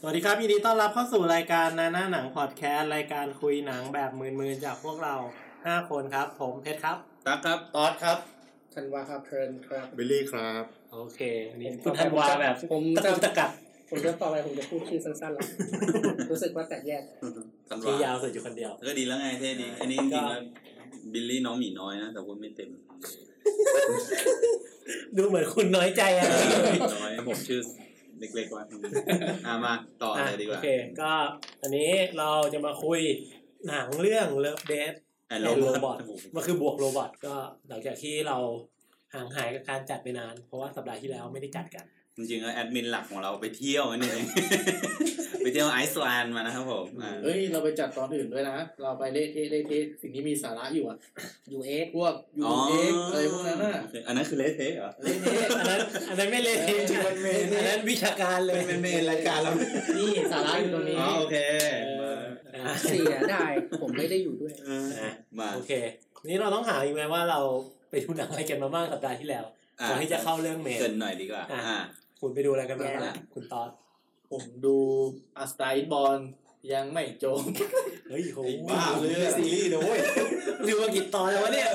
สวัสดีครับยินดีต้อนรับเข้าสู่รายการนาหน้าหนังพอดแคสต์รายการคุยหนังแบบมืนๆจากพวกเรา 5 คนครับ ผมเพชรครับ ตั๊กครับ ตอดครับ ธันวาครับเทิร์นครับ บิลลี่ครับ โอเคอันนี้คุณทันวาแบบ ผม ตะ จะ กุกตะกัก ผมเริ่มต่อไปผมจะพูดชื่อสั้ นๆหรอก รู้สึกว่าแตกแยก สัน ที่ยาว าว สุดอยู่คนเดียว ก็ดีแล้วไงเท่ดี อันนี้จริงๆแล้วบิลลี่น้องหมีน้อยนะ แต่ว่าไม่เต็ม ดูเหมือนคุณน้อยใจอะ น้อยผมชื่อเล็กๆว่าอ่ะมาต่อ อ่ะ เลยดีก โอ ว่า เค ก็อันนี้เราจะมาคุยหนังเรื่อง Love Death ไอ้ ในโรบอท โโห มันคือบวกโรบอทก็หลังจากที่เราห่างหายกับการจัดไปนาน เพราะว่าสัปดาห์ที่แล้วไม่ได้จัดกัน จริงๆแล้วแอดมินหลักของเราไปเที่ยวนี่เองไปเที่ยวไอซ์แลนด์มานะครับผมอ่ะ เฮ้ย เราไปจัดตอนอื่นด้วยนะ เราไปเล่เทะเล่เทะสิ่งที่มีสาระอยู่อะ US พวกยูเอ็กอะไรพวกนั้นอะ โเคอันนั้นคือเละเทะเหรอ เล่เทะ อันนั้นอันนั้นไม่เล่นเทะ เออมันเมน อันนั้นวิชาการเลย เป็นเมนรายการเรา นี่สาระอยู่ตรงนี้ อ๋อโอเค เสียได้ ผมไม่ได้อยู่ด้วย มามา โอเค นี่เราต้องหาอีกไหมว่าเราไปดูหนังอะไรกันมาบ้างสัปดาห์ที่แล้ว อ่ะ ก่อนที่จะเข้าเรื่องเมน เกินหน่อยดีกว่า อ่ะ อ่ะ คุณไปดูอะไรกันมา แย่ บ้าง ละ คุณตอด ผมดูอัสไตล์บอลยังไม่จบ เฮ้ยโห ไอ้บ้า ผมดูในซีรีส์นะเว้ย ดูมากี่ตอนแล้ววะเนี่ย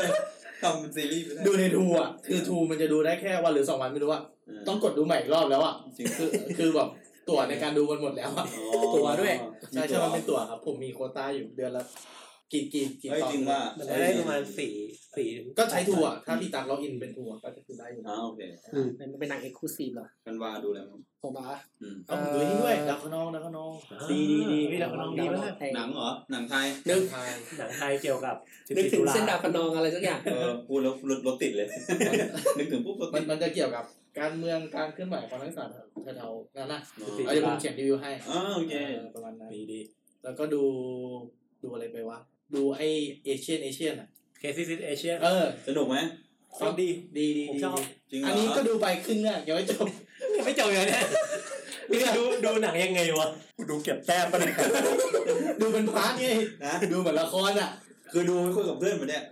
ทำซีรีส์ไปแล้ว ดูในทูอะคือทูมันจะดูได้แค่วันหรือสองวันไม่รู้อะต้องกดดูใหม่อีกรอบแล้วอะ จริง คือคือแบบตั๋วในการดูมันหมดแล้ว อะ อ๋อ ตั๋วด้วย ใช่ใช่มันเป็นตั๋วครับผมมีโควต้าอยู่เดือนละกี่กี่กี่ เฮ้ย ตอน จริงว่า มันได้ประมาณสี่สี่ถึง ก็ใช้ทัวร์ถ้าพี่ตักล็อกอินเป็นทัวร์ก็จะคือได้อยู่ อ่าโอเค มันเป็นหนังเอ็กซ์คลูซีฟเหรอ กันว่าดูแล้วมั้ง ผมเหรอ่ะ อืม เอาผมดูนี่ด้วยดาวคานองดาวคานอง ดีดีดีพี่เรากำลังดีมาก หนังเหรอ หนังไทย นึก หนังไทยเกี่ยวกับ นึก 14 ถึ ตุ ง ลา เส้นดาวคะนองอะไรสักอย่าง เออพูดแล้วรถรถติดเลย นึกถึงปุ๊บรถ มั ติ น ด มันจะเกี่ยวกับการเมืองการเคลื่อนไหวของนักศึกษาแถวๆนั้นนะ อ๋ เอา อ เดี๋ยวผมเขียนรีวิวให้ อ๋อโอเค เออประมาณนั้น ดีดี แล้วก็ดูดูอะไรไปวะ ดูไอเอเชียนเอเชียนอ่ะ เคซิซิเอเชีย เออ สนุกไหม ควาดี ดีดี ผม ดี ชอบ จริงเหร อั อั นนี้ก็ดูไปครึ่งเรื่องยังไม่จบ ไม่จบเลยเนี่ยนี่ดูดูหนังยังไงวะดูเก็บแต้มไปเลย ดูเป็นพาร์ทไง นะ ดูเหมือนละครอ่ะ คือดูคุยกับเพื่อนมาเนี่ย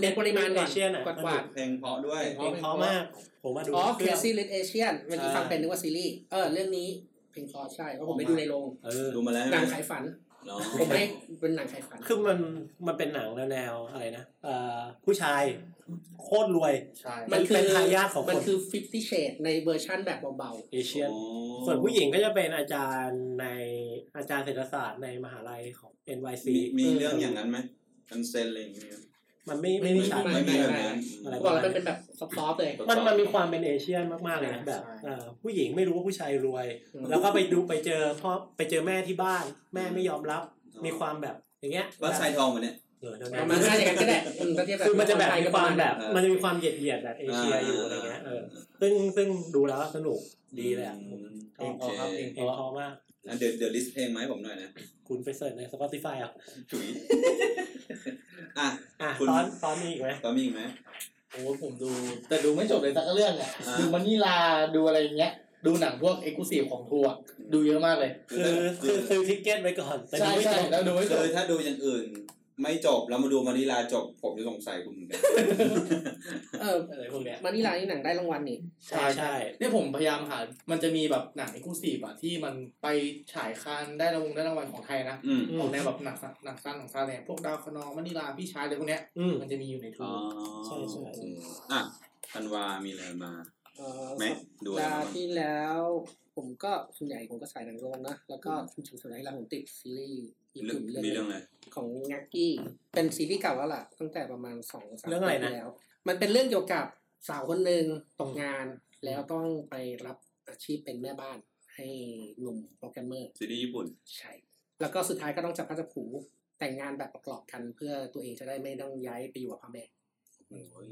เน้นปริมาณ เอ ก่อน เชียน่ะ กวาด เพลงเพราะด้วย เพลงเพราะมากผมมาดู ๆอ๋อเค รื่อง ซี่เลดเอเชียนเมื่อกี้ฟังเป็นนึกว่าซีรีส์ เออ เรื่องนี้เพลงคอใช่เพราะผมไปดูในโรง เออ ดูมาแล้ว หนังขายฝัน เนาะ ผมให้เป็นหนังขายฝัน คือมันมันเป็นหนังแนวแนวอะไรนะเอ่อผู้ชายโคตรรวย ใช่ มันเป็นทายาทของคน มันคือฟิฟตี้เชดในเวอร์ชั่นแบบเบา เอเชียน อ๋อ ส่วนผู้หญิงก็จะเป็นอาจารย์ในอาจารย์เศรษฐศาสตร์ในมหาลัยของ NYC มีมีเรื่องอย่างนั้นไหมกันเซนอะไรอย่างเงี้ย มันไม่ไม่ได้ฉาย ไม่มีแบบนั้น อะไร ๆบอกแล้วมันเป็นแบบซอฟๆเลย มันมันมีความเป็นเอเชียนมากๆเลยนะแบบเอ่อผู้หญิงไม่รู้ว่าผู้ชายรวย อืม แล้วก็ไปดูไปเจอพ่อไปเจอแม่ที่บ้าน แม่ไม่ยอมรับ มีความแบบอย่างเงี้ย ว่าชายทองมาเนี่ย เออเดี๋ยว ป นะ ระมาณนั้นอย่างนั้นก็ได้อืมถ้าเทียบ คือมันจะแบบ ไทย มี ก็ ค ประ วาม ณ แบบ เออ มันจะมีความเหยียดเหยียดๆแบบเอเชียอยู่อะไรเงี้ยเออซึ่งซึ่งดูแล้วสนุกดีเลยอะ เพลงพอครับเพลงพ เห็น อ พอมาก อ่ะเดี๋ยวเดี๋ยวลิสต์เพลงมาให้ผมหน่อยนะ คุณไปเสิร์ชใน Spotify อ่ะ ถุยอ่ะ อ่ะ คุณ ตอนตอนนี้อีกไหม ตอนมีอีกไหม โอ้ผมดู แต่ดูไม่จบเลยสักเรื่องอ่ะ อ่า ดูมันนีลาดูอะไรอย่างเงี้ย ดูหนังพวกเอ็กซ์คลูซีฟของทัวร์ดูเยอะมากเลย คือคือซื้อทิกเก็ตไว้ก่อน แต่ ใช่ ยังไม่จ ใช่ บ แล้วดูไม่จ คื บ อถ้าดูอย่างอื่น ไม่จบแล้วมาดูมานิลาจบ ผมจะสงสัยคุณเหมือน กัน เออ อะไรพวกเนี้ย มานิลานี่หนังได้รางวัลนี่ ใช่ใช่ เนี่ยผมพยายามหา มันจะมีแบบหนังเอ็กซ์คลูซีฟอะที่มันไปฉายคานได้รางวัลได้รางวัลของไทยนะ อืม ออกแนวแบบหนังสั้นหนังสั้นของไทยเนี่ยพวกดาวคะนองมะนิลาพี่ชายอะไรพวกเนี้ย อืม มันจะมีอยู่ในทู อ๋อ ใช่ใช่ โอเคอ่ะธันวามีอะไรมา เออ ไหมดูอะไร ลา มา ที่แล้ว ผมก็ส่วนใหญ่ผมก็สายหนังโรงนะ แล้วก็จริงๆส่วนใหญ่แล้วผมติดซีรีส์อีก เรื่ ก อง ลุ่มเรื่อง มี ห เรื่อนึ่ง ง อะไร ของงักกี้ เป็นซีรีส์เก่าแล้วล่ะ ตั้งแต่ประมาณสองสาม เรื่องอะไรนะ ปีที่แล้ว มันเป็นเรื่องเกี่ยวกับสาวคนหนึ่งตกงาน แล้วต้องไปรับอาชีพเป็นแม่บ้านให้หนุ่มโปรแกรมเมอร์ ซีรีส์ญี่ปุ่น ใช่ แล้วก็สุดท้ายก็ต้องจับพลัดจับผลูแต่งงานแบบประกอบกันเพื่อตัวเองจะได้ไม่ต้องย้ายไปอยู่กับพ่อแม่ โอ้ย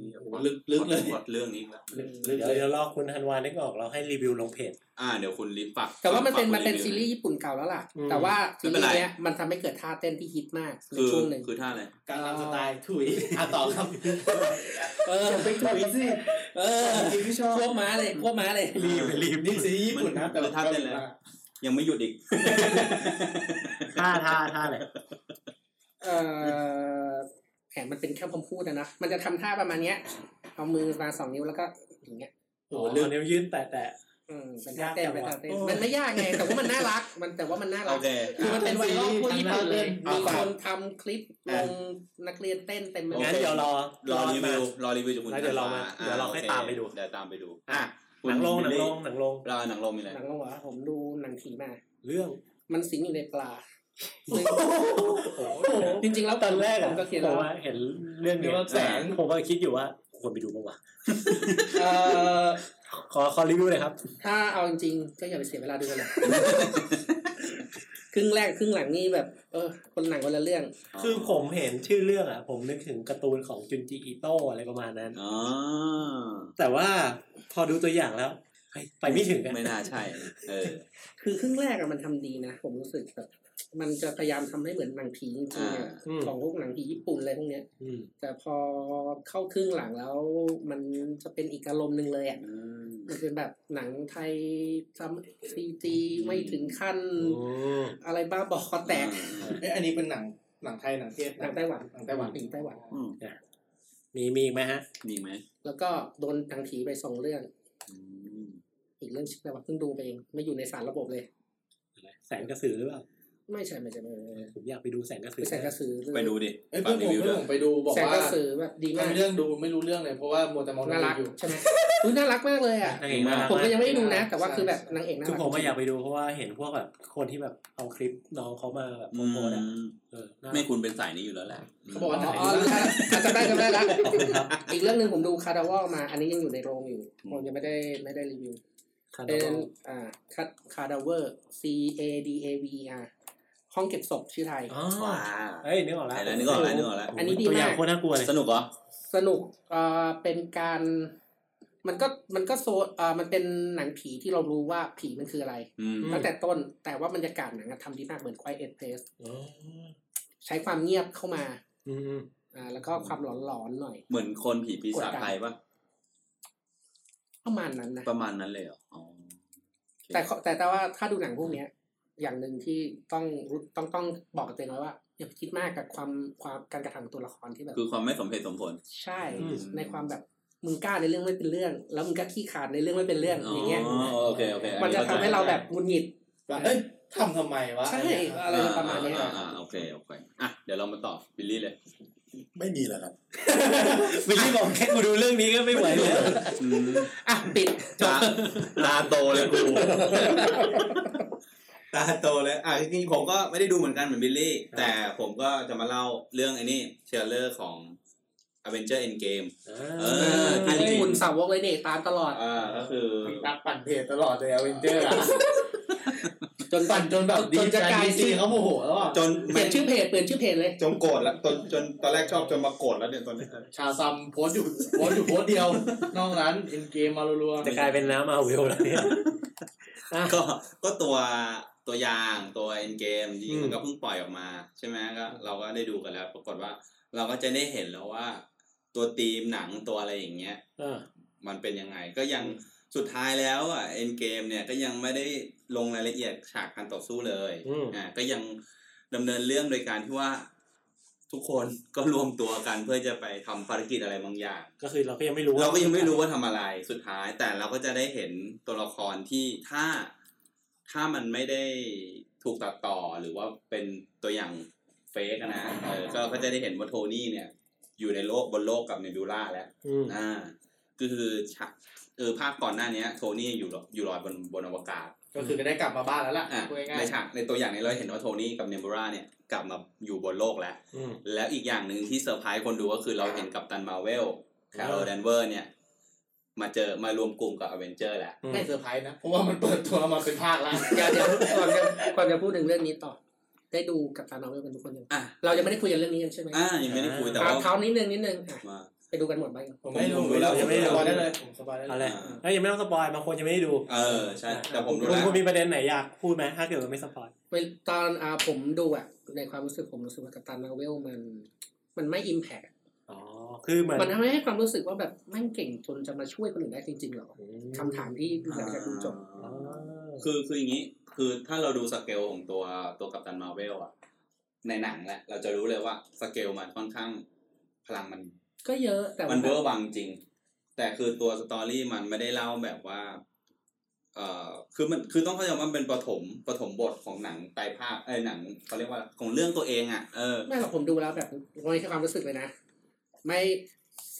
ลึกลึกเลย พอดเรื่องนี้ครับ เดี๋ยวเดี๋ยวรอคุณธันวานึกออกเราให้รีวิวลงเพจ อ่า เดี๋ยวคุณลิฟต์ฝาก แต่ว่ามันเป็น ฝก มันเป็น คุณ ซีรีส์ญี่ปุ่นเก่าแล้วล่ะ อืม แต่ว่าซีรีส์เนี้ยมันทำให้เกิดท่าเต้นที่ฮิตมากใน คือ ช่วงหนึ่ง คือท่าอะไร การรำสไตล์ถุยอ่ะต่อครับ เออ จะไปถุยสิ เออ ที่พี่ชอบ พวกม้าเลยพวกม้าเลย รีบรีบ นี่ซีรีส์ญี่ปุ่นนะแต่ มันท่าเต้นเลย ยังไม่หยุ ดอีก ท่าท่าท่าเลย เออแหมมันเป็นแค่คำพูดนะนะมันจะทำท่าประมาณเนี้ย เอามือมาสองนิ้วแล้วก็อย่างเงี้ย โอ้ โอ้ โห โห ลึก นิ้วยื่นแต่แต่ อืมเป็น ยา ท่าก เต้น จัง เป็วะนท่าเต้นมันไม่ยากไง แต่ว่ามันน่ารัก มันแต่ว่ามันน่ารั โอก เค คือมันเป็นไวรัลทั่วญี่ปุ่นเลย อ่ะ มี ฝาก คนทำคลิปล อ่ะ งนักเรียนเต้นเต็มไปหม งั้น ด เดี๋ยวรอ รอรีวิว มา รอรีวิวจากคุณ แล้วเดี๋ยวเรามา อ่ะ เดี๋ยวเรา โ ค่อยตามไปดู เดี๋ยวตามไปดูอ่ะคุณ หนังโรงหนัง บิ โร ล งหลี่นังโรง รอหนังลงมีอะไร หนังเหรอผมดูหนังผีมา เรื่อง มันสิงอยู่ในปลา โอ้โห จริงๆแล้ว ตอนแรก ผ อะ มก็เขียน ผม แล้ว ว่าเห็นเรื่องนี้เรื่องรับแสง ผมก็คิดอยู่ว่าควรไปดูบ้างวะ เอ่อ ขอขอรีวิวเลยครับ ถ้าเอาจริงๆก็อย่าไปเสียเวลาดูกันเลย ครึ่งแรกครึ่งหลังนี่แบบ เออ คนหนังคนละเรื่อง คือผมเห็นชื่อเรื่องอ่ะ ผมนึกถึงการ์ตูนของจุนจิอิโต้อะไรประมาณนั้น อ๋อ แต่ว่าพอดูตัวอย่างแล้วเฮ้ยไปไม่ถึงอะ ไม่น่าใช่ เออ คือครึ่งแรกอะมันทำดีนะ ผมรู้สึกแบบมันจะพยายามทำให้เหมือนหนังผีจริงๆอะ อ่า อืม ของพวกหนังผีญี่ปุ่นอะไรพวกเนี้ย อืม แต่พอเข้าครึ่งหลังแล้ว มันจะเป็นอีกอารมณ์หนึ่งเลยอ่ะ อืม มันเป็นแบบหนังไทยทำซีจีไม่ถึงขั้น อืม อะไรบ้าบอคอแตก เอ้ยอันนี้เป็นหนังหนังไทยหนังเทศ หนังไต้หวัน หนังไต้หวัน ผีไต้หวัน อืม มีมีอีกไหมฮะ มีอีกไหม แล้วก็โดนทางผีไปสองเรื่อง อืม อีกเรื่องชื่ออะไรวะเพิ่งดูไปเองไม่อยู่ในสารระบบเลย แสงกระสือหรือเปล่า ไม่ใช่ไม่ใช่ไม่ใช่ไม่ใช่ ผมอยากไปดูแสงกระสื คือ อแสงกระสือเรื่อง ไปดูดิ เอ้ย ฟั เพื่งอนผ รี ม วิว เพื่อ ด้วยนผมไปดูบอก แสง ว่าก ระสือแบบดี ทำ มาก เรื่องดูไม่รู้เรื่องเลยเพราะว่ามัวแต่มอง น่ารัก อยู่ ใช่ไหม อุ๊ยน่ารักมากเลยอ่ะ นางเอกน่ารัก ผมก็ มาก ยังไม่ได้ดูนะ แต่ว่า ใช่ คือแบบนางเอกน่า คือ รัก ผมก็อยากไปดูเพราะว่าเห็นพวกแบบคนที่แบบเอาคลิปน้องเขามาแบบ อื โพสต์อะ ม เออน่ารั ไม่ ก คุณเป็นสายนี้อยู่แล้วแหละ เขาบอกว่า อ๋ออ๋อแล้วอาจจะได้จำได้ละอีกเรื่องหนึ่งผมดูคาร์ดาวอลมา อันนี้ยังอยู่ในโรงอยู่ ผมยังไม่ได้ไม่ได้รีวิว คัน เป็ โต นอ่าคาคาดาวเวอร์ C A D A V E R ห้องเก็บศพชื่อไทย อ๋อ ว้า เฮ้ยนึกออกแล้ว เห็นแล้วนึกออกแล้วนึกออกแล้ว อันนี้ดีมาก ตัวอย่างโคตรน่ากลัวเลย สนุกเหรอ สนุกเอ่อเป็นการมันก็มันก็โซเอ่อมันเป็นหนังผีที่เรารู้ว่าผีมันคืออะไร อืม ตั้งแต่ต้นแต่ว่าบรรยากาศหนังอะทำดีมากเหมือน Quiet Place อ๋อ ใช้ความเงียบเข้ามา อืม อ่าแล้วก็ความหลอนๆหน่อย เหมือนคนผีปีศาจไทยปะ ประมาณนั้นนะ ประมาณนั้นเลยเหรออ๋อ แต่ขอแต่แต่ว่าถ้าดูหนังพวกเนี้ย อย่างหนึ่งที่ต้องรู้ต้องต้องบอกกับตัวเองไว้ว่า อย่าไปคิดมากกับความความการกระทำของตัวละครที่แบบ คือความไม่สมเหตุสมผล ใช่ อืม ในความแบบมึงกล้าในเรื่องไม่เป็นเรื่อง แล้วมึงก็ขี้ขลาดในเรื่องไม่เป็นเรื่อง อ๋อ อย่างเงี้ย โอเคโอเคอั มันจะทำให้เราแบบหงุนหงิด ว่าเอ้ยทำทำไมวะ ใช่ อะไรอย่างเงี้ย อะไรประมาณเนี้ย อ่อ่อ่าโอเคโอเคอ่ะเดี๋ยวเรามาต่อบิลลี่เลย ไม่มีแล้วครับ ไม่ใช่บอกแค่กูดูเรื่องนี้ก็ไม่ไหวแล้ว อืม อ่ะปิด ตาตาโตเลยกูตาโตเลยอ่ะจริงๆผมก็ไม่ได้ดูเหมือนกันเหมือนบิลลี่ ครับ แต่ผมก็จะมาเล่าเรื่องไอ้นี่เชลเลอร์ของ Avenger Endgame เออ อันนี้คุณสาวกเลยเนี่ยตามตลอด อ่าก็คือ มีตักปั่นเพจตลอดเลยอเวนเจอร์อะ จน ปั่นจนแบบดี จน ใจ จะกลาย ดีซี เป็น เขาโมโหแล้วอะ จน เปลี่ยนชื่อเพจเปลี่ยนชื่อเพจเลย จนโกรธแล้วจนจนตอนแรกชอบจนมาโกรธแล้วเนี่ยตอนนี้ ชาซัมโพสต์อยู่โพสต์อยู่โพสต์เดียวน อกนั้นเอ็นเกมมารัว จะกลายเป็นน้ำมาวิวแล้วเนี่ย ก็ก็ตัวตัวอย่างตัวเอ็นเกมจริง อืมๆมันก็เพิ่งปล่อยออกมา ใช่ไหมก็เราก็ได้ดูกันแล้ว ปรากฏว่าเราก็จะได้เห็นแล้วว่า ตัวธีมหนังตัวอะไรอย่างเงี้ย เออ มันเป็นยังไงก็ยังสุดท้ายแล้วอ่ะเอ็นเกมเนี่ยก็ยังไม่ได้ลงรายละเอียดฉากการต่อสู้เลย อืม อ่าก็ยังดำเนินเรื่องโดยการที่ว่า ทุกคนก็รวมตัวกันเพื่อจะไปทำภารกิจอะไรบางอย่าง ก็คือเราก็ยังไม่รู้ว่ เราก็ยังไม่รู้ว่าทำอะไรสุดท้าย แต่เราก็จะได้เห็นตัวละครที่ถ้าถ้ามันไม่ได้ถูกตัดต่อหรือว่าเป็นตัวอย่างเฟกนะเออก็เราก็จะได้เห็นว่าโทนี่เนี่ย อยู่ในโลกบนโลกกับเนบิวล่าแล้ว อืม อ่าก็คือฉากเออภาคก่อนหน้าเนี้ย โทนี่อยู่ลอยอยู่ลอยบนบนอวกาศ ๆก็คือก็ได้กลับมาบ้านแล้วล่ะ อ่ะ พูดง่าย ในฉากในตัวอย่างนี้เราเห็นว่าโทนี่กับเนบิวล่าเนี่ยกลับมาอยู่บนโลกแล้ว อืม แล้วอีกอย่างหนึ่งที่เซอร์ไพรส์คนดูก็คือเราเห็นกัปตันมาร์เวลแคลร์แดนเวอร์เนี่ย มาเจอมารวมกลุ่มกับอเวนเจอร์แหละ อืม ๆไม่เซอร์ไพรส์นะเพราะว่ามันเปิดตัวมาเป็นภาคแล้ว อย่าอย่าก่อนจะก่อนจะพูดถึงเรื่องนี้ต่อ ได้ดูกับตาน้องเป็นทุกคนยัง อ่ะ เรายังไม่ได้คุยกันเรื่องนี้กันใช่ไหม อ่ะยังไม่ได้คุยแต่ อ่ะ ว่า เท้านิดนึงนิดนึงอ่ะ มา ไปดูกันหมดไหม ผมไม่ดูแล้ว ยังไม่ดู สบายได้เลยผมสบายได้ เอา เลย เลยแล้วยังไม่ต้องสปอยบางคนยังไม่ได้ดู เออใช่ แต่ผมดู คุณ แล้ว คุณมีประเด็นไหนอยากพูดไหมถ้าเกิดว่าไม่สปอย เวลตอนอ่าผมดูอ่ะ ในความรู้สึกผมรู้สึกว่ากัปตันมาร์เวลมัน มันไม่อิมแพก อ๋อ คือเหมือน มันทำให้ความรู้สึกว่าแบบแม่งเก่งจนจะมาช่วยคนอื่นได้จริงๆหรอ อื คำถามที่หลังจากดูจบ อ๋อ คือคืออย่างนี้ คือถ้าเราดูสเกลของตัวตัวกัปตันมาร์เวลอะในหนังแหละ เราจะรู้เลยว่าสเกลมันค่อนข้างพลังมัน ก็เยอะแต่ มันเวอ แบ ร์ บ วังจริง แต่คือตัวสตอรี่มันไม่ได้เล่าแบบว่า เอ่อคือมันคือต้องเข้าใจว่ามันเป็นปฐมปฐมบทของหนังไตรภาคเอ้ยหนังเขาเรียกว่าของเรื่องตัวเองอ่ะเออ ไม่หรอกผมดูแล้วแบบไม่ใช่ความรู้สึกเลยนะ ไม่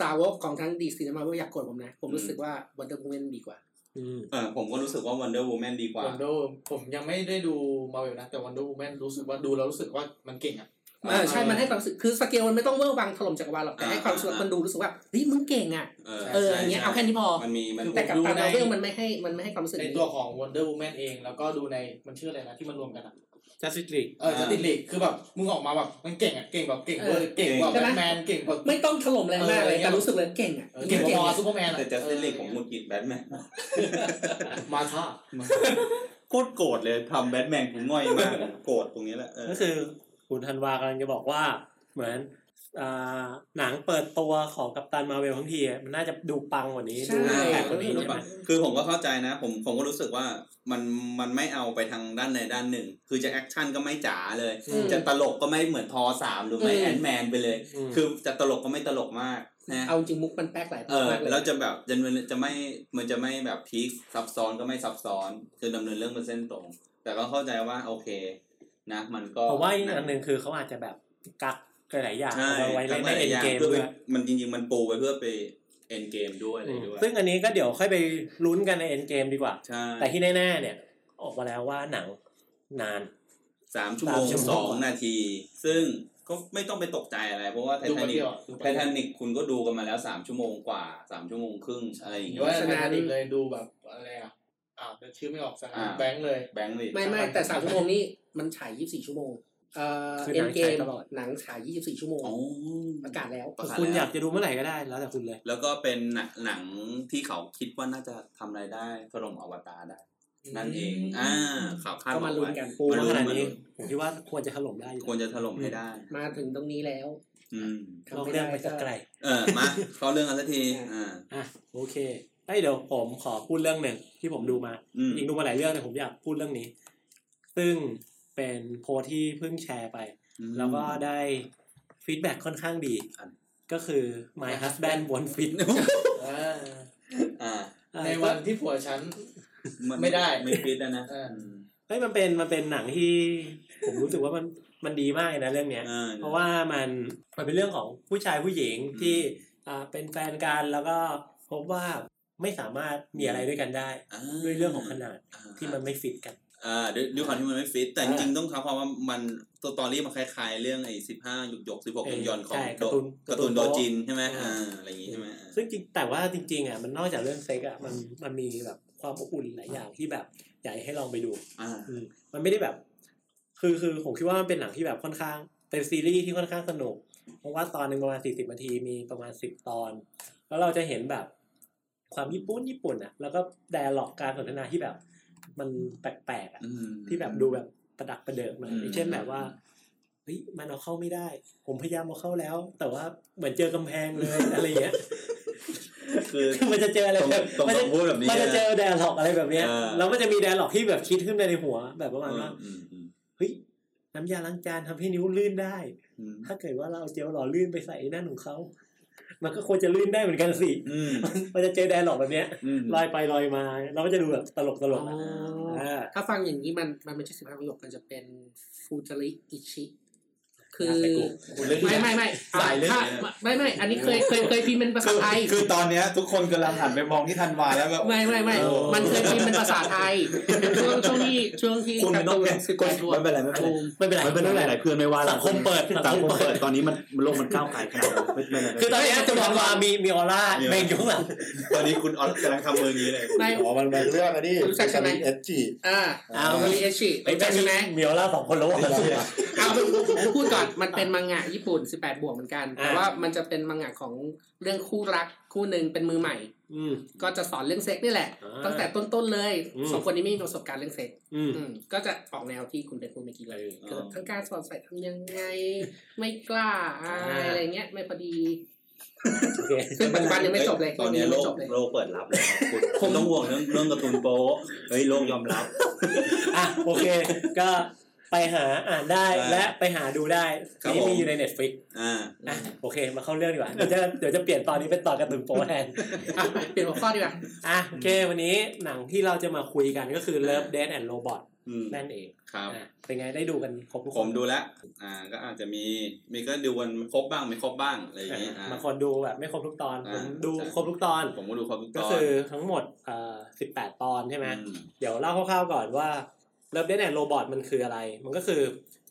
สาวกของทั้งดีซีนมาว่าอยากโกรธผมนะ ผมรู้สึกว่าวันเดอร์ m ู n นดีกว่า อืม เออผมก็รู้สึกว่า Wonder Woman ดีกว่า วันโดผมยังไม่ได้ดูมาเวลนะแต่วันโดแมนรู้สึกว่าดูแล้วรู้สึกว่ามันเก่งอ่ะ เออใช่ เออ มันให้ความรู้สึกคือสเกลมันไม่ต้องเวอร์วังถล่มจักรวาลหรอกแต่ให้ความรู้สึกว่าคนดูรู้สึกว่าเฮ้ยมึงเก่งอ่ะ เออ เออ ใช่ อย่างเงี้ยเอาแค่ ใช่ นี้พอ มันมีมัน คือ แต่กับ ดู ตา ใน เรื่องมันไม่ให้มันไม่ให้ความรู้สึก ใน นี้ ตัวของ Wonder Woman เอง แล้วก็ดูในมันชื่ออะไรนะที่มันรวมกันอะ จัสติลิก เออจะติดเหล็กคือแบบมึงออกมาแบบมันเก่งอ่ะเก่งแบบเก่งเวอร์เก่งกว่าแบทแมนเก่งกว่า ไม่ต้องถล่มอะไรมากเลย เออ แต่รู้สึกเลยเก่งอ่ะ เออเก่งกว่า เก่ง บอ อะ ซูเปอร์แมนอะ แต่จัสตินเลกของมุกิแบทแมน มาท่า โคตรโกรธเลยทำแบทแมนกูง่อยมาก โกรธตรงนี้แหละเออ ก็คือคุณธันวากำลังจะบอกว่า เหมือนอ่าหนังเปิดตัวของกัปตันมาเวลทั้งทีมันน่าจะดูปังกว่านี้ดู น่า แข็ แปงกลกว่านี้ รู้ ใช่ไห ปะ ม คือผมก็เข้าใจนะ ผมผมก็รู้สึกว่ามันมันไม่เอาไปทางด้านใดด้านหนึ่ง คือจะแอคชั่นก็ไม่จ๋าเลย อืม จะตลกก็ไม่เหมือนทอสามหรือไม่แอนแมนไปเลย อืม คือจะตลกก็ไม่ตลกมากนะ เอาจริงมุกมันแป๊กหลาย เออ มากเลย แล้วจะแบบจะมันจะไม่มันจะไม่แบบพีคซับซ้อนก็ไม่ซับซ้อนคือดำเนินเรื่องเป็นเส้นตรง แต่ก็เข้าใจว่าโอเคนะ มันก็ ผมว่าอีกอันหนึ่งคือเขาอาจจะแบบกักหลายๆอย่าง ใช่ เอาไว้เล่นในเอ็นเกม เพื่อ ด้ ไป วย มันจริงๆมันปูไว้เพื่อไปเอ็นเกมด้วยอะไรด้วย ซึ่งอันนี้ก็เดี๋ยวค่อยไปลุ้นกันในเอ็นเกมดีกว่า ใช่ แต่ที่แน่ๆเนี่ย ออกมาแล้วว่าหนังนาน สามชั่วโม สาม ง ชั่วโมง สองนาที ซึ่งก็ไม่ต้องไปตกใจอะไร เพราะว่าไท ดู ทา คน นิก เดียวอะดูค ไท นเดี ทา ยว นิกคุณก็ดูกันมาแล้วสามชั่วโมงกว่าสามชั่วโมงครึ่งอะไรอย่าง หรื เงี้ อว่าย ไททานิกเลยดูแบบอะไรอ่ะอ่าชื่อไม่ออกสถานแบงค์เลย แบงค์เลย ไม่ไม่แต่สามชั่วโมงนี้มันฉายยี่สิบสี่ชั่วโมงเอ่อ คือห เอ็ นั น ง เก ฉาย ม ตลอด หนังฉายยี่สิบสี่ชั่วโมง อ๋อ ประกาศแล้ว ประกศ คุณอยากจะดูเมื่อไหร่ก็ได้แล้วแต่คุณเลย แล้วก็เป็นหนังหนังที่เขาคิดว่าน่าจะทำรายได้ถล่มอวตารได้ นั่นเอง อ่าข่าวคาด ก็มาลุ้นกัน ปูมาขนาดนี้ ม ผมคิดว่าควรจะถล่มได้อ ลุ้ ยู่ ควรจะถล่มให้ได้ มาถึงตรงนี้แล้ว อืม ทำ ลอง ม่ เรื่องไป ด้ สักไกล เออ มา เข้าเรื่องกันสักที อ่า อ่ะโอเคไอ้ยเดี๋ยวผมขอพูดเรื่องหนึ่งที่ผมดูมา อืม จริงดูมาหลายเรื่องแต่ผมอยากพูดเรื่องนี้ ซึ่งเป็นโพสต์ที่เพิ่งแชร์ไป แล้วก็ได้ฟีดแบ็ค่อนข้างดี อัน ก็คือ my husband won't fit อ่า อ่า ในวันที่ผัว ฉัน น ไม่ได้ ไม่ฟิตอะนะ เออ เฮ้ยมันเป็นมันเป็นหนังที่ ผมรู้สึกว่ามันมันดีมากเลยนะเรื่องเนี้ย อ่า เพราะว่ามันมันเป็นเรื่องของผู้ชายผู้หญิง อืม ที่อ่าเป็นแฟนกันแล้วก็พบว่าไม่สามารถมีอะไรด้วยกันได้ อ่า ด้วยเรื่องของขนาด อ่า ที่มันไม่ฟิตกัน อ่าด้วยด้วยความที่มันไม่ฟิต แต่จริงๆต้องเท้าความว่ามันตัวตอรี่มันคล้ายๆ เรื่องไอ้สิบห้าหยกหยกสิบหกยนยอนๆของ ใช่การ์ตูน การ์ตูนโดจินใช่ไหม อ่า อ่า อะไรอย่างงี้ใช่ไหมอ่า ซึ่งจริงแต่ว่าจริงๆอ่ะมันนอกจากเรื่องเซ็กอ่ะมันมันมีแบบความอบอุ่นหลายอย่างที่แบบอยากให้ลองไปดู อ่า อืมมันไม่ได้แบบ คือคือผมคิดว่ามันเป็นหนังที่แบบค่อนข้าง เป็นซีรีส์ที่ค่อนข้างสนุก เพราะว่าตอนหนึ่งประมาณสี่สิบนาทีมีประมาณสิบตอน แล้วเราจะเห็นแบบความญี่ปุ่นญี่ปุ่นอ่ะ แล้วก็ไดอะล็อกการสนทนาที่แบบ มันแปลกๆอ่ะ อืม ที่แบบดูแบบประดักประเดิกหน่อย อืม อย่างเช่นแบบว่าเฮ้ยมันเอาเข้าไม่ได้ ผมพยายามเอาเข้าแล้ว แต่ว่าเหมือนเจอกำแพงเลย อะไรอย่างเงี้ย คือ คือมันจะเจออะไรแบบ ตรง มัน ตร จะ งพูดแบบนี้ มันจะเจอ นะ ไดอะล็อกอะไรแบบเนี้ย อ่า แล้วมันจะมีไดอะล็อกที่แบบคิดขึ้นมาในหัว แบบประมาณว่า อืมอืม เฮ้ยน้ำยาล้างจานทำให้นิ้วลื่นได้ อืม ถ้าเกิดว่าเราเอาเจลหล่อลื่นไปใส่ไอ้นั่นของเขา มันก็ควรจะลื่นได้เหมือนกันสิ อืม มันจะเจอแดนหลอกแบบเนี้ย อืม ลอยไปลอยมา เราก็จะดูแบบตลกตลกๆอะ อ๋ออ่ ่า ถ้าฟังอย่างนี้มันมันไม่ใช่สิบห้าประโยคมันจะเป็นฟูจาริอิชิ คือ อยากไปกลุ่ม ไม่ไม่ไม่ สายเรื่อง ถ้ เนี่ย ไม่ไม่ อันนี้เคยเคยเคยพิมพ์เป็นภาษาไทย คือตอนเนี้ยทุกคนกำลังหันไปมองที่ธันวาแล้วแบบ ไม่ไม่ไม่ โอ้ มันเคยพิมพ์เป็นภาษาไทย ช่วงช่วงที่ช่วงที่ คุณไม่ต้องแกะ สิบแปดบวก ไม่เป็นไรไม่เป็นไร ไม่เป็นไร ไม่เป็นไรหลายๆเพื่อนไม่ว่าหร สั อก งคมเปิด สังคมเปิดตอนนี้มันมันโลกมันก้าวไกลขนาดนั้นไม่เป็นไรไม่ คื เป็ อน ต ไร อนเนี้ยจะบอกว่ามีมีออร่าเมงอยู่ข้างหลัง ตอนนี้คุณออนกำลังทำมืออย่างนี้เลย ไม่ อ๋อมันเป็นเรื่องนะดิ รู้จักใช่ไหม เอสจี อ่า อ้าว ฟูจาริอิชิ ไอ้ รู้จักใช่ไหม มีออร่าสองคนแล้วว่ะ เอาพูดก่อน มันเป็นมังงะญี่ปุ่นสิบแปดบวกเหมือนกัน อ่า แต่ว่ามันจะเป็นมังงะของเรื่องคู่รักคู่หนึ่งเป็นมือใหม่ อืม ก็จะสอนเรื่องเซ็กนี่แหละ อ่า ตั้งแต่ต้นๆเลย อืม สองคนนี้ไม่มีประสบการณ์เรื่องเซ็ก อืม อืมก็จะออกแนวที่คุณเป็นพูดเมื่อกี้เลย เออ คือทั้งการสอนใส่ทำยังไง ไม่กล้าอาย อ่า อะไรเงี้ยไม่พอดี โอเค ซึ่งปัจจุบันยังไม่จบเลย ตอนเนี้ย ยัง โลกไม่จบเลย โลกเปิดรับแล้วคุณคุณต้องห่วงเรื่องเรื่องการ์ตูนโป๊ะเฮ้ยโลกยอมรับ อ่ะโอเค ก็ ไปหาอ่านได้ ใช่ และไปหาดูได้ ครับ นี่ ผม มีอยู่ในเน็ตฟลิก อ่า อ่ะโอเค มาเข้าเรื่องดีกว่าเดี๋ยวจะเดี๋ยวจะเปลี่ยนตอนนี้เป็นตอนการ์ตูนโป๊แทน อ่ะเปลี่ยนหัวข้อดีกว่า อ่ะโอเค วันนี้หนังที่เราจะมาคุยกันก็คือ Love Death and Robot อืม นั่นเอง ครับ อ่ะเป็นไงได้ดูกันครบทุก ผ ค ม น ดูแล้ว อ่า ก็อาจจะมี มีก็ดูวันครบบ้างไม่ครบบ้างอะไรอย่างนี้ อ่ะ อ่า บางคนดูแบบไม่ครบทุกตอน อ่า ผมดู ใช่ ครบทุกตอน ผมก็ดูครบทุกต ก็ อน คือทั้งหมดเอ่อ18 ตอนใช่ไหม อืม เดี๋ยวเล่าคร่าวๆก่อนว่า Love Death and Robot มันคืออะไร มันก็คือ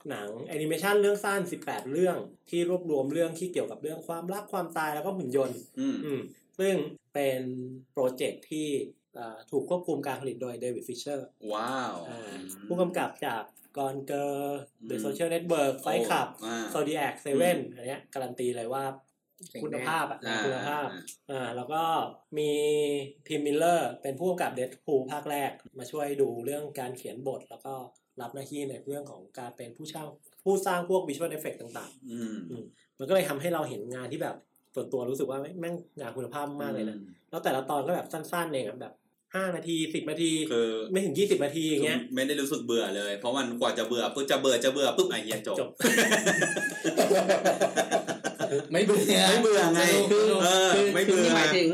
หนังแอนิเมชันเรื่องสั้น 18 เรื่องที่รวบรวมเรื่องที่เกี่ยวกับเรื่องความรักความตายแล้วก็หุ่นยนต์ อืม อืมซึ่งเป็นโปรเจกต์ที่เอ่อถูกควบคุมการผลิตโดยเดวิดฟิชเชอร์ ว้าว อ่าผู้กำกับจากกอนเกอร์เดอะโซเชียลเน็ตเวิร์กไฟขับ อ่า โซดีแอคเซเว่นอันเนี้ยการันตีเลยว่าคุณภาพอ่ะ อ่า คุณภาพอ่าแล้วก็มีทีมมิลเลอร์เป็นผู้กำกับเดดพูภาคแรก มาช่วยดูเรื่องการเขียนบท แล้วก็รับหน้าที่ในเรื่องของการเป็นผู้เช่าผู้สร้างพวกวิชวลเอฟเฟกต่าง อืม ๆ มันก็เลยทำให้เราเห็นงานที่แบบส่วนตัวรู้สึกว่าแม่งงานคุณภาพมากเลยนะแล้วแต่ละตอนก็แบบสั้นๆเองอะแบบห้านาทีสิบนาที คือ ไม่ถึงยี่สิบนาทีอย่างเงี้ย ไม่ได้รู้สึกเบื่อเลย เพราะมันกว่าจะเบื่อปุ๊บจะเบื่อจะเบื่อปุ๊บไอเฮียจบ จบ ไม่เบื่อ ไม่เบื่อไง คือ เออ คือ ไม่ คือ เบื่อ นี่หมายถึง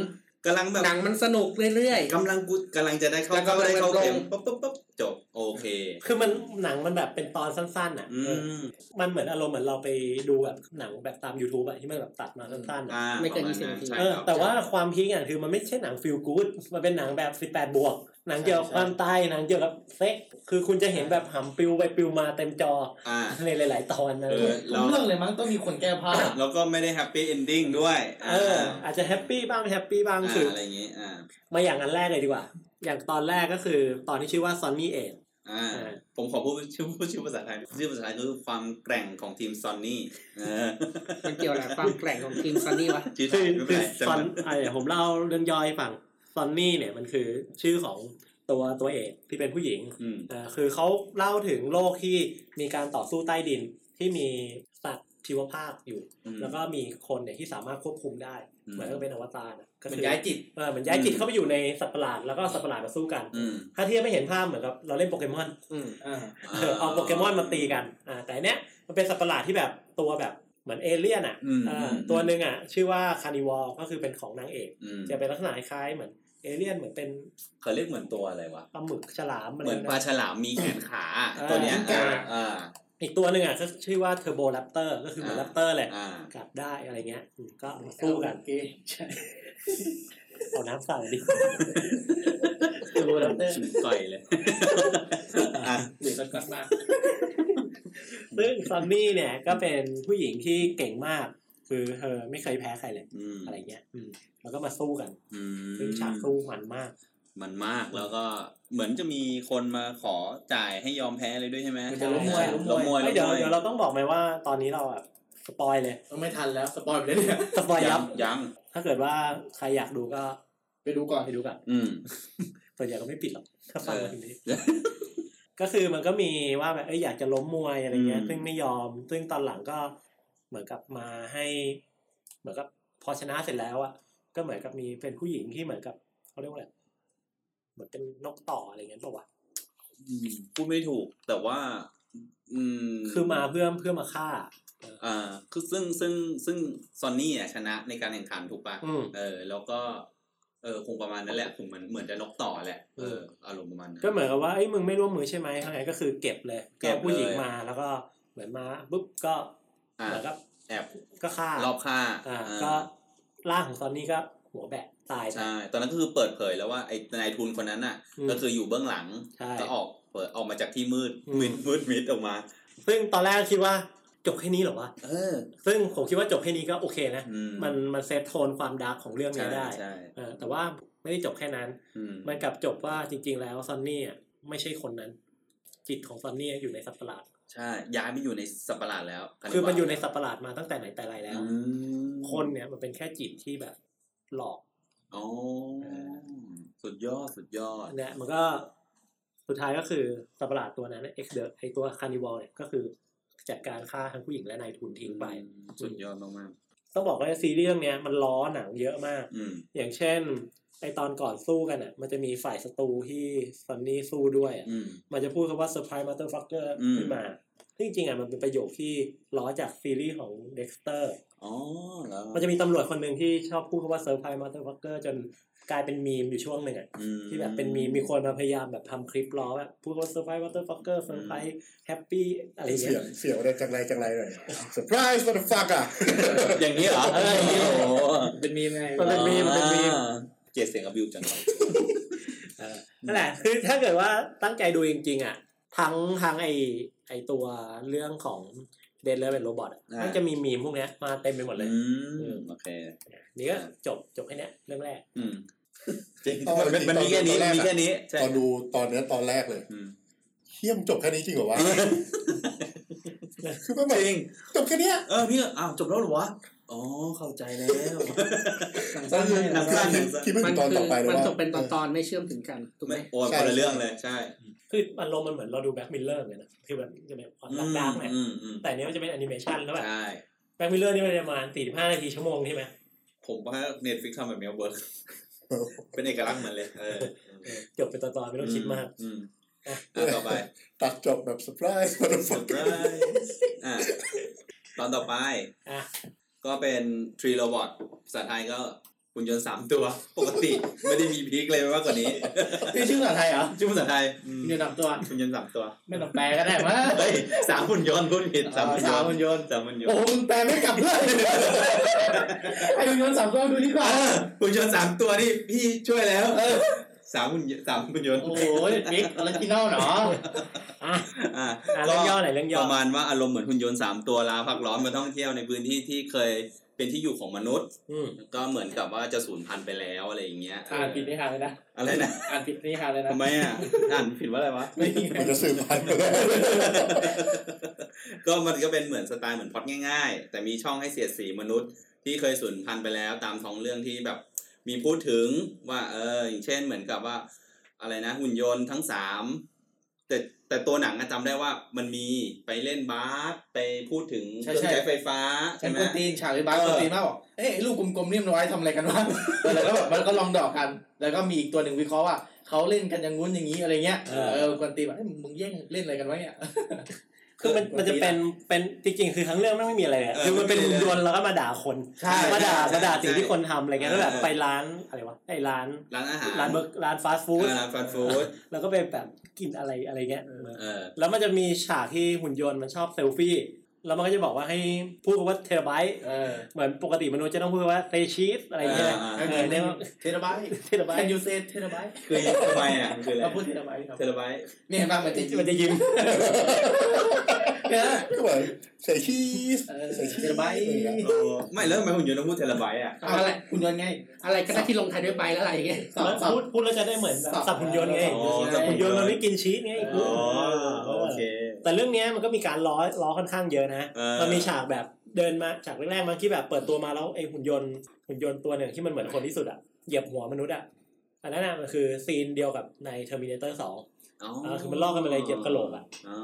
กำลังแบบ หนังมันสนุกเรื่อย กำลังกูกำลังจะได้เข้า แล้วก็ เข้าได้เข้า ลง เข็มปุ๊บปุ๊บปุ๊บจบโอเค คือมันหนังมันแบบเป็นตอนสั้นๆอ่ะ อื เออ ม มันเหมือนอารมณ์เหมือนเราไปดูแบบหนังแบบตาม YouTube อะที่มันแบบตัดมาสั้นๆอะ อ่า ไม่เกิน ประาณ ยี่สิบนาที ใช่ เออ ครับ แต่ว่าความพีคอย่างคือมันไม่ใช่หนังฟิลกู๊ดมันเป็นหนังแบบ 18 บวก หนังเกี่ยวกับ ใช่ ความตายหนังเกี่ยวกับเซ็กซ์คือคุณจะเห็นแบบหำปลิวไปปลิวมาเต็มจอ อ่า ในหลายๆตอนนะ เออ ทุกเรื่องเลยมั้งต้องมีคนแก้ผ้า แล้วก็ไม่ได้แฮปปี้เอนดิ้งด้วย เออ อาจจะแฮปปี้บ้างไม่แฮปปี้บ้าง อ่า คืออ อะไรอย่างงี้อ่า มาอย่างอันแรกเลยดีกว่า อย่างตอนแรกก็คือตอนที่ชื่อว่าซอนนี่เอ็ด อ่า อ่า ผมขอพูดชื่อพูดชื่อภาษาไทยชื่อภาษาไทยคือความแกร่งของทีมซอนนี่เออ ๆ มันเกี่ยวอะไรกับความแกร่งของทีมซันนี่วะ ชื่อไท คื ย อ ไม่เป็ คือนไร ซอ จำ น เป็น ไอะเดี๋ยวผมเล่าเรื่องย่อยให้ฟังซอนนี่เนี่ยมันคือชื่อของตัวตัวเอกที่เป็นผู้หญิง อืม อ่าคือเขาเล่าถึงโลกที่มีการต่อสู้ใต้ดินที่มีสัตว์ชีวภาพอยู่ อืม แล้วก็มีคนเนี่ยที่สามารถควบคุมได้ อืม เหมือนกับเป็นอวตารอะก็ มั คื น อ ย้ายจิต เออเหมือนย้ายจิตเข้าไปอยู่ในสัตว์ประหลาดแล้วก็สัตว์ประหลาดมาสู้กัน อืม ถ้าเทียบไม่เห็นภาพเหมือนกับเราเล่นโปเก มอน อืม อ่า เออเอาโปเกมอนมาตีกัน อ่า แต่อันเนี้ยมันเป็นสัตว์ประหลาดที่แบบตัวแบบเหมือนเอเลี่ยนอ่ะ อืม เอออตัวหนึ่งอ่ะ ชื่อว่าคานิวอลก็คือเป็นของนางเอก อืม จะเป็นลักษณะคล้ายๆเหมือนเอเลี่ยนเหมือนเป็น เขาเรียกเหมือนตัวอะไรวะ ปลาหมึกฉลามอะไร เหมือนปลา นะ ฉลามมีแขนขา เออ ตัวเนี้ย จิ้งก่า เอ่า อีกตัวหนึ่งอ่ะก็ชื่อว่าเทอร์โบแรปเตอร์ก็คือเหมือน อ่า แรปเตอร์แหละ อ่า กัดได้อะไรเงี้ยอืมก็มาสู้ กัน โอเคใช่ เอาน้ำใส่ดิ คือรู้แล้วเต้น ก่อยเลย อ่ะ เดี๋ยวกันมาก ซึ่งซอมมี่เนี่ยก็เป็นผู้หญิงที่เก่งมาก คือเธอไม่เคยแพ้ใครเลย อืม อะไรเงี้ยอืมแล้วก็มาสู้กัน อืม ซึ่งฉากสู้มันมาก มันมากแล้วก็เหมือนจะมีคนมาขอจ่ายให้ยอมแพ้เลยด้วยใช่ไหม มันจะล้มมวย ล้ ล้ ม ม ม ม ว วย ย ไม่เดี๋ยวเดี๋ยวเราต้องบอกไหมว่าตอนนี้เราแบบสปอยเลย ไม่ทันแล้ว สปอยล์ไปเลยเนี่ย สปอย ยั ยั ง บ ยัง ถ้าเกิดว่าใครอยากดูก็ ไปดูก่อน ไปดูกัน อืม ส่วนใหญ่ก็ไม่ปิดหรอก ถ้าฟังมาถึ งนี้ เออ ก็คือมันก็มีว่าแบบเอ้ยอยากจะล้มมวยอะไรเงี้ย อืม ซึ่งไม่ยอม ซึ่งตอนหลังก็เหมือนกับมาให้ เหมือนกับพอชนะเสร็จแล้วอ่ะก็เหมือนกับมีเป็นผู้หญิงที่เหมือนกับเขาเรียกว่าอะไรเหมือนเป็นนกต่ออะไรเงี้ยป่าวะ พูดไม่ถูกแต่ว่า อืม คือมาเพื่อเพื่อมาฆ่า เอ่อคือซึ่งซึ่งซึ่งซอนนี่อ่ะชนะในการแข่งขันถูกปะ อืม เออ แล้วก็ เออคงประมาณนั้นแหละคงเหมือนเหมือนจะนกต่อแหละเออ เออ อารมณ์ประมาณนั้น ก็เหมือนกับว่าเอ้ยมึงไม่ร่วมมือใช่ไหมทั้างไงก็คือเก็บเลย เก็บเลย อาผู้หญิงมาแล้วก็เหมือนมาปุ๊บก็ อ่ะ เหมือนกับ แอบ ก็ฆ่าร อบฆ่า อ่า อ่า ก็ร่างของซอนนี่ก็หัวแบะตายไป ใช่ตอนนั้นก็คือเปิดเผยแล้วว่าไอ้นายทุนคนนั้นน่ะ อืม ก็คืออยู่เบื้องหลัง ใช่ ก็ออกเปิดออกมาจากที่มืด อืม มืดมืดมิดออกมา ซึ่งตอนแรกคิดว่าจบแค่นี้เหรอวะ เออ ซึ่งผมคิดว่าจบแค่นี้ก็โอเคนะ อื มันมันเซฟโทนความดาร์กของเรื่อง ใช่ นี้ได้ ใช่ เออแต่ว่าไม่ได้จบแค่นั้น อืม มันกลับจบว่าจริง ๆ แล้วซอนนี่อ่ะไม่ใช่คนนั้น จิตของซอนนี่อยู่ในสัตว์ประหลาด ใช่ย้ายไปอยู่ในสัตว์ประหลาดแล้ว คือมันอยู่ในสัตว์ประหลาดมาตั้งแต่ไหนแต่ไรแล้ว อืม คนเนี่ยมันเป็นแค่จิตที่แบบหลอก อ๋อสุดยอดสุดยอด เนี่ยมันก็สุดท้ายก็คือสัตว์ประหลาดตัวนั้นเอ็กเดอไอตัวคานิวอลเนี่ยก็คือจัดการฆ่าทั้งผู้หญิงและนายทุนทิ้งไป สุดยอดมาก ต้องบอกว่าซีรีส์เรื่องเนี้ยมันล้อหนังเยอะมาก ๆอืม อย่างเช่น ไอตอนก่อนสู้กันอ่ะ มันจะมีฝ่ายศัตรูที่ซันนี่สู้ด้วยอะ อืม มันจะพูดคำว่า surprise motherfucker อืม ขึ้นมาซึ่งจริงๆอ่ะมันเป็นประโยคที่ล้อจากซีรีส์ของ Dexter อ๋อแล้ว มันจะมีตำรวจคนหนึ่งที่ชอบพูดคำว่า surprise motherfucker จนกลายเป็นมีมอยู่ช่วงหนึ่งอ่ะ อืม ที่แบบเป็นมีมีคนมาพยายามแบบทำคลิปล้อแบบพูดว่าเซอร์ไพรส์วอเตอร์ฟ็อกเกอร์เซอร์ไพรส์แฮปปี้อะไรอย่าง เสีย เงี้ ง ย เสียงอะไรจังไรจังไรเลย เซอร์ไพรส์มันฟักอ่ะ อย่างนี้เหรอโอ้โห เป็นมีมไง มันเป็นมีมมันเป็นมีม อ่าเกลียดเสียงอบิวจังเลย เออนั่นแหละ คือถ้าเกิดว่าตั้งใจดูจริงๆอ่ะทั้งทั้งไอไอตัวเรื่องของเดนเลอร์เป็นโรบอทมันจะมีมีมพวกเนี้ยมาเต็มไปหมดเลย อืมโอเค นี่ก็จบจบแค่เนี้ยเรื่องแรก อืมจริง ตอน มันมันมีแค่นี้ ตอนแรกอะ มีแค่นี้ใช่ ตอนดูตอนเนี้ยตอนแรกเลย อืม เฮี้ยมนจบแค่นี้จริงเหรอวะ คือมันแบ จ บ ริง จบแค่เนี้ย เออพี่ก็อ้าวจบแล้วเหรอวะอ๋อเข้าใจแล้ว สร้างให้ หนังสั้น คิดไม่ มั ถึงตอน คื ต่อไปเลย มัน ว่า จบเป็นตอนตอนๆไม่เชื่อมถึงกันถูกไหม ไม่โอนคนละเรื่องเลยใช่ คืออารมณ์มันเหมือนเราดูแบ็กมิลเลอร์เลยนะคือแบบจะเป็นความรักดาร์กหน่อย อืมอืม แต่อันนี้มันจะเป็นแอนิเมชันแล้วแบบ ใช่ แบ็กมิลเลอร์นี่มันประมาณสี่สิบห้านาทีชั่วโมงใช่ไหม ผมว่าเน็ตฟิกทำแบบเนี้ยเวิร์กเป็นเอกลักษณ์เหมือนเลย เออ เออจบเป็นตอนๆไม่ต้องคิดมาก อืมอ่ะต่อไป ตัดจบแบบเซอร์ไพรส์มัน เซ ฟั อก ร์ไพรส์อ่ะตอนต่อไป อ่ะ ก็เป็นทรีโรบอทภาษาไทยก็หุ่นยนต์สามตัว ปกติ ไม่ได้มีพีคเลยมากกว่านี้ นี่ชื่อภาษาไทยเหรอ ชื่อภาษาไทยอืม มีนามตัว หุ่นยนต์สามตัว ไม่ต้องแปลก็ได้มั้ย เฮ้ยสามหุ่นยนต์พูดผิดสามหุ่นย สาวน ต์ หุ่นยนต์ สามหุ่นยน โอ้ ต์ โหมึงแปลไม่กลับเลย ไอ้หุ่นยนต์สามตัวดูดีกว่า อ่ะหุ่นยนต์สามตัวนี่พี่ช่วยแล้วเออสามหุ่นยนต์สามหุ่นยนต์ โอ้โหบิ๊กออริจินอลเนาะ อ่ะ อ่ะ อ่ะเรื่องย่อหน่อยเรื่องย่ ป อ ระมาณว่าอารมณ์เหมือนหุ่นยนต์สามตัวลาพักร้อนมาท่องเที่ยวในพื้นที่ที่เคยเป็นที่อยู่ของมนุษย์ อืม ก็เหมือนกับว่าจะสูญพันธุ์ไปแล้วอะไรอย่างเงี้ย อ่านผิดนิทานเลยนะ อะไรนะ อ่านผิดนิทานเลยนะ ทำไมอ่ะอ่านผิดว่าอะไรวะ ไม่มี มันจะสืบพันธุ์ไปแล้ว ก็มันก็เป็นเหมือนสไตล์เหมือนพล็อดง่าย ๆ แต่มีช่องให้เสียดสีมนุษย์ ที่เคยสูญพันธุ์ไปแล้ว ตามท้องเรื่องที่แบบ มีพูดถึงว่า เอออย่างเช่นเหมือนกับว่า อะไรนะ หุ่นยนต์ทั้งสามแต่แต่ตัวหนังอะจำได้ว่ามันมีไปเล่นบาสไปพูดถึงเครื่องใช้ไฟฟ้า ฉั ใช่ น ไหม กวนตีนฉากวิบาก เออ กวนตีนมากบอกเอ้ยไอ้ลูกกลมๆเนี่ยมันไว้ทำอะไรกันวะแล้วก็แบบมันก็ลองดอกกัน แล้วก็มีอีกตัวหนึ่งวิเคราะห์ว่าเขาเล่นกันอย่างงู้นอย่างนี้อะไรเงี้ย เออ เออกวนตีนแบบเอ้ยมึงแย่งเล่นอะไรกันวะเนี่ย คือมันมันจะเป็นเป็นจริงๆ คือทั้งเรื่องมันไม่มีอะไรเลยอะ เออ คือมันเป็น ไม่ หุ่นมีเลย ยนต์แล้วก็มาด่าคน ใช่ มาด่า ใช่ มาด่า ใช่ สิ่งที่คนทำอะไรเงี้ยแล้เออ วแบบไปร้านอะไรวะไอร้าน ร้านอาหาร ร้านเบอร์ร้านฟาสต์ฟู้ด เออร้านฟาสต์ฟู้ด แล้วก็ไปแบบกินอะไรอะไรเงี้ยเออ เออ แล้วมันจะมีฉากที่หุ่นยนต์มันชอบเซลฟี่ แล้วมันก็จะบอกว่าให้พูดคำว่าเทราไบต์ เออ เหมือนปกติมนุษย์จะต้องพูดว่าเตชีสอะไรเงี้ย อ่า เออเนี่ย เทราไบต์ เทราไบ แคน ต์ ยูเซเทราไบต์ คือทำไมอ่ะมันคืออะไร เราพูดเทราไบต์ครับ เทเลไบต์ นี่เห็นป่ะมันจะ มันจะยิ้ม เนี่ย ก็เหมือนใส่ชีส เออ ใส่ชีส เทราไบต์ เลยอะ โอ้ไม่แล้วทำไมหุ่นยนต์ต้องพูดเทเลไบต์อ่ะ เอาอะไรคุณยนต์ไง อะไรก็ได้ที่ลงท้ายด้วยไปแล้วอะไรอย่างเงี้ย สอบ แล้ว สอบ พูดพูดแล้วจะได้เหมือนแบบ สับ สับหุ่นยนต์ไง อ๋อสับ หุ่นยนต์มันไม่กินชีสไง อ๋อ เออ แต่เรื่องเนี้ยมันก็มีการล้อล้อค่อนข้างเยอะนะ เออ มันมีฉากแบบเดินมาฉากแรกๆมันที่แบบเปิดตัวมาแล้วไอ้หุ่นยนต์หุ่นยนต์ตัวหนึ่งที่มันเหมือนคนที่สุดอะเหยียบหัวมนุษย์อะอันนั้นอะมันคือซีนเดียวกับใน Terminator 2 อ๋อ อ่าคือมันลอกกันไปเลยเก็บกระโหลกอะ อ๋อ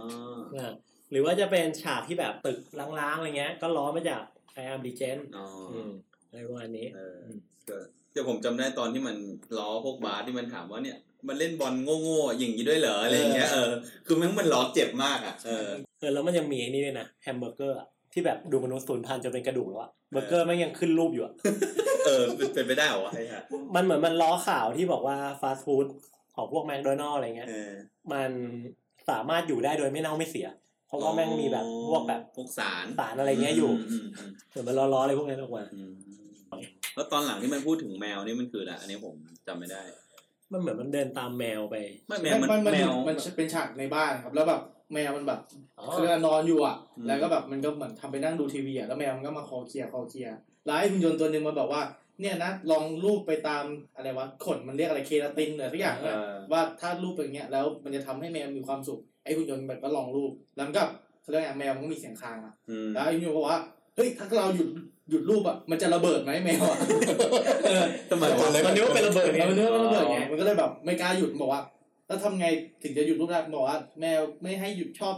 อ่าหรือว่าจะเป็นฉากที่แบบตึกล้างๆอะไรเงี้ย ก็ล้อมาจากไออาร์มดีเจน อ๋อ อะไรประมาณนี้ เออเดี๋ยวผมจำได้ตอนที่มันล้อพวกบาสที่มันถามว่าเนี่ย มันเล่นบอลโง่ๆอย่างนี้ด้วยเหรออะไรอย่างเงี้ยเออคือมันมันล้อเจ็บมากอ่ะเออ เออแล้วมันยังมีไอ้นี่ด้วยนะแฮมเบอร์เกอร์อะที่แบบดูมนุษย์สูญพันธุ์จนเป็นกระดูกแล้วอะเบอร์เกอร์แม่งยังขึ้นรูปอยู่อะ เออเป็นเป็นไปได้เหรอวะไอ้ห่า มันเหมือนมันล้อข่าวที่บอกว่าฟาสต์ฟู้ดของพวกแม d โดนัลอะไรเงี้ย เออ มันสามารถอยู่ได้โดยไม่เน่าไม่เสีย เพราะว่าแม่งมีแบบพวกแบบ พวกสาร สารอะไรเงี้ยอยู่ มอืม เหมือนมันล้อๆอะไรพวกนั้นออกมา อืมแล้วตอนหลังที่มันพูดถึงแมวนี่มันคืออะไรอันนี้ผมจำไม่ได้ มันเหมือนมันเดินตามแมวไป ไม่แม มั วน มัน มันมัน แมว มันเป็นฉากในบ้านครับ แล้วแบบแมวมันแบบ อ๋อ เขาเรียกว่านอนอยู่อ่ะ อืม แล้วก็แบบมันก็เหมือนทำไปนั่งดูทีวีอ่ะ แล้วแมวมันก็มาคอเคลียร์คอเคลียร์แล้วไอ้หุ่นยนต์ตัวหนึ่งมันบอกว่า เนี่ยนะลองรูปไปตามอะไรวะ ขนมันเรียกอะไรเคราตินหรือทุกอย่าง เอ อะ อ ว่าถ้ารูปเป็นอย่างเงี้ยแล้วมันจะทำให้แมวมีความสุข ไอ้หุ่นยนต์แบบก็ลองรูป แล้วมันก็เขาเรียกไงแมวมันก็มีเสียงคางอ่ะ อืม แล้วไอ้หุ่นยนต์ก็บอกว่า เฮ้ยถ้าเราหยุดหยุดรูปอ่ะ มันจะระเบิดไหมแมว อ่ะ เออ ทำไมวะ มันนึกว่าเป็นระเบิด มันเนื้อมันระเบิดไง มันก็เลยแบบไม่กล้าหยุดบอกว่า แล้วทำไงถึงจะหยุดรูปได้บอกว่า แมวไม่ให้หยุดชอบ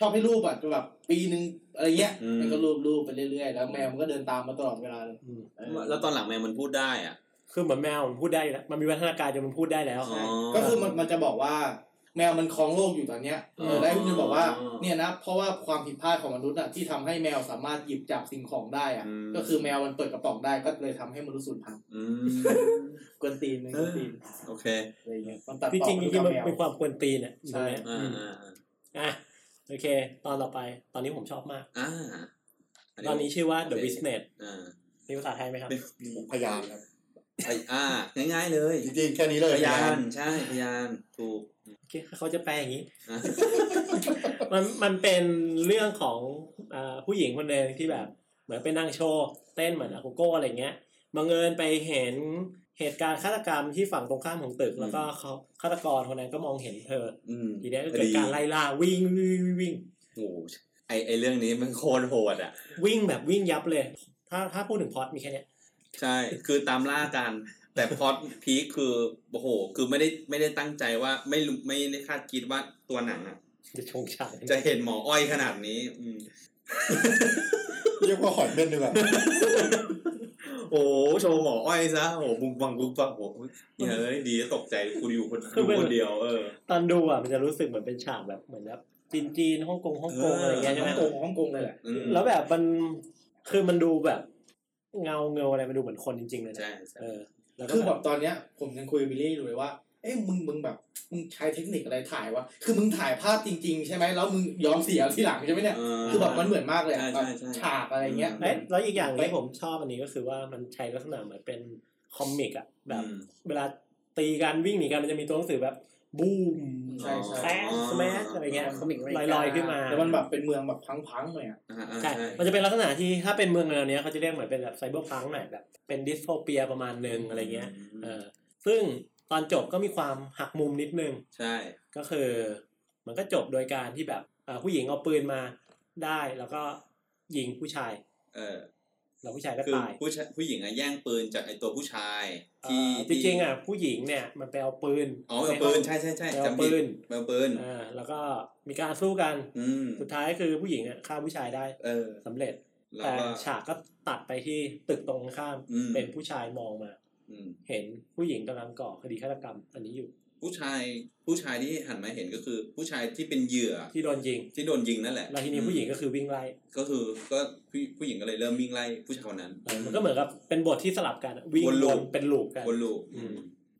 ชอบให้รูปอ่ะจะแบบปีนึงอะไรเงี้ย อืม มันก็รูปรูปไปเรื่อยๆ แล้วแมวมันก็เดินตามมาตลอดเวลาเลย อืม เออ แล้วตอนหลังแมวมันพูดได้อ่ะ คือเหมือนแมวมันพูดได้แล้วมันมีวัฒนาการจนมันพูดได้แล้ว อ๋อ ก็คือมันมันจะบอกว่า แมวมันครองโลกอยู่ตอนเนี้ยเออแล้วคุณจะบอกว่าเนี่ยนะเพราะว่าความผิดพลาดของมนุษย์อ่ะที่ทำให้แมวสามารถหยิบจับสิ่งของได้อ่ะ อืม ก็คือแมวมันเปิดกระป๋องได้ก็เลยทำให้มนุษย์สูญพันธุ์ อืม กวนตีนเลยกวนตีน โอเค อะไรอย่างเงี้ยมันตัด จริง ต่อ จริงๆมนุษย์ จริงๆ กั มั บ น แมว เป็นความกวนตีนอ่ะ ใช่ ตรงเนี้ย อ่า อืม อ่า อ่ะโอเค ตอนต่อไป ตอนนี้ผมชอบมาก อ่า ตอนนี้ชื่อว่า The โเค Business อ่า มีภาษาไทยไหมครับ ผมพยายามครับ ไอ้อ่าง่ายๆเลย จริงๆแค่นี้เลย พยาน ใช่พยานถูก โอเคเขาจะแปลอย่างนี้ อ่ะ มันมันเป็นเรื่องของอาผู้หญิงคนหนึ่งที่แบบ เหมือนเป็นนางโชว์เต้นเหมือนอาโกโก้อะไรเงี้ยบังเอิญไปเห็นเหตุการณ์ฆาตกรรมที่ฝั่งตรงข้ามของตึก แล้วก็เขาฆาตกรคนนั้นก็มองเห็นเธอ อืม ทีเนี้ยก็เกิดการไล่ล่าวิ่งวิ่งวิ่งวิ่ง โอ้โหไอไอเรื่องนี้มันโคตรโหดอ่ะ วิ่งแบบวิ่งยับเลย ถ้าถ้าพูดถึงพล็อดมีแค่เนี้ย ใช่ คือตามล่ากัน แต่พล็อตพีคคือ โอ้โห คือไม่ได้ไม่ได้ตั้งใจว่าไม่รู้ไม่ได้คาดคิดว่าตัวหนังอะ จะชงฉาย จะเห็นหมออ้อยขนาดนี้ อืม เรียกว่าหอยเม่นดีกว่า โอ้โหโชว์หมออ้อยซะโอ้โหบุ้งบังบุ้งบังโอ้โหเนี่ยเอ้ยดีตกใจกูอยู่คนอยู่คนเดียวเออ ตอนดูอ่ะมันจะรู้สึกเหมือนเป็นฉากแบบเหมือนแบบจีนจีนๆฮ่องกงฮ่องกงอะไรเงี้ยใช่ไหม ฮ่องกงฮ่องกงเลยแหละ อืม แล้วแบบมันคือมันดูแบบเงาเงาอะไรมันดูเหมือนคนจริงๆเลยนะ ใช่ใช่ เออ แล้วก็ คือแบ แบบ บตอนเนี้ยผมยังคุยกับวิลลี่อยู่เลยว่าเอ้ยมึงมึงแบบมึงใช้เทคนิคอะไรถ่ายวะคือมึงถ่ายภาพจริง ๆ ใช่ไหมแล้วมึงย้อมเสียที่หลังใช่ไหมเนี่ย เ คือแบบมันเหมือนมากเลยอะ ใช่ใช่ใช่ ฉากอะไรเงี้ย เอ๊ะแล้วอีกอย่างที่ผมชอบอันนี้ก็คือว่ามันใช้ลักษณะเหมือนเป็นคอมิกอะแบบ อืม เวลาตีกันวิ่งหนีกันมันจะมีตัวหนังสือแบบบูม ใช่ใช่ แคลสแมชอะไรเงี้ย คอมิกอเมริ ล กา อยๆขึ้นมา แล้วมันแบบเป็นเมืองแบบพังๆเลยอะ อ่าอ่า ใช่ ใช่ มันจะเป็นลักษณะที่ถ้าเป็นเมืองแนวเนี้ยเขาจะเรียกเหมือนเป็นแบบไซเบอร์พังหน่อยแบบเป็นดิสโทเปียประมาณหนึ่งอะไรเงี้ยเออซึ่งตอนจบก็มีความหักมุมนิดนึง ใช่ ก็คือมันก็จบโดยการที่แบบเอ่อผู้หญิงเอาปืนมาได้แล้วก็ยิงผู้ชาย เออ แล้วผู้ชายก็ คือ ตาย ผู้ชายผู้หญิงอะแย่งปืนจากไอตัวผู้ชาย เอ่ ที่ อจ ที่ ริงๆอ่ะผู้หญิงเนี่ยมันไปเอาปืน อ๋อเอาปืนใช่ใช่ใช่ ไปเอา จำผิ ปื ด น เอาปืน อ่าแล้วก็มีการสู้กัน อืม สุดท้ายคือผู้หญิงอ่ะฆ่าผู้ชายได้ เออ สำเร็จ แล้ว แต่ ก็ ฉากก็ตัดไปที่ตึกตรงข้าม อืม เป็นผู้ชายมองมา อืม เห็นผู้หญิงกำลังก่อคดีฆาตกรรม อันนี้อยู่ ผู้ชายผู้ชายที่หันมาเห็นก็คือ ผู้ชายที่เป็นเหยื่อ ที่โดนยิง ที่โดนยิงนั่นแหละ แล้วทีนี้ผู้หญิงก็คือวิ่งไล่ ก็คือก็ผู้ผู้หญิงก็เลยเริ่มวิ่งไล่ผู้ชายคนนั้น เออมันก็เหมือนกับเป็นบทที่สลับกันอะวิ่ง วนลู ว ป นเป็นลูปกัน วนลูก อื อื ม ม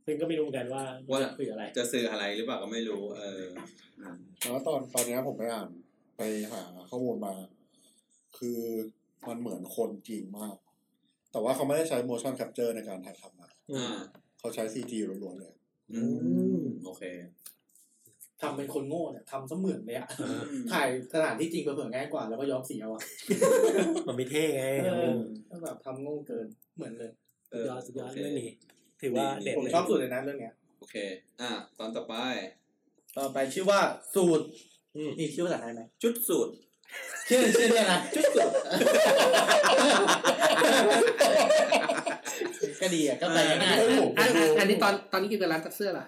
ซึ่งก็ไม่รู้เหมือนกันว่า ว่า จะคืออะไร จะสื่ออะไรหรือเปล่าก็ไม่รู้ เอออ่ะ แล้วตอนตอนเนี้ยผมไปอ่านไปหาข้อมูลมา คือมันเหมือนคนจริงมาก แต่ว่าเขาไม่ได้ใช้ motion capture ในการถ่ายทำนะ อืม อ่า เขาใช้ CG ล้วนๆเลย อืมโอเค ทำเป็นคนโง่เนี่ยทำเสมือนเลยอะ อืม ถ่ายสถานที่จริงไปเผื่อง่ายกว่าแล้วก็ย้อมสีเอาอะ มันไม่เท่ไง เออก็แบบทำโง่เกินเหมือนเลย เ ยอดสุดยอด โค เรื่องนี้ ถือว่าเด็ด ผม เลย ชอบสุดเลยนะเรื่องเนี้ย โอเค อ่ะ ตอนต่อไป ต่อไปชื่อว่าสูตร อืม นี่ชื่อภาษาไทยไหม ชุดสูตร ชื่อชื่อเนี่ย นะชื่อสูตรก็ดีอ่ะก็ไปง่าย เออ อันอันอันนี้ตอนตอนนี้คือเป็นร้านตัดเสื้อเหรอ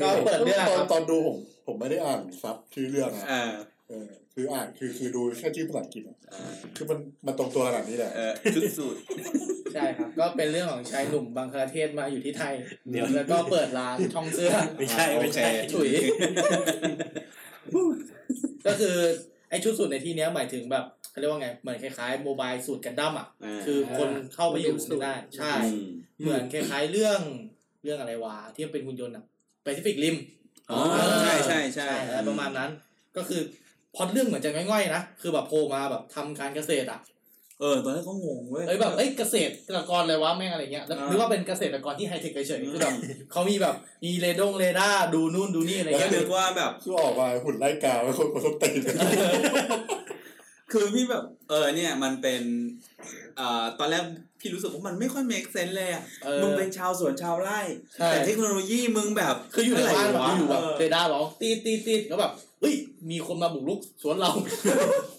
ก็เปิดเรื่อง ตอน ครับ ตอนดูผมผมไม่ได้อ่านซับชื่อเรื่องนะ เออ เออคืออ่านคือคือดูแค่ชื่อภาษาอังกฤษอะ เออ คือมันมันตรงตัวขนาดนี้แหละ เออชุดสูตร ใช่ครับ ก็เป็นเรื่องของชายหนุ่มบังคลาเทศมาอยู่ที่ไทย เดี๋ยว แล้วก็เปิดร้านทอง เสื้อ ไม่ใช่ไม่ใช่ โอเค ถุย ก็คือไอ้ชุดสูตรในที่เนี้ยหมายถึงแบบเขาเรียกว่าไง เหมือนคล้ายๆโมบายสูตรกันดั้มอ่ะ อ่า คือคนเข้าไปอยู่ อ่า ในได้ ใช่ อืม เหมือนคล้ายๆเรื่องเรื่องอะไรวะที่มันเป็นหุ่นยนต์อ่ะแปซิฟิกริม อ๋อใช่ใช่ใช่ อะไรประมาณนั้น ก็คือพล็อดเรื่องเหมือนจะง่อยๆนะ คือแบบโผล่มาแบบทำการเกษตรอ่ะ เออ ตอนแรกก็งงเว้ย เอ้ยแบบเอ้ยเกษตรกรเลยวะแม่งอะไรเงี้ยแล้ว อ่า นึกว่าเป็นเกษตรกรที่ไฮเทคเฉย อื ๆ ม คือแบบเขามีแบบมีเรดงเรดาร์ดูนู่นดูนี่อะไร ก็ เงี้ย นึกว่าแบบ คือออกมาหุ่นไล่กาเป็นคนคนต้นตีน คือพี่แบบ เออ เนี่ย มันเป็นเอ่อตอนแรกพี่รู้สึกว่ามันไม่ค่อย make sense เลยอะ เออ มึงเป็นชาวสวนชาวไร่ ใช่ แต่เทคโนโลยีมึงแบบ คืออยู่ในบ้านแบบ เท่ไหร่วะ อยู่แบบ เออ เรดาร์ร้องตีดตีดตีดแล้วแบบเฮ้ยมีคนมาบุกรุกสวนเรา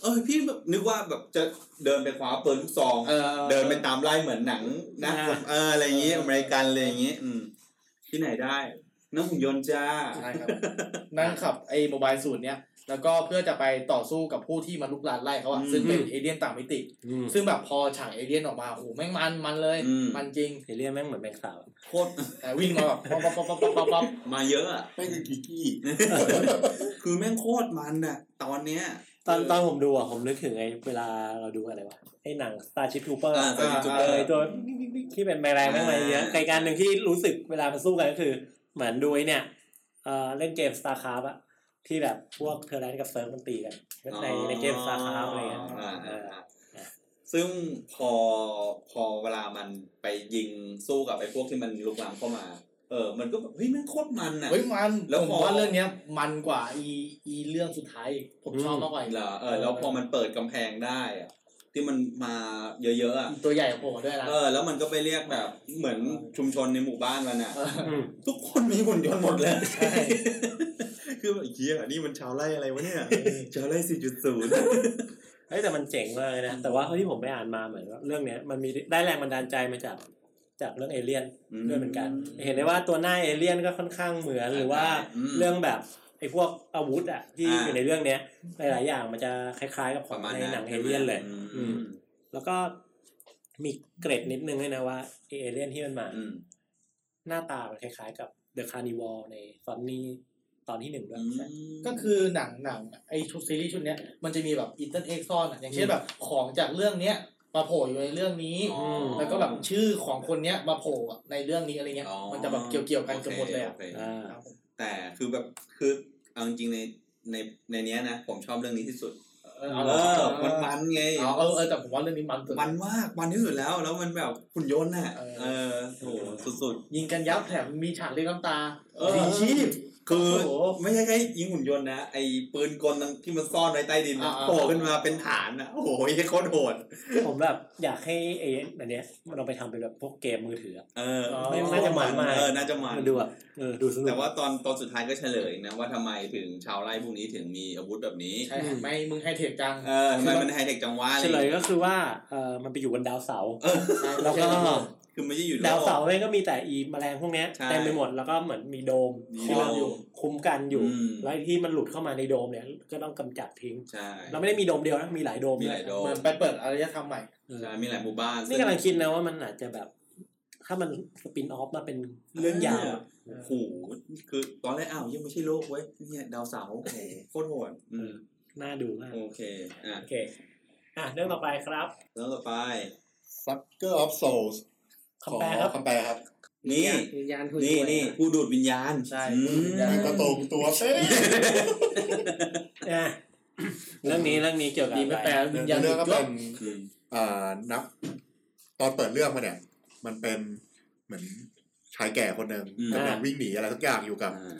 เออ พี่แบบนึกว่าแบบจะเดินไปคว้าปืนลูกซอง เออ เดินไปตามไล่เหมือนหนังนะ อ่า เอออะไรอย่างงี้อเมริกันอะไรอย่างงี้ อืม ที่ไหนได้น้องหุ่นยนต์จ้า ใช่ครับนั่งขับไอ้โมบายสูตรเนี้ย แล้วก็เพื่อจะไปต่อสู้กับผู้ที่มาลุกลานไล่เขาอะ อืม ซึ่งเป็นเอเลี่ยนต่างมิติ อืม ซึ่งแบบพอฉากเอเลี่ยนออกมาโอ้โหแม่งมันมันเลย อืม มันจริง เอเลี่ยนแม่งเหมือนแมงสาบ โคตร แต่วิ่งมาแบบป๊อปป๊อปป๊อปป๊อปป๊อปป๊อป มาเยอะอะ แม่งคือกิกกี้ คือแม่งโคตรมันอะตอนเนี้ย ตอนตอนผมดูอ่ะผมนึกถึงไอ้เวลาเราดูอะไรวะไอ้หนัง Starship Trooper อ่า อะ สกิลจูเป เอ อ อ ร์ ตัวที่เป็นแมลงแม่งอะไรเยอะ อ่า ไกลการหนึ่งที่รู้สึกเวลามันสู้กันก็คือ เหมือนดูไอ้เนี่ยเออเล่นเกม StarCraft อะที่แบบพวกเทอร์แลนกับเซิร์ฟมันตีกันในในเกม StarCraft อะไรเงี้ย อ่า เออ อ่าซึ่งพอพอเวลามันไปยิงสู้กับไอ้พวกที่มันลุกลามเข้ามา เออ มันก็แบบเฮ้ยแม่งโคตรมันอะ เฮ้ยมัน แล้ว ผม พอ ว่าเรื่องเนี้ยมันกว่าอีอีเรื่องสุดท้ายอีกผมชอบ อืม มากกว่าอีก เหรอเออ แล้วพอมันเปิดกำแพงได้อะที่มันมาเยอะๆอะ อีตัวใหญ่โผล่มาด้วยนะ เออ แล้วมันก็ไปเรียกแบบเหมือนชุมชนในหมู่บ้านมันอะ เออ อืม ทุกคนมีหุ่นยนต์หมดเลย ใช่ คือแบบไอ้เฮียนี่มันชาวไร่อะไรวะเนี่ย ชาวไร่สี่จุดศูนย์ เอ้ยแต่มันเจ๋งมากเลยนะ แต่ว่าเท่าที่ผมไปอ่านมาเหมือนว่าเรื่องเนี้ยมันมีได้แรงบันดาลใจมาจากจากเรื่องเอเลี่ยน ด้วยเหมือนกันเห็นได้ว่าตัวหน้าเอเลี่ยนก็ค่อนข้างเหมือนหรือว่า อืม เรื่องแบบไอ้พวกอาวุธอ่ะที่ อ่า อยู่ในเรื่องเนี้ยหลายๆอย่างมันจะคล้ายๆกับข ป อง ระมาณ ใน นั้น หนังเอเลี่ยนเลย อื อื ม ม แล้วก็มีเกรดนิดนึงด้วยนะว่าไอ้เอเลี่ยนที่มันมา อืม หน้าตามันคล้ายๆกับเดอะคาร์นิวอลในซอนนี่ตอนที่หนึ่งด้วย ก็คือหนังหนังไอชุดซีรีส์ชุดเนี้ยมันจะมีแบบอีเตอร์เอ็กซ์ซ่อนอะอย่างเช่นแบบของจากเรื่องเนี้ยมาโผล่อยู่ในเรื่องนี้ อ๋อ แล้วก็แบบชื่อของคนเนี้ยมาโผล่อะในเรื่องนี้อะไรเงี้ย อ๋อ มันจะแบบเกี่ยวเกี่ยวๆกันเกือบหมดเลยอะ โอคโอค อ่า ครับผม แต่คือแบบคือเอาจริงๆในในในเนี้ยนะ ผมชอบเรื่องนี้ที่สุด เออ เอ เอา อ เอา มันมันไง เอาเอาเออแต่ผมว่าเรื่องนี้มันสุด มันมาก มันที่สุดแล้ว แล้วมันแบบหุ่นยนต์น่ะ เออ เออโหสุด ยิงกันยับแถมมีฉากเรียกน้ำตา ๆเออชีพ คือ โโห ไม่ใช่แค่ยิงหุ่นยนต์นะไอ้ปืนกลที่มันซ่อนไว้ใต้ดินนะ อ่าๆ โผล่ขึ้นมาเป็นฐานนะโอ้โหไอ้โคตรโหด ผมแบบอยากให้ไอ้อันเนี้ยมันเอาไปทำเป็นแบบพวกเกมมือถืออะ เออ อ๋อ ไม่น่าจะมันมาก เออน่าจะมัน มันดูแบบเออดูสนุก แต่ว่าตอนตอนสุดท้ายก็เฉลยนะว่าทำไมถึงชาวไร่พวกนี้ถึงมีอาวุธแบบนี้ ใช่ฮะไม่มึงให้เทคจัง เออทำไมมันไฮเทคจังวะอะไร เฉลยก็คือว่าเออมันไปอยู่บนดาวเสาร์ เออ ใช่ แล้วก็ คือไม่ใช่อยู่ ดาวเสาร์แม่งก็มีแต่อีแมลงพวกเนี้ย ใช่ เต็มไปหมดแล้วก็เหมือนมีโดม มี ครอบอยู่ โดม คุ้มกันอยู่ อืม แล้วที่มันหลุดเข้ามาในโดมเนี่ยก็ต้องกำจัดทิ้ง ใช่ เราไม่ได้มีโดมเดียวนะมีหลายโดม มีหลายโด เหมือนไปเปิดอารยธรรมใหม่ เออ ใช่มีหลายหมู่บ้าน นี่กำลังคิดนะว่ามันอาจจะแบบ ถ้ามันสปินออฟมาเป็นเรื่องยาวอะ โอ้โหคือตอนแรกอ้าวยังไม่ใช่โลกเว้ยเนี่ยดาวเสาร์โอ้โหโคตรโหดอืม น่าดูมาก โอเคอ่ะ โอเคอ่ะเรื่องต่อไปครับ แล้วต่อไป Sucker of Souls คำแปลครับ คำแปลครับ นี่ วิญญาณหุ่น นี่ ยต์ นี่ผู้ดูดวิญญาณ ใช่ อืม ผู้ดูดวิญญาณ กระตรงตัวเป๊ะ อ่ะเรื่องนี้เรื่องนี้เกี่ยวกับ ดี อะ ไม่แปล ไร วิญญาณ เรื่องก็ ย เป็ ก น อ่านับ ตอนเปิดเรื่องมาเนี่ย มันเป็นเหมือนชายแก่คนหนึ่ง อืม กำลังวิ่งหนีอะไรทุกอย่างอยู่กับ อ่า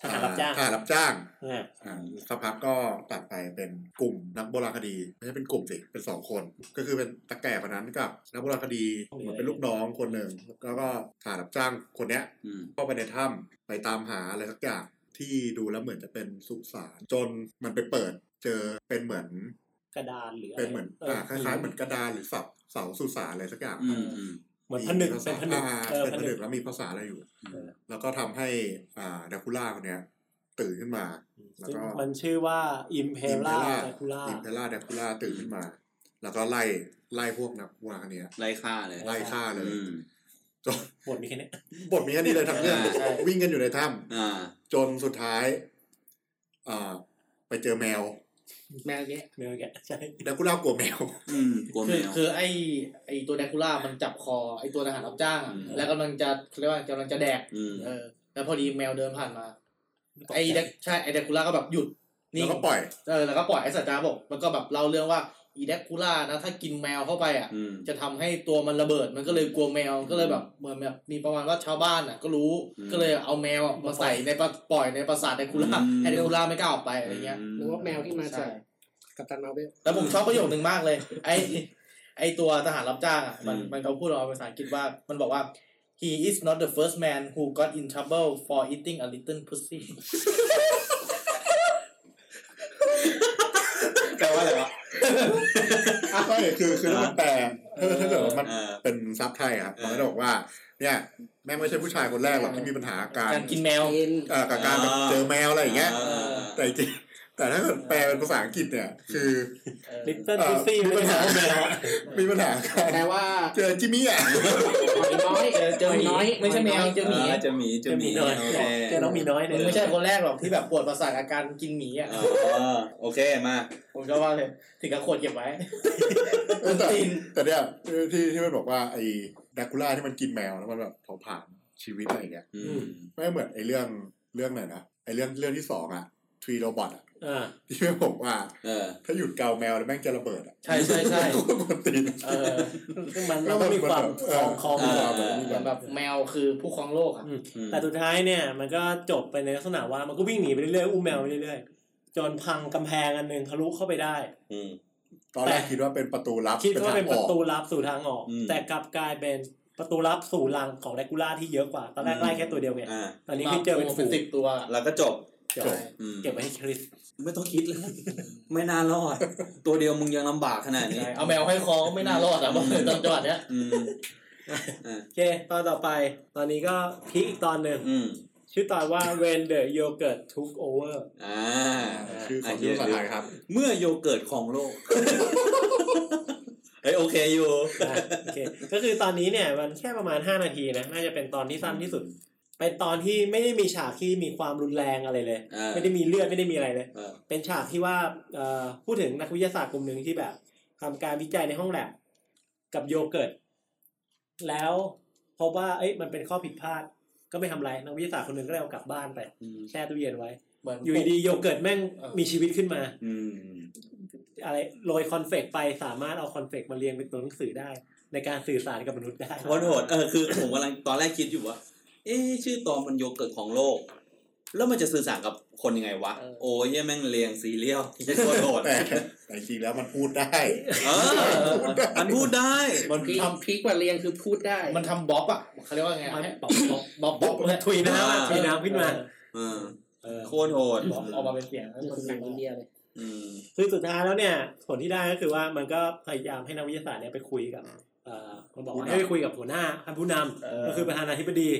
ทหารรับจ้าง ทหรรับจ้าง อ่ะ อ่าสักพักก็ตัดไปเป็นกลุ่มนักโบราณคดีไม่ใช่เป็นกลุ่มสิเป็นสองคน ก็คือเป็นตะแก่คนนั้นกับนักโบราณคดีเหมือนเป็นลูกน้องคนหนึ่งแล้วก็ทหารรับจ้างคนเนี้ย อืม เข้าไปในถ้ำไปตามหาอะไรสักอย่างที่ดูแล้วเหมือนจะเป็นสุสานจนมันไปเปิดเจอเป็นเหมือน กระดานหรืออะไร เป็นเหมือน อ อ่าคล้ายๆเหมือนกระดานหรือเสาเสาสุสานอะไรสักอย่าง อืมอืม เหมือนผนึก ภาษา เป็นผนึก อ่า เออ เป็น ผ ผ นึ นึ ก กแล้วมีภาษาอะไรอยู่ เออ แล้วก็ทำให้อ่าดาคูล่าคนเนี้ย ตื่นขึ้นมา แล้วก็ มันชื่อว่า อิมเพ Impera ล่า Dracula อิมเพล่าดาคูล่าตื่นขึ้นมา แล้วก็ไล่ไล่พวกนักวางเนี้ย ไล่ฆ่าเลย ไล่ฆ่าเลย อืม จน บทมีแค่เนี้ย บทมีแค่นี้เลยทั้งเรื่องวิ่งกันอยู่ในถ้ำ อ่า จนสุดท้าย อ่า ไปเจอแมว แมวเยอะ เนื้อแกะใช่ ดาคูล่ากลัวแมว อืมกลัวแม คือ ว คือไอไอตัวแดกคูล่ามันจับคอไอตัวทหารรับจ้างอะ อืม แล้วกำลังจะเขาเรียกว่ากำลังจะแดก อืม เออแล้วพอดีแมวเดินผ่านมา ไอ้แดกใช่ไอ้แดกคูล่าก็แบบหยุด แล้วก็ปล่อย เออแล้วก็ปล่อยไอ้สัจจาบอกมันก็แบบเล่าเรื่องว่าอีแดกคูล่านะถ้ากินแมวเข้าไปอ่ะ อืม จะทำให้ตัวมันระเบิดมันก็เลยกลัวแมวก็เลยแบบเหมือนแบบมีประมาณว่าชาวบ้านอ่ะ ก็รู้ อืม ก็เลยเอาแมวอะมาใส่ในปลาปล่อยในปราสาทแดกคูล่า อืม ให้แดกคูล่าไม่กล้าออกไปอะไรเงี้ย หรือว่าแมวที่มาจาใช่กกัปตันมาร์เวล แล้วผมชอบประโยคหนึ่งมากเลย ไอไอตัวทหารรับจ้างอ่ะมัน อืม มันเขาพูดออกมาเป็นภาษาอังกฤษว่า มันบอกว่า he is not the first man who got in trouble for eating a little pussy แปลว่าอะไรวะ ใช่คือคือถ้ามันแปลถ้าถ้าเกิดว่ามัน เออ เป็นซับไทยอะครับ เออ มันก็จะบอกว่า เนี่ยแม่งไม่ใช่ผู้ชายคนแรกหรอกที่มีปัญหาการ การกินแมว เอ็น เอ่อกับการแบบเจอแมวอะไรอย่างเงี้ย เออ แต่จริง แต่ถ้าเกิดแปลเป็นภาษาอังกฤษเนี่ย คือ ลิตเติ้ล เอ่อ ซิซี่ มี ไม่ ปัญ ได้ หา หา แมวมีปัญหากัน แต่ว่า เจอจิมมี่อ่ะ หอยน้อย เจอเจอหมี ยน้อย ไม่ใช่แมวเจอหมี เออจะหมีจะ จะ หมี มีน้อย โอเค เจอน้องมีน้อยเนี่ย มึงไม่ใช่คนแรกหรอกที่แบบปวดประสาทอาการกินหมีอ่ะ เออโอเคมา ผมก็ว่าเลยถึงกับขวดเก็บไว้ เออแต่แต่เนี่ยที่ที่มันบอกว่าไอ้ดากูล่าที่มันกินแมวแล้วมันแบบเผาผลาญชีวิตอะไรอย่างเงี้ย อืม ไม่เหมือนไอ้เรื่องเรื่องไหนนะไอ้เรื่องเรื่องที่สองอ่ะทรีโรบอทอ่ะ อ่า ที่แม่งบอกว่า เออ ถ้าหยุดเกาแมวแล้วแม่งจะระเบิดอ่ะ ใช่ใช่ใช่ กูก็ปกติ เออ ซึ่งมันเราก็มีความคเอล อ องคลอง เออ แบบนี้ เห แบ มือบ นแบบแมวคือผู้ครองโลกอ่ะ อืม แต่สุดท้ายเนี่ย มันก็จบไปในลักษณะว่ามันก็วิ่งหนีไปเรื่อยๆอุ้มแมวไปเรื่อยๆจนพังกำแพงอันหนึ่งทะลุเข้าไปได้ อืม ตอนแรกคิดว่าเป็นประตูลับ คิดว่าเป็น ทงอ ประ อก ตูลับสู่ทางออก อืม แต่กลับกลายเป็นประตูลับสู่รังของแรกูล่าที่เยอะกว่า ตอนแรกไล่แค่ตัวเดียวไง อ่า ตอนนี้คือเจอเป็นฝูง สิบตัว แล้วก็จบ เดี๋ยว อืม เก็บไว้ให้คริส ไม่ต้องคิดเลย ไม่น่ารอด ตัวเดียวมึงยังลำบากขนาดนี้ เอาแมวให้คอก็ไม่น่ารอดอ่ะเพราะตอนจังหวะเนี้ย อืมอ่ะ โอเค ตอนต่อไป ตอนนี้ก็พีคอีกตอนหนึ่ง อืม ชื่อตอนว่า When the Yogurt Took Over อ่า ชื่อของ ะ ชื่อภาษาไทยครับ เมื่อโยเกิร์ตของโลก เฮ้ยโอเคอยู่ อ่ะโอเค ก็คือตอนนี้เนี่ยมันแค่ประมาณ 5 นาทีนะ น่าจะเป็นตอนที่สั้นที่สุด เป็นตอนที่ไม่ได้มีฉากที่มีความรุนแรงอะไรเลย อ่า ไม่ได้มีเลือดไม่ได้มีอะไรเลย เออ เป็นฉากที่ว่าเอ่อพูดถึงนักวิทยาศาสตร์กลุ่มหนึ่งที่แบบทำการวิจัยในห้องแลบกับโยเกิร์ตแล้วพบว่าเอ้ยมันเป็นข้อผิดพลาด ก็ไม่ทำไรนักวิทยาศาสตร์คนหนึ่งก็เลยเอากลับบ้านไป อืม แช่ตู้เย็นไว้ เหมือน อยู่ดีๆโยเกิร์ตแม่ง เออ มีชีวิตขึ้นมา อืม อะไรโรยคอนเฟกต์ไปสามารถเอาคอนเฟกต์มาเรียงเป็นตัวหนังสือได้ ในการสื่อสารกับมนุษย์ได้ โคตรโหดเออคือผมกำลังตอนแรกคิดอยู่ว่า เอ๊ะชื่อตอนมันโยเกิร์ตของโลก แล้วมันจะสื่อสารกับคนยังไงวะ เออ โอ้ยเหี้ยแม่งเรียงซีเรี ยลที่โคตรโหด แต่แต่จริงๆแล้วมันพูดได้ เออมันพูดได้ มัน พีค ท พีคกว่าเรียงคือพูดได้ ำมันทำบ๊อบอ่ะเขาเรียกว่าไง มัน ให้ บอกบอก บ๊อบบ๊อบเลย ถุยน้ำอะ อ่า ถุยน้ำขึ้นมา เออ เออ โคตรโหด บ๊อบออกมาเป็นเสียงให้ นี่ คน คือหนังอินเดียเลย อืม คือสุดท้ายแล้วเนี่ย ผลที่ได้ก็คือว่ามันก็พยายามให้นักวิทยาศาสตร์เนี่ยไปคุยกับเอ่อมันบอกว่าให้ไปคุยกับหัวหน้าท่านผู้เอนำ อ ก็คือประธานาธิบดี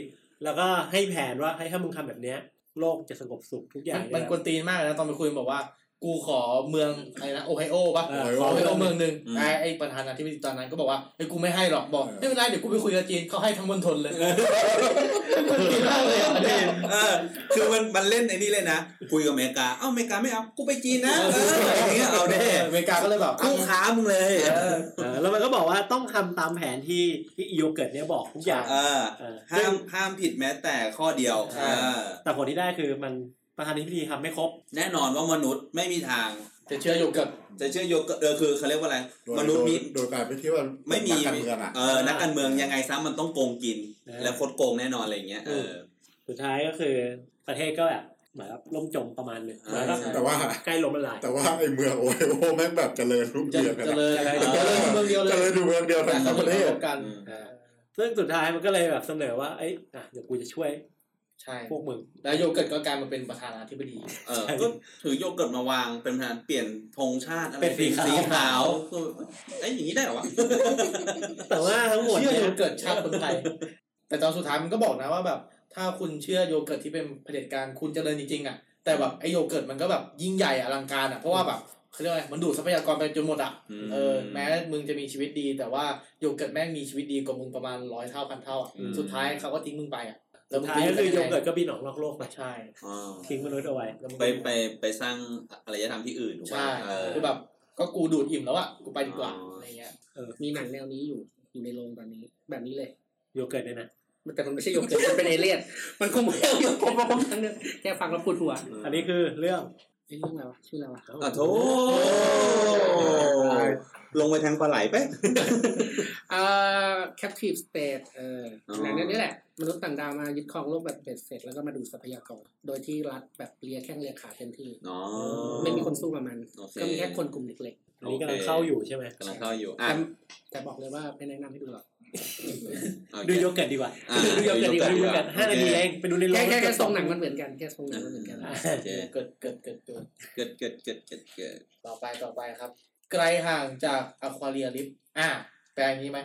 แล้วก็ให้แผนว่าให้ถ้ามึงทำแบบเนี้ยโลกจะสงบสุขทุกอย่าง มันกวนตีนมากเลยนะตอนไปคุยมันบอกว่า กูขอเมืองอะไรนะโอไฮโอป่ะ เออ ข ข อ อ โอไฮ ให้ โอ เรา เมืองหนึ่งไอ้ไอ้ประธานาธิบดีตอนนั้นก็บอกว่าไอ้ยกูไม่ให้หรอกบอก เออ ไม่เป็นไรเดี๋ยวกูไปคุยกับจีนเขาให้ทั้งมณฑลเลยกวนตีนมากเลยอ่ะอันนี้ เออคือมันมันเล่นไอ้นี่เลยนะคุยกับอเมริกาเอ้าอเมริกาไม่เอากูไปจีนนะเอออย่างเงี้ยเอา เอ เด้ ออเมริกาก็เลยแบบ คู่ค้ามึงเลยเออ เออแล้วมันก็บอกว่าต้องทำตามแผนที่ที่โยเกิร์ตเนี่ยบอกทุกอย่าง เออ เออ ห้ามห้ามผิดแม้แต่ข้อเดียวเออ แต่ผลที่ได้คือมันประธานาธิบดีทำไม่ครบ แน่นอนว่ามนุษย์ไม่มีทาง จะเชื่อโยเกิร์ต จะเชื่อโยเกิร์ตเออคือเขาเรียกว่าอะไร โดย มนุษย์ โด มี ยโดยการไปที่ว่า ไม่มี นักการเมืองอ่ะ เออนักการเมืองยังไงซ้ำมันต้องโกงกิน เออ และคดโกงแน่นอนอะไรอย่างเงี้ยเออ ม สุดท้ายก็คือประเทศก็แบบเหมือนกับล่มจมประมาณหนึ่ง เออ แล้วก็ แต่ว่า ใกล้ล้มละลาย แต่ว่าไอ้เมืองโอไฮโอแม่งแบบเจริญรุ่ง จะ เรืองกัน จะ อะ เลยจะเลยเมืองเดียวเล เจริ ย ญอยู่เมืองเดียว แต่ ทั้ง เขา ประ เ เทศ กัน อืม เออซึ่งสุดท้ายมันก็เลยแบบเสนอว่าเอ้ยอ่ะเดี๋ยวกูจะช่วย ใช่ พวกมึง แล้วโยเกิร์ตก็กลายมาเป็นประธานาธิบดี เออก็ถือโยเกิร์ตมาวางเป็นประธานเปลี่ยนธงชาติอะไร เป็นสีขาว สีขาวคือเอ้ยอย่างนี้ได้เหรอวะ แต่ว่าทั้งหมด เชื่อ เนี่ โย ย เกิร์ตชาติคนไทย แต่ตอนสุดท้ายมันก็บอกนะว่าแบบ ถ้าคุณเชื่อโยเกิร์ตที่เป็นเผด็จการคุณเจริญจริงๆอ่ะ แต่แบบไอโยเกิร์ตมันก็แบบยิ่งใหญ่อลังการอ่ะ เพราะว่าแบบเขาเรียกว่าอะไรมันดูดทรัพยากรไปจนหมดอ่ะ อืม เออ แม้มึงจะมีชีวิตดี แต่ว่าโยเกิร์ตแม่งมีชีวิตดีกว่ามึงประมาณร้อยเท่าพันเท่าอ่ะ อืม สุดท้ายเขาก็ทิ้งมึงไปอ่ะ สุดท้ายก็คือโยเกิร์ตก็บินออกนอกโลกไป ใช่ อ๋อ ทิ้งมนุษย์เอาไว้ แล้วมึง ไปไปไปสร้างอารยธรรมที่อื่นถูกปะ ใช่ เออ คือแบบก็กูดูดอิ่มแล้วอ่ะ กูไปดีกว่า อ๋ออ อะไรเงี้ย มีหนังแนวนี้อยู่อยู่ในโรงตอนนี้ แบบนี้เลย โยเกิร์ตเนี่ยนะ มันแต่มันไม่ใช่โยเกิร์ ตมันเป็นเอเลี่ยนมันคงไม่เอาโยเกิร์ตมาทำทั้งนั้นแค่ฟังแล้วปวดหัว อันนี้คือเรื่อง ไอ้เรื่องอะไรวะชื่ออะไรวะ อ่ะโถลงไปทางปลาไหลไป เอ่อ Captive State เออหนังเรื่องนี้แหละ มนุษย์ต่างดาวมายึดครองโลกแบบเบ็ดเสร็จแล้วก็มาดูดทรัพยากร โดยที่รัฐแบบเลียแข้งเลียขาเต็มที่ อ๋อ ไม่มีคนสู้กับมัน โอเค ก็มีแค่คนกลุ่มเล็ก อันนี้กำลังเข้าอยู่ใช่ไหม กำลังเข้าอยู่ ๆ อ่ะ แต่แต่บอกเลยว่าไม่แนะนำให้ดูหรอก โอเค ดูโยเกิร์ตดีกว่า อ่ะ ดูโยเกิร์ตดีดูโยกว่าเกิร์ตห้านาทีเองไปดูในโรง แค่แค่แค่ทรงหนังมันเหมือนกันแค่ทรงหนังมันเหมือนกัน อ่ะ โอเค เกิดเกิดเกิดเกิด เกิดเกิดเกิดเกิดเกิด ต่อไปต่อไปครับ ไกลห่างจากอควาเรียลิฟอ่าแปลอย่างนี้ไหม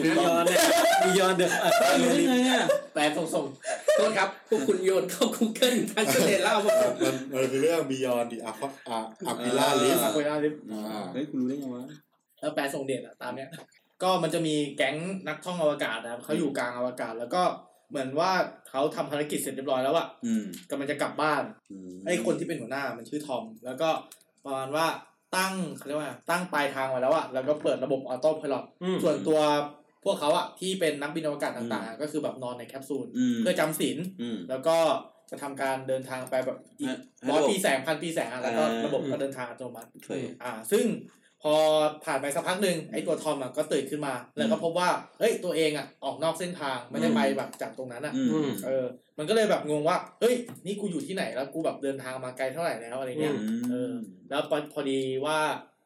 มียอนเนี่ยมียอนเดอะ รู้ได้ไงอ่ะ แปลส่งส่ง โทษ ครับพวกคุณโยนเข้า Google ทางเสร็จแล้วเอามา มันมันคือเรื่อง Beyond the Aqua- อ่ะ Aquila ๆ Rift อ่ะคุยได้ดิ อ่า เฮ้ยคุณรู้ได้ไงวะ แล้วแปลส่งเดชอ่ะตามเนี้ย ก็มันจะมีแก๊งนักท่องอวกาศนะครับเขาอยู่กลางอวกาศ แล้วก็เหมือนว่าเขาทำภารกิจเสร็จเรียบร้อยแล้วอ่ะ อืม กำลังจะกลับบ้าน ไอ้คนที่เป็นหัวหน้ามันชื่อทอม แล้วก็ประมาณว่าตั้งเขาเรียกว่าตั้งปลายทางไว้แล้วอะแล้วก็เปิดระบบออโต้พายโ อืม ส่วนตัวพวกเขาอะที่เป็นนักบินอวกาศต่างๆอะก็คือแบบนอนในแคปซูล อืม เพื่อจำศีล อืม แล้วก็จะทำการเดินทางไปแบบอีก อ่ะ ร้อย ระบบ ปีแสงพันปีแสงอะแล้วก็ อ่า ระบบก็เดินทางอัตโนมัติ เคย อ่า ซึ่งพอผ่านไปสักพักหนึ่งไอ้ตัวทอมอะก็ตื่นขึ้นมา แล้วก็พบว่าเฮ้ยตัวเองอะออกนอกเส้นทางไม่ได้ไปแบบจากตรงนั้นอะ อืม อืม เออ มันก็เลยแบบงงว่า เฮ้ย นี่กูอยู่ที่ไหนแล้วกูแบบเดินทางมาไกลเท่าไหร่แล้วอะไรเงี้ย อืม เออ แล้วพอพอดีว่า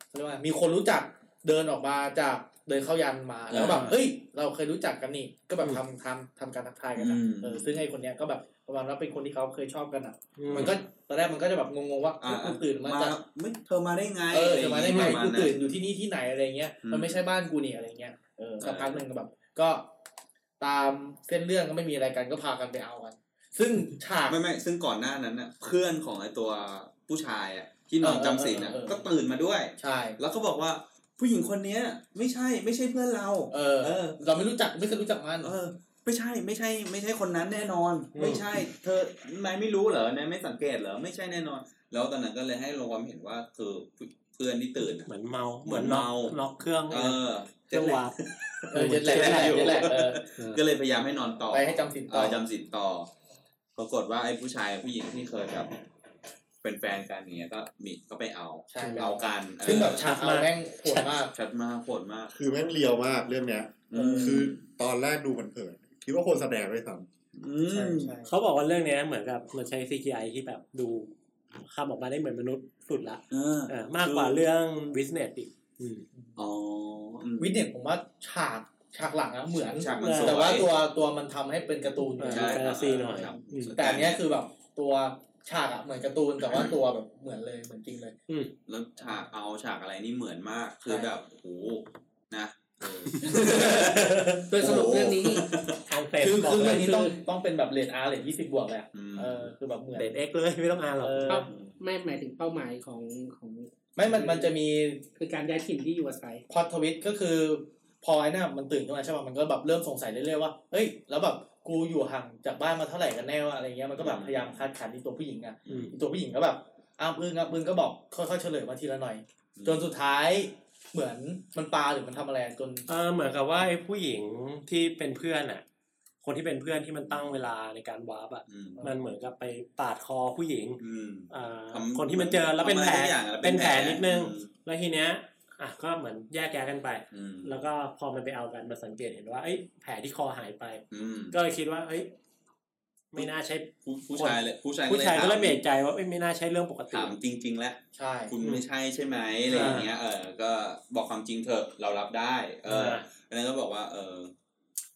เขาเรียกว่า มีคนรู้จักเดินออกมาจากเดินเข้ายันมาแล้วแบบ อ่า เฮ้ย เราเคยรู้จักกันนี่ ก็แบบ อืม ทำทำทำการทักทายกันนะ อืม เออ ซึ่งไอ้คนเนี้ยก็แบบประมาณว่าเป็นคนที่เขาเคยชอบกันอ่ะ อื มันก็ตอนแรกมันก็จะแบบงงๆว่า อ่า กูตื่นมาจาก ไม่เธอมาได้ไง เออจะมาได้ไหม ประ กู ณะ ตื่นอยู่ที่นี่ที่ไหนอะไรเงี้ย อืม มันไม่ใช่บ้านกูนี่อะไรเงี้ย เออสักพัก เออ หนึ่งก็แบบ ก็ตามเส้นเรื่องก็ไม่มีอะไรกันก็พากันไปเอากัน ซึ่งฉาก ไม่ไม่ซึ่งก่อนหน้านั้นน่ะเพื่อนของไอ้ตัวผู้ชายอ่ะที่นอนจำศีลอ่ะ เออเออเออ ก็ตื่นมาด้วย ใช่ แล้วก็บอกว่าผู้หญิงคนเนี้ย ไม่ใช่ไม่ใช่เพื่อนเรา เออ เออ เราไม่รู้จักไม่เคยรู้จักมัน เออ ไม่ใช่ไม่ใช่ ไม่ใช่คนนั้นแน่นอน ไม่ใช่ เธอนายไม่รู้เหรอนายไม่สังเกตเหรอไม่ใช่แน่นอน แล้วตอนนั้นก็เลยให้ลงความเห็นว่าคือเพื่อนที่ตื่นอะ เหมือนเมา เหมือนเมา ล็อกเครื่อง เออ เครื่อง แลก วาร์ป เออเจ็ดแหลก เจ็ เจ็ ด ด แห แห ล ล กอยู่กเจ็ดแหลกเออ ก็เลยพยายามให้นอนต่อ ไปให้จำศีลต่อ เจำศีลต่อ ปรากฏว่าไอ้ผู้ชายผู้หญิงที่เคยแบบเป็นแฟนกันอย่างเงี้ยก็มีก็ไปเอา ใช่ เอากัน ซึ่งแบบ เออ ฉากเอาแม่งโหดมาก ชัดมากโหดมาก คือแม่งเลียวมากเรื่องเนี้ย ม คือตอนแรกดูมันเผินๆคิดว่าคนแสดงด้วยซ้ อืม ใช่ใช่ เขาบอกว่าเรื่องเนี้ยเหมือนกับมันใช้ CGI ที่แบบดูคำออกมาได้เหมือนมนุษย์สุดละ เออ เออมากกว่าเรื่องวิสเนตอีกอืม อ๋ออืม วินเนี่ยผมว่าฉากฉากหลังอะเหมือน ฉากมันสวย แต่ว่าตัวตัวมันทำให้เป็นการ์ตูนอยู่ ใช่ แฟนตาซีหน่อย ครับ แต่อันเนี้ยคือแบบตัวฉากอะเหมือนการ์ตูนแต่ว่าตัวแบบเหมือนเลยเหมือนจริงเลย แล้วฉากเอาฉากอะไรนี่เหมือนมาก คือแบบโอ้โหนะเออ โดยสรุปเรื่องนี้ ทางเฟซ คือ บอก คือ เล เรื่อย งนี้ต้องต้องเป็นแบบเลนอาร์เลนยี่สิบบวกเลยอะ อืม เออคือแบบเหมือน เด็ดเอ็กเลยไม่ต้องอ่านหรอก เออ ครับ ไม่หมายถึงเป้าหมายของของ ไม่มันมันจะมี คือการย้ายถิ่นที่อยู่อาศัย พอทวิตก็คือพอไอ้น่ะมันตื่นขึ้นมาใช่ป่ะมันก็แบบเริ่มสงสัยเรื่อยๆว่าเฮ้ยแล้วแบบกูอยู่ห่างจากบ้านมาเท่าไหร่กันแน่วะอะไรเงี้ยมันก็แบบพยายามคาดคันที่ตัวผู้หญิงอะ อืม ตัวผู้หญิงก็แบบอ้ามอึ้งอ้ามอึ้งก็บอกค่อยๆเฉลยมาทีละหน่อย จนสุดท้ายเหมือนมันปลาหรือมันทำอะไรจน เออเหมือนกับว่าไอ้ผู้หญิงที่เป็นเพื่อนอ่ะ คนที่เป็นเพื่อนที่มันตั้งเวลาในการวาร์ปอ่ะ อืม มันเหมือนกับไปปาดคอผู้หญิง อืม อ่า ทำ คนที่มันเจอแล้วเป็น ทำอะ แผลไรสักอย่างแล้วเป็ เป็น น แผ แผ ล ลนิดนึง อืม แล้วทีเนี้ยอ่ะก็เหมือนแยกย้ายกันไป อืม แล้วก็พอมันไปเอากันมาสังเกตเห็นว่าเอ้ยแผลที่คอหายไป อืม ก็เลยคิดว่า เอ้ย ไม่น่าใช่ ผู้ผู้ชายเลยผู้ชาย ผู้ชายก็เลยเบรกใจ ถาม ว่าเอ้ยไม่น่าใช่เรื่องปกติ ถามจริง ๆ แล้ว ใช่ คุณไม่ใช่ใช่ไหมอะไรอย่างเงี้ย เออ ก็บอกความจริงเถอะเรารับได้ เออแล้วก็บอกว่า เออ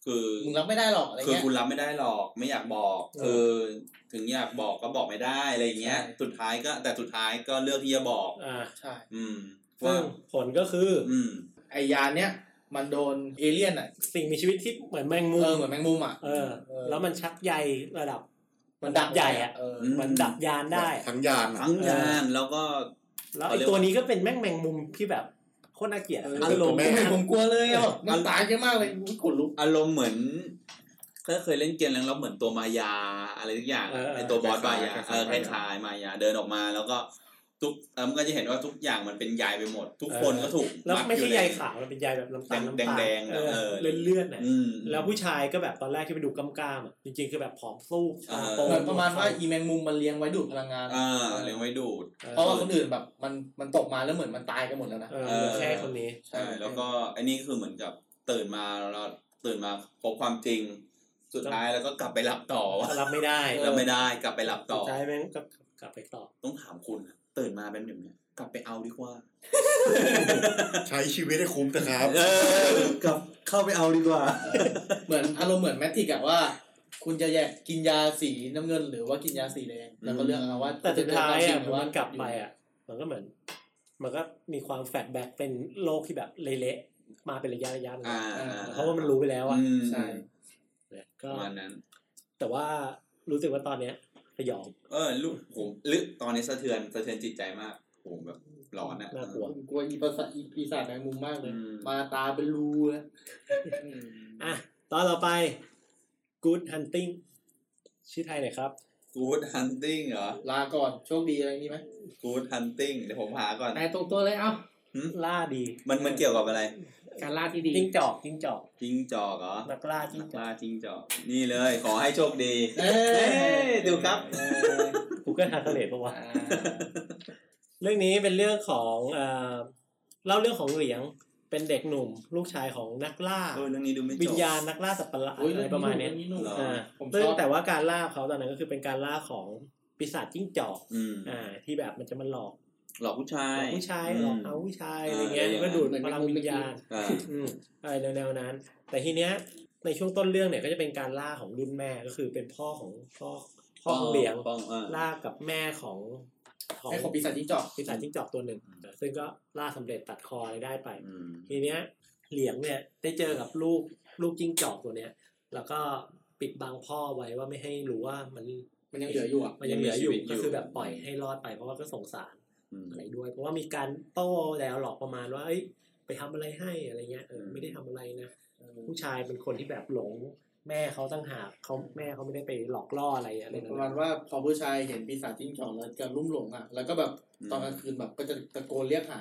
คือ มึงรับไม่ได้หรอกอะไร คือ เงี้ย คุณรับไม่ได้หรอกไม่อยากบอก เออ คือถึงอยากบอกก็บอกไม่ได้อะไรอย่างเงี้ย ใช่ สุดท้ายก็แต่สุดท้ายก็เลือกที่จะบอก อ่า ใช่ อืม ซึ่ ว่าง ผลก็คืออ อืม ไอยาเนี้ยมันโดนเอเลี่ยนอ่ะ สิ่งมีชีวิตที่เหมือนแมงมุม เออเหมือนแมงมุมอ่ะ เออ แล้วมันชักใยระดับ มันดัก ใหญ่อะ เออ ม มันดับยาน ำ ได้ ทั้งยานอะ ทั้งงานแล้วก็ แล้วไอ้ตัวนี้ก็เป็นแม่งแมงมุมที่แบบโคตรน่าเกลียดอะ อารมณ์ ไม่ผมกลัวเลยอ่ะแบบมัน มัน ตายกันมากเลยอุ๊ยขนลุก อารมณ์เหมือนก็เคยเล่นเกมแล้วเราเหมือนตัวมายาอะไรทุกอย่างอะไอตัวบอสมายาเออคล้ายๆมายาเดินออกมา แล้วก็ทุกเออมันก็จะเห็นว่าทุกอย่างมันเป็นใยไปหมด ทุกคนก็ถูก แล้ว ด ไม่ใช่ อ ใย น ขาวมันเป็นใยแบบน้ำตาลน้ำ แดง ตาล แดงๆ เอ เอ อ อ เลือดๆน่ะ อืม แล้วผู้ชายก็แบบตอนแรกที่ไปดูกำกามอะจริงๆคือแบบผอมสู้ เออ โต เหมือนประมาณว่าอีแมงมุมมันเลี้ยงไว้ดูดพลังงาน เออเลี้ยงไว้ดูด เอ เพราะ อ ว่าคนอื่นแบบมันมันตกมาแล้วเหมือนมันตายกันหมดแล้วนะ เออเหลือแค่คนนี้ ใช่แล้วก็อันนี้คือเหมือนกับตื่นมาแล้วตื่นมาพบความจริง สุดท้ายแล้วก็กลับไปหลับต่อว่า รับไม่ได้ เราไม่ได้กลับไปหลับต่อ สุดท้ายแม่งก็กลับไปต่อ ต้องถามคุณอะตื่นมาเป็นแบบเนี้ยกลับไปเอาดีกว่า ใช้ชีวิตให้คุ้มนะครับ เออกลับเข้าไปเอาดีกว่า เหมือนอารมณ์เหมือนแมทริกอะว่า คุณจะแยกกินยาสีน้ำเงิน หรือว่ากินยาสีแดงแล้วก็เลือกเอาว่า แต่สุดท้าย จ อ่ะ ห พ รือ อ ว่า มันกลับไปอ่ะ มันก็เหมือน มันก็มีความแฟลชแบ็กเป็นโลกที่แบบเละ มาเป็นระยะระยะ อ่า เพราะว่ามันรู้ไปแล้วอ่ะ อืม ใช่ ป ก็ ระมาณนั้น แต่ว่ารู้สึกว่าตอนเนี้ยสยอง เออลูกผมลึกตอนนี้สะเทือนสะเทือนจิตใจมากผมแบบหลอนอ่ะ น่ากลัว ผมกลัวอีปีศาจอีปีศาจแมงมุมมากเลย อืม มาตาเป็นรูเลย อ่ะตอนเราไป Good Hunting ชื่อไทยหน่อยครับ กูดฮันติ้งเหรอ ลาก่อนโชคดีอะไรนี่ไหม กูดฮันติ้งเดี๋ยวผมหาก่อน แปลตรงตัวเลยเอ้า ล่าดี มันมันเกี่ยวกับอะไร การล่าที่ดี จิ้งจอกจิ้งจอก จิงจอกเหรอ นักล่าจิ้ นั ง ก จอก ล่าจิงจอก นี่เลย ขอให้โชคดี เอ้ เอ้ ย ยดูครับ กูเกิลทาร์เปะวะ เรื่องนี้เป็นเรื่องของเอ่อเล่าเรื่องของเหลียงเป็นเด็กหนุ่ม ลูกชายของนักล่า เออเรื่องนี้ดูไม่จ วิญ บ ญาณนักล่าสัตว์ประหลาด โอ้ย อะไรประมาณเนี้ย เองห เหร อ อ่า ผมช ซึ่ง อบ แต่ว่าการล่าเขาตอนนั้นก็คือเป็นการล่าของปีศาจจิ้งจอก อืม อ่าที่แบบมันจะมาหลอก หลอกผู้ชา หลอยกผู้ชาย ม หลอกเอาผู้ชายอะไรเงี้ย อ่า แล้วก็ดูดพลังวิญญาณ อ่า อืมอะไรแนวๆนั้น แต่ทีเนี้ยในช่วงต้นเรื่องเนี่ยก็จะเป็นการล่าของรุ่นแม่ก็คือเป็นพ่อของพ่อพ่อของเหลียง ป้องอ่า ล่ากับแม่ของของ ไอ้ของปีศาจจิ้งจอก ปีศาจจิ้งจอกตัวหนึ่งซึ่งก็ล่าสำเร็จตัดคออะไรได้ไป อืม ทีเนี้ยเหลียงเนี่ยได้เจอกับลูกลูกจิ้งจอกตัวเนี้ย แล้วก็ปิดบังพ่อไว้ว่าไม่ให้รู้ว่ามัน มันยังเหลืออยู่อ่ะ มันยังเหลืออยู่ก็คือแบบปล่อยให้รอดไปเพราะว่าก็สงสาร อืม อะไรด้วยเพราะว่ามีการโต้แล้วหลอกประมาณว่าเอ้ยไปทำอะไรให้อะไรเงี้ยเออไม่ได้ทำอะไรนะเออผู้ชายเป็นคนที่แบบหลงแม่เขาตั้งหากเขาแม่เขาไม่ได้ไปหลอกล่ออะไรอะไร ประ นั้ มาณ น ว่าพอผู้ชายเห็นปีศาจจิ้งจอกแล้วจะลุ่มหลงอ่ะแล้วก็แบบ อืม ตอนกลางคืนแบบก็จะตะโกนเรียกหา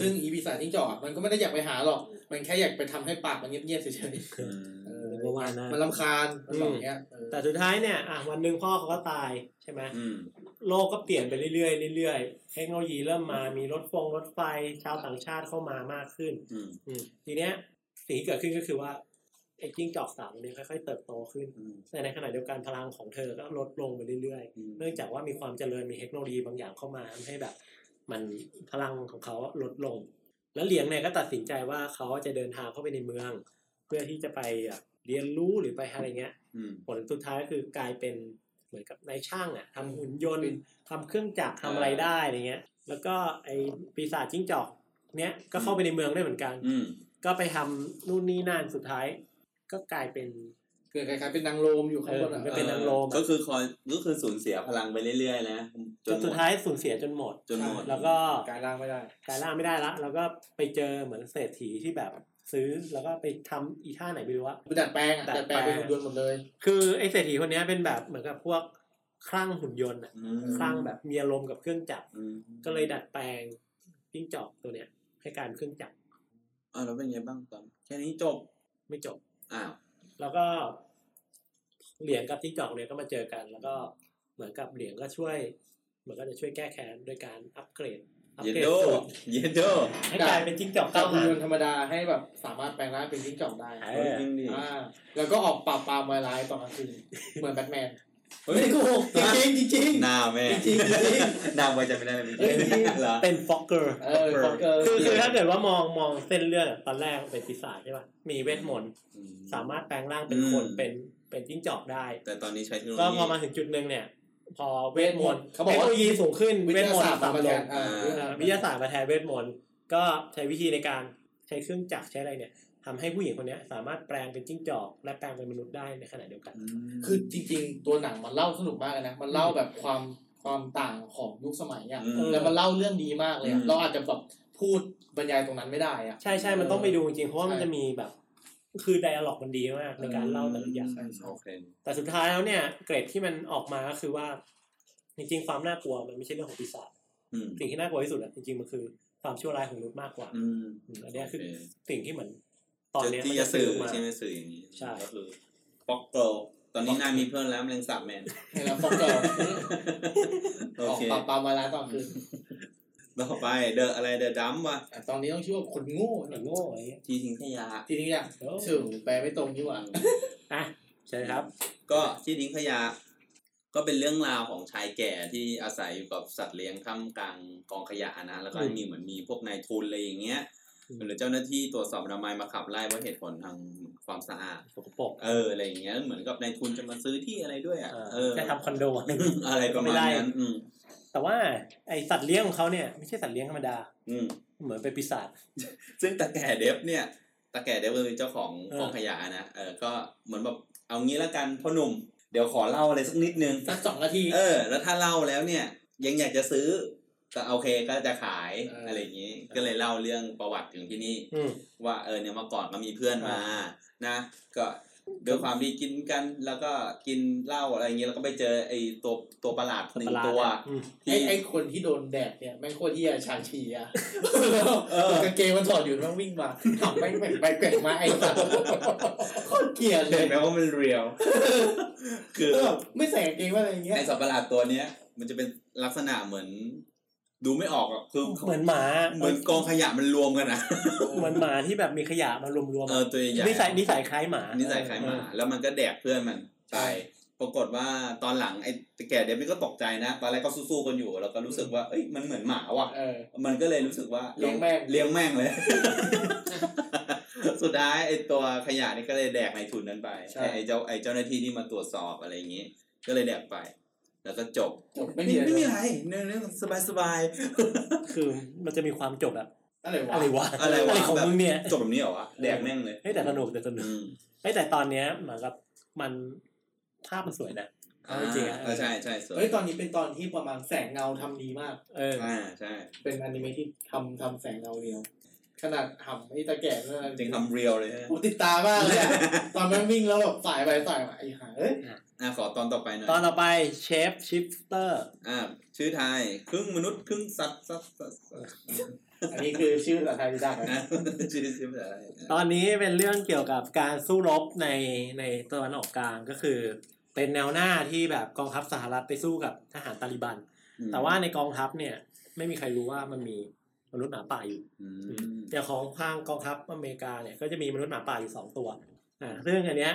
ซึ่งอีปีศาจจิ้งจอกอะมันก็ไม่ได้อยากไปหาหรอก มันแค่อยากไปทำให้ปากมันเงียบๆเฉย อืมๆเออ ประมาณนั้น มันลำคาญมันบอกอย่างเงี้ยเออ แต่สุดท้ายเนี่ยอ่ะวันหนึ่งพ่อเขาก็ตายใช่ไหม อืม โลกก็เปลี่ยนไปเรื่อยๆเรื่อยๆเทคโนโลยีเริ่มมามีรถฟงรถไฟชาวต่างชาติเข้ามามากขึ้น อืม อืมทีเนี้ยสีเกิดขึ้นก็คือว่าไอ้จิ้งจอกสามเนี่ยค่อยๆเติบโตขึ้น อืม แต่ในขณะเดียวกันพลังของเธอก็ลดลงไปเรื่อย อืม ๆ เนื่องจากว่ามีความเจริญมีเทคโนโลยีบางอย่างเข้ามาทำให้แบบ มันพลังของเขาลดลง แล้วเหลียงเนี่ยก็ตัดสินใจว่าเขาจะเดินทางเข้าไปในเมือง เพื่อที่จะไปแบบเรียนรู้หรือไปอะไรเงี้ย อืม ผลสุดท้ายก็คือกลายเป็นเหมือนกับนายช่างอะทำหุ่นยน เป็ ต์ น ทำเครื่องจักรทำอะไรได้อะไรเงี้ย แล้วก็ไอ้ปีศาจจิ้งจอกเนี้ยก็เข้าไปในเมืองได้เหมือนกัน อืม ก็ไปทำนู่นนี่นั่นสุดท้าย ก็กลายเป็น เกิดคล้ายๆเป็นนางโรมอยู่ข้างบนอ่ะ เออมันเป็นนางโรม ก็คือคอยก็คือสูญเสียพลังไปเรื่อยๆนะ จนสุดท้ายสูญเสียจนหมด จนหมด แล้วก็ การล่างไม่ได้ กายล่างไม่ได้ละ แล้วก็ไปเจอเหมือนเศรษฐีที่แบบซื้อแล้วก็ไปทำอีท่าไหนไม่รู้ว่า ดัดแปลงอ่ะ ดั ดั ด ด แป แป ล ล ง งเป็นหุ่นยนต์หมดเลย คือไอเศรษฐีคนเนี้ยเป็นแบบเหมือนกับพวกคลั่งหุ่นยนต์อะ อืม คลั่งแบบมีอารมณ์กับเครื่องจักร อืม ก็เลยดัดแปลงจิ้งจอกตัวเนี้ยให้กลายเป็นเครื่องจักร อ่าแล้วเป็นไงบ้างตอนแค่นี้จบ ไม่จบ อ้าว แล้วก็เหรียญกับจิ้งจอกเนี่ยก็มาเจอกัน แล้วก็เหมือนกับเหรียญก็ช่วยเหมือนก็จะช่วยแก้แค้นโดยการอัปเกรดอัป เยน เกรด โด สูตร เยนโด ให้กลายเป็นจิ้งจอก จา เก้าก หุ่น หาง ยนต์ธรรมดาให้แบบสามารถแปลงร่างเป็นจิ้งจอกได้ เอ เฮ้ย อ จริงดิ อ่าแล้วก็ออกปราบปรามมาร้ายตอนกลางคืนเหมือนแบทแมน เฮ้ย ไม่โกหกจริงจริงจริง หน้าแม่ จริง หน้าไว้จะไม่ได้เลยจริง เฮ้ยจริง เหรอ เป็นฟอกเกอร์ เออของเกิร์ คือคือถ้า ล เกิดว่ามองมองเส้นเรื่องตอนแรกเป็นปีศาจใช่ป่ะมีเวทมนต์สามารถแปลงร่างเป็นคน อืม เป็นเป็นจิ้งจอกได้ แต่ตอนนี้ใช้เทคโนโล ก็ ยี พอมาถึงจุดหนึ่งเนี่ย พอเวทมนต์ เขาบอก เทคโน ว่า โลยีสูงขึ้น วิ เว ท ท ยาม น ศาสต ต์ ร์ ต่ำล แท ง นอ่า เอ่อวิทยาศาสตร์มาแทนเวทมนต์ก็ใช้วิธีในการใช้เครื่องจักรใช้อะไรเนี่ยทำให้ผู้หญิงคนเนี้ยสามารถแปลงเป็นจิ้งจอก และแปลงเป็นมนุษย์ได้ในขณะเดียวกัน อืม คือจริง ๆ ตัวหนังมันเล่าสนุกมากเลยนะมันเล่าแบบความความต่างของยุคสมัยอ่ะ อืม แล้วมันเล่าเรื่องดีมากเลย อื อะ ม เราอาจจะแบบพูดบรรยายตรงนั้นไม่ได้อ่ะ ใช่ใช่มันต้องไปดูจริงๆเพราะว่ามัน ใช่ จะมีแบบ คือไดอะล็อกมันดีมากในการเล่าแต่ละอย่าง โอเค แต่สุดท้ายแล้วเนี่ยเกรดที่มันออกมาก็คือว่า จริงๆ ความน่ากลัวมันไม่ใช่เรื่องของปีศาจ อืม สิ่งที่น่ากลัวที่สุดอะจริงๆมันคือความชั่วร้ายของมนุษย์มากกว่า อืม อืมอันเนี้ยคือ โเ สิ่งที่เหมือนตอนเนี้ย ที่ มัน จะ จะสื่สื่อ อมา ใช่ไหมสื่ออย่างนี้ ใช่ ก็คือป๊อกเกิลตอนนี้นายมีเพื่อนแล้วเรียนสามแมน เห็นแล้วของเกิร์ล โอ ออก เค ปราบปรามมาร้ายตอนกลางคืน ต่อไปเดอะอะไรเดอะดัมวะ แต่ตอนนี้ต้องชื่อว่าคนโง่ เหมือนะนโง่อะไรเงี้ย ที่ทิ้งขยะ ทีนี้อ่ะ โอ้ สื่อแปลไม่ตรงนี่หว่า อ่ะใช่ครับ ก็ที่ทิ้งขยะก็เป็นเรื่องราวของชายแก่ที่อาศัยอยู่กับสัตว์เลี้ยงท่ามกลางกองขยะนะแล้วก็ อืม มีเหมือนมีพวกนายทุนอะไรอย่างเงี้ย อืม หรือเจ้าหน้าที่ตรวจสอบอนามัยมาขับไล่เพราะเหตุผลทางความสะอาด สกปรก เอออะไรอย่างเงี้ยเหมือนกับนายทุนจะมาซื้อที่อะไรด้วยอ่ะเออ จะทำคอนโดอะไร อะไรประมาณนั้นอืม แต่ว่าไอสัตว์เลี้ยงของเขาเนี่ยไม่ใช่สัตว์เลี้ยงธรรมดา อืม เหมือนเป็นปีศาจ ซึ่งตะแก่เดฟเนี่ย ตาแก่เดวิลเป็นเจ้าของ เออ กองขยะนะเออก็เหมือนแบบเอางี้ละกันพ่อหนุ่ม เดี๋ยวขอเล่าอะไรสักนิดนึง สักสองนาที เออ แล้วถ้าเล่าแล้วเนี่ย ยังอยากจะซื้อ ก็โอเคก็จะขาย เอออ อะไรอย่างนี้ ก็เลยเล่าเรื่องประวัติถึงที่นี่ อืม ว่าเออเนี่ยเมื่อก่อนก็มีเพื่อนมา นะ ก็ด้วยความที่กินกันแล้วก็กินเหล้าอะไรอย่างนี้แล้วก็ไปเจอไอ้ตัวตัวประหลาดหนึ่งตัว อืม ไอ้ ที่ ไอ้คนที่โดนแดดเนี่ยแม่งโคตรเหี้ยชาชี อะ เออ กางเกงมันถอดอยู่แม่งวิ่งมาถามแม่งแม่งไปแกว่งมาไอ้สั ตว์โคตรเกลียดเล เห็ ย นไหมว่ามันเรียว คือ เออไม่ใส่กางเกงว่าอะไรอย่างเงี้ย ไอสัตว์ประหลาดตัวเนี้ย มันจะเป็นลักษณะเหมือน ดูไม่ออกอะคือ เหมือนหมา เหมือนกองขยะมันรวมกันอะ เหมือนหมาที่แบบมีขยะมารวมๆ เออตัวใหญ่ๆ นิสัยนิสัยคล้ายหมา นิ นิ สัยคล้ายหมาแล้วมันก็แดกเพื่อนมันตายปรากฏว่าตอนหลังไอ้แก่เดมิก็ตกใจนะตอนแรกก็สู้ๆกันอยู่ แล้วก็รู้สึกว่าเอ้ยมันเหมือนหมาว่ะ เออ มันก็เลยรู้สึกว่า เลี้ยงแม่ง เลี้ยงแม่งเลย สุดท้ายไอ้ตัวขยะนี่ก็เลยแดกในทุนนั้นไป ใช่ ไอ้เจ้าไอ้เจ้าหน้าที่ที่มาตรวจสอบอะไรอย่างงี้ก็เลยแดกไป แล้วก็จบ จบไม่ ไม่มีมีอะไร ไม่มีอะไรเนื้อเนื้อสบายสบาย คือมันจะมีความจบอะ อะไรวะ อะไรวะ อะไรวะ ของมึงเนี่ย ๆจบแบบนี้เหรอวะแดกแม่งเลย เฮ้ยแต่สนุกแต่สนุก อืม เฮ้ยแต่ตอนเนี้ยเหมือนกับมันภาพมันสวยนะ อ่า จริงๆอะ เออใช่ใช่สวย เฮ้ยตอนนี้เป็นตอนที่ประมาณแสงเงาทำดีมาก เออ อ่าใช่ เป็นอนิเมะที่ทำทำแสงเงาเรียว ขนาดหำไอ้ตาแก่นั่นนะ จริงทำเรียวเลยฮะ ผมติดตามากเลยอะตอนแม่งวิ่งแล้วแบบสายไปสายมาไอ้ห่าเอ้ย อ่าขอตอนต่อไปหน่อย ตอนต่อไปเชฟชิฟเตอร์ อ่าชื่อไทยครึ่งมนุษย์ครึ่งสัตว์สัตว์สัตว์สัตว์ อันนี้คือชื่อภาษาไทยที่ได้ อ่ะชื่อชื่ออะไรอ่ะ ตอนนี้เป็นเรื่องเกี่ยวกับการสู้รบในในตะวันออกกลางก็คือ เป็นแนวหน้าที่แบบกองทัพสหรัฐไปสู้กับทหารตาลิบัน แต่ว่าในกองทัพเนี่ย ไม่มีใครรู้ว่ามันมีมนุษย์หมาป่าอยู่ อืม อย่างของทางกองทัพอเมริกาเนี่ยก็จะมีมนุษย์หมาป่าอยู่สองตัว อ่าซึ่งอันเนี้ย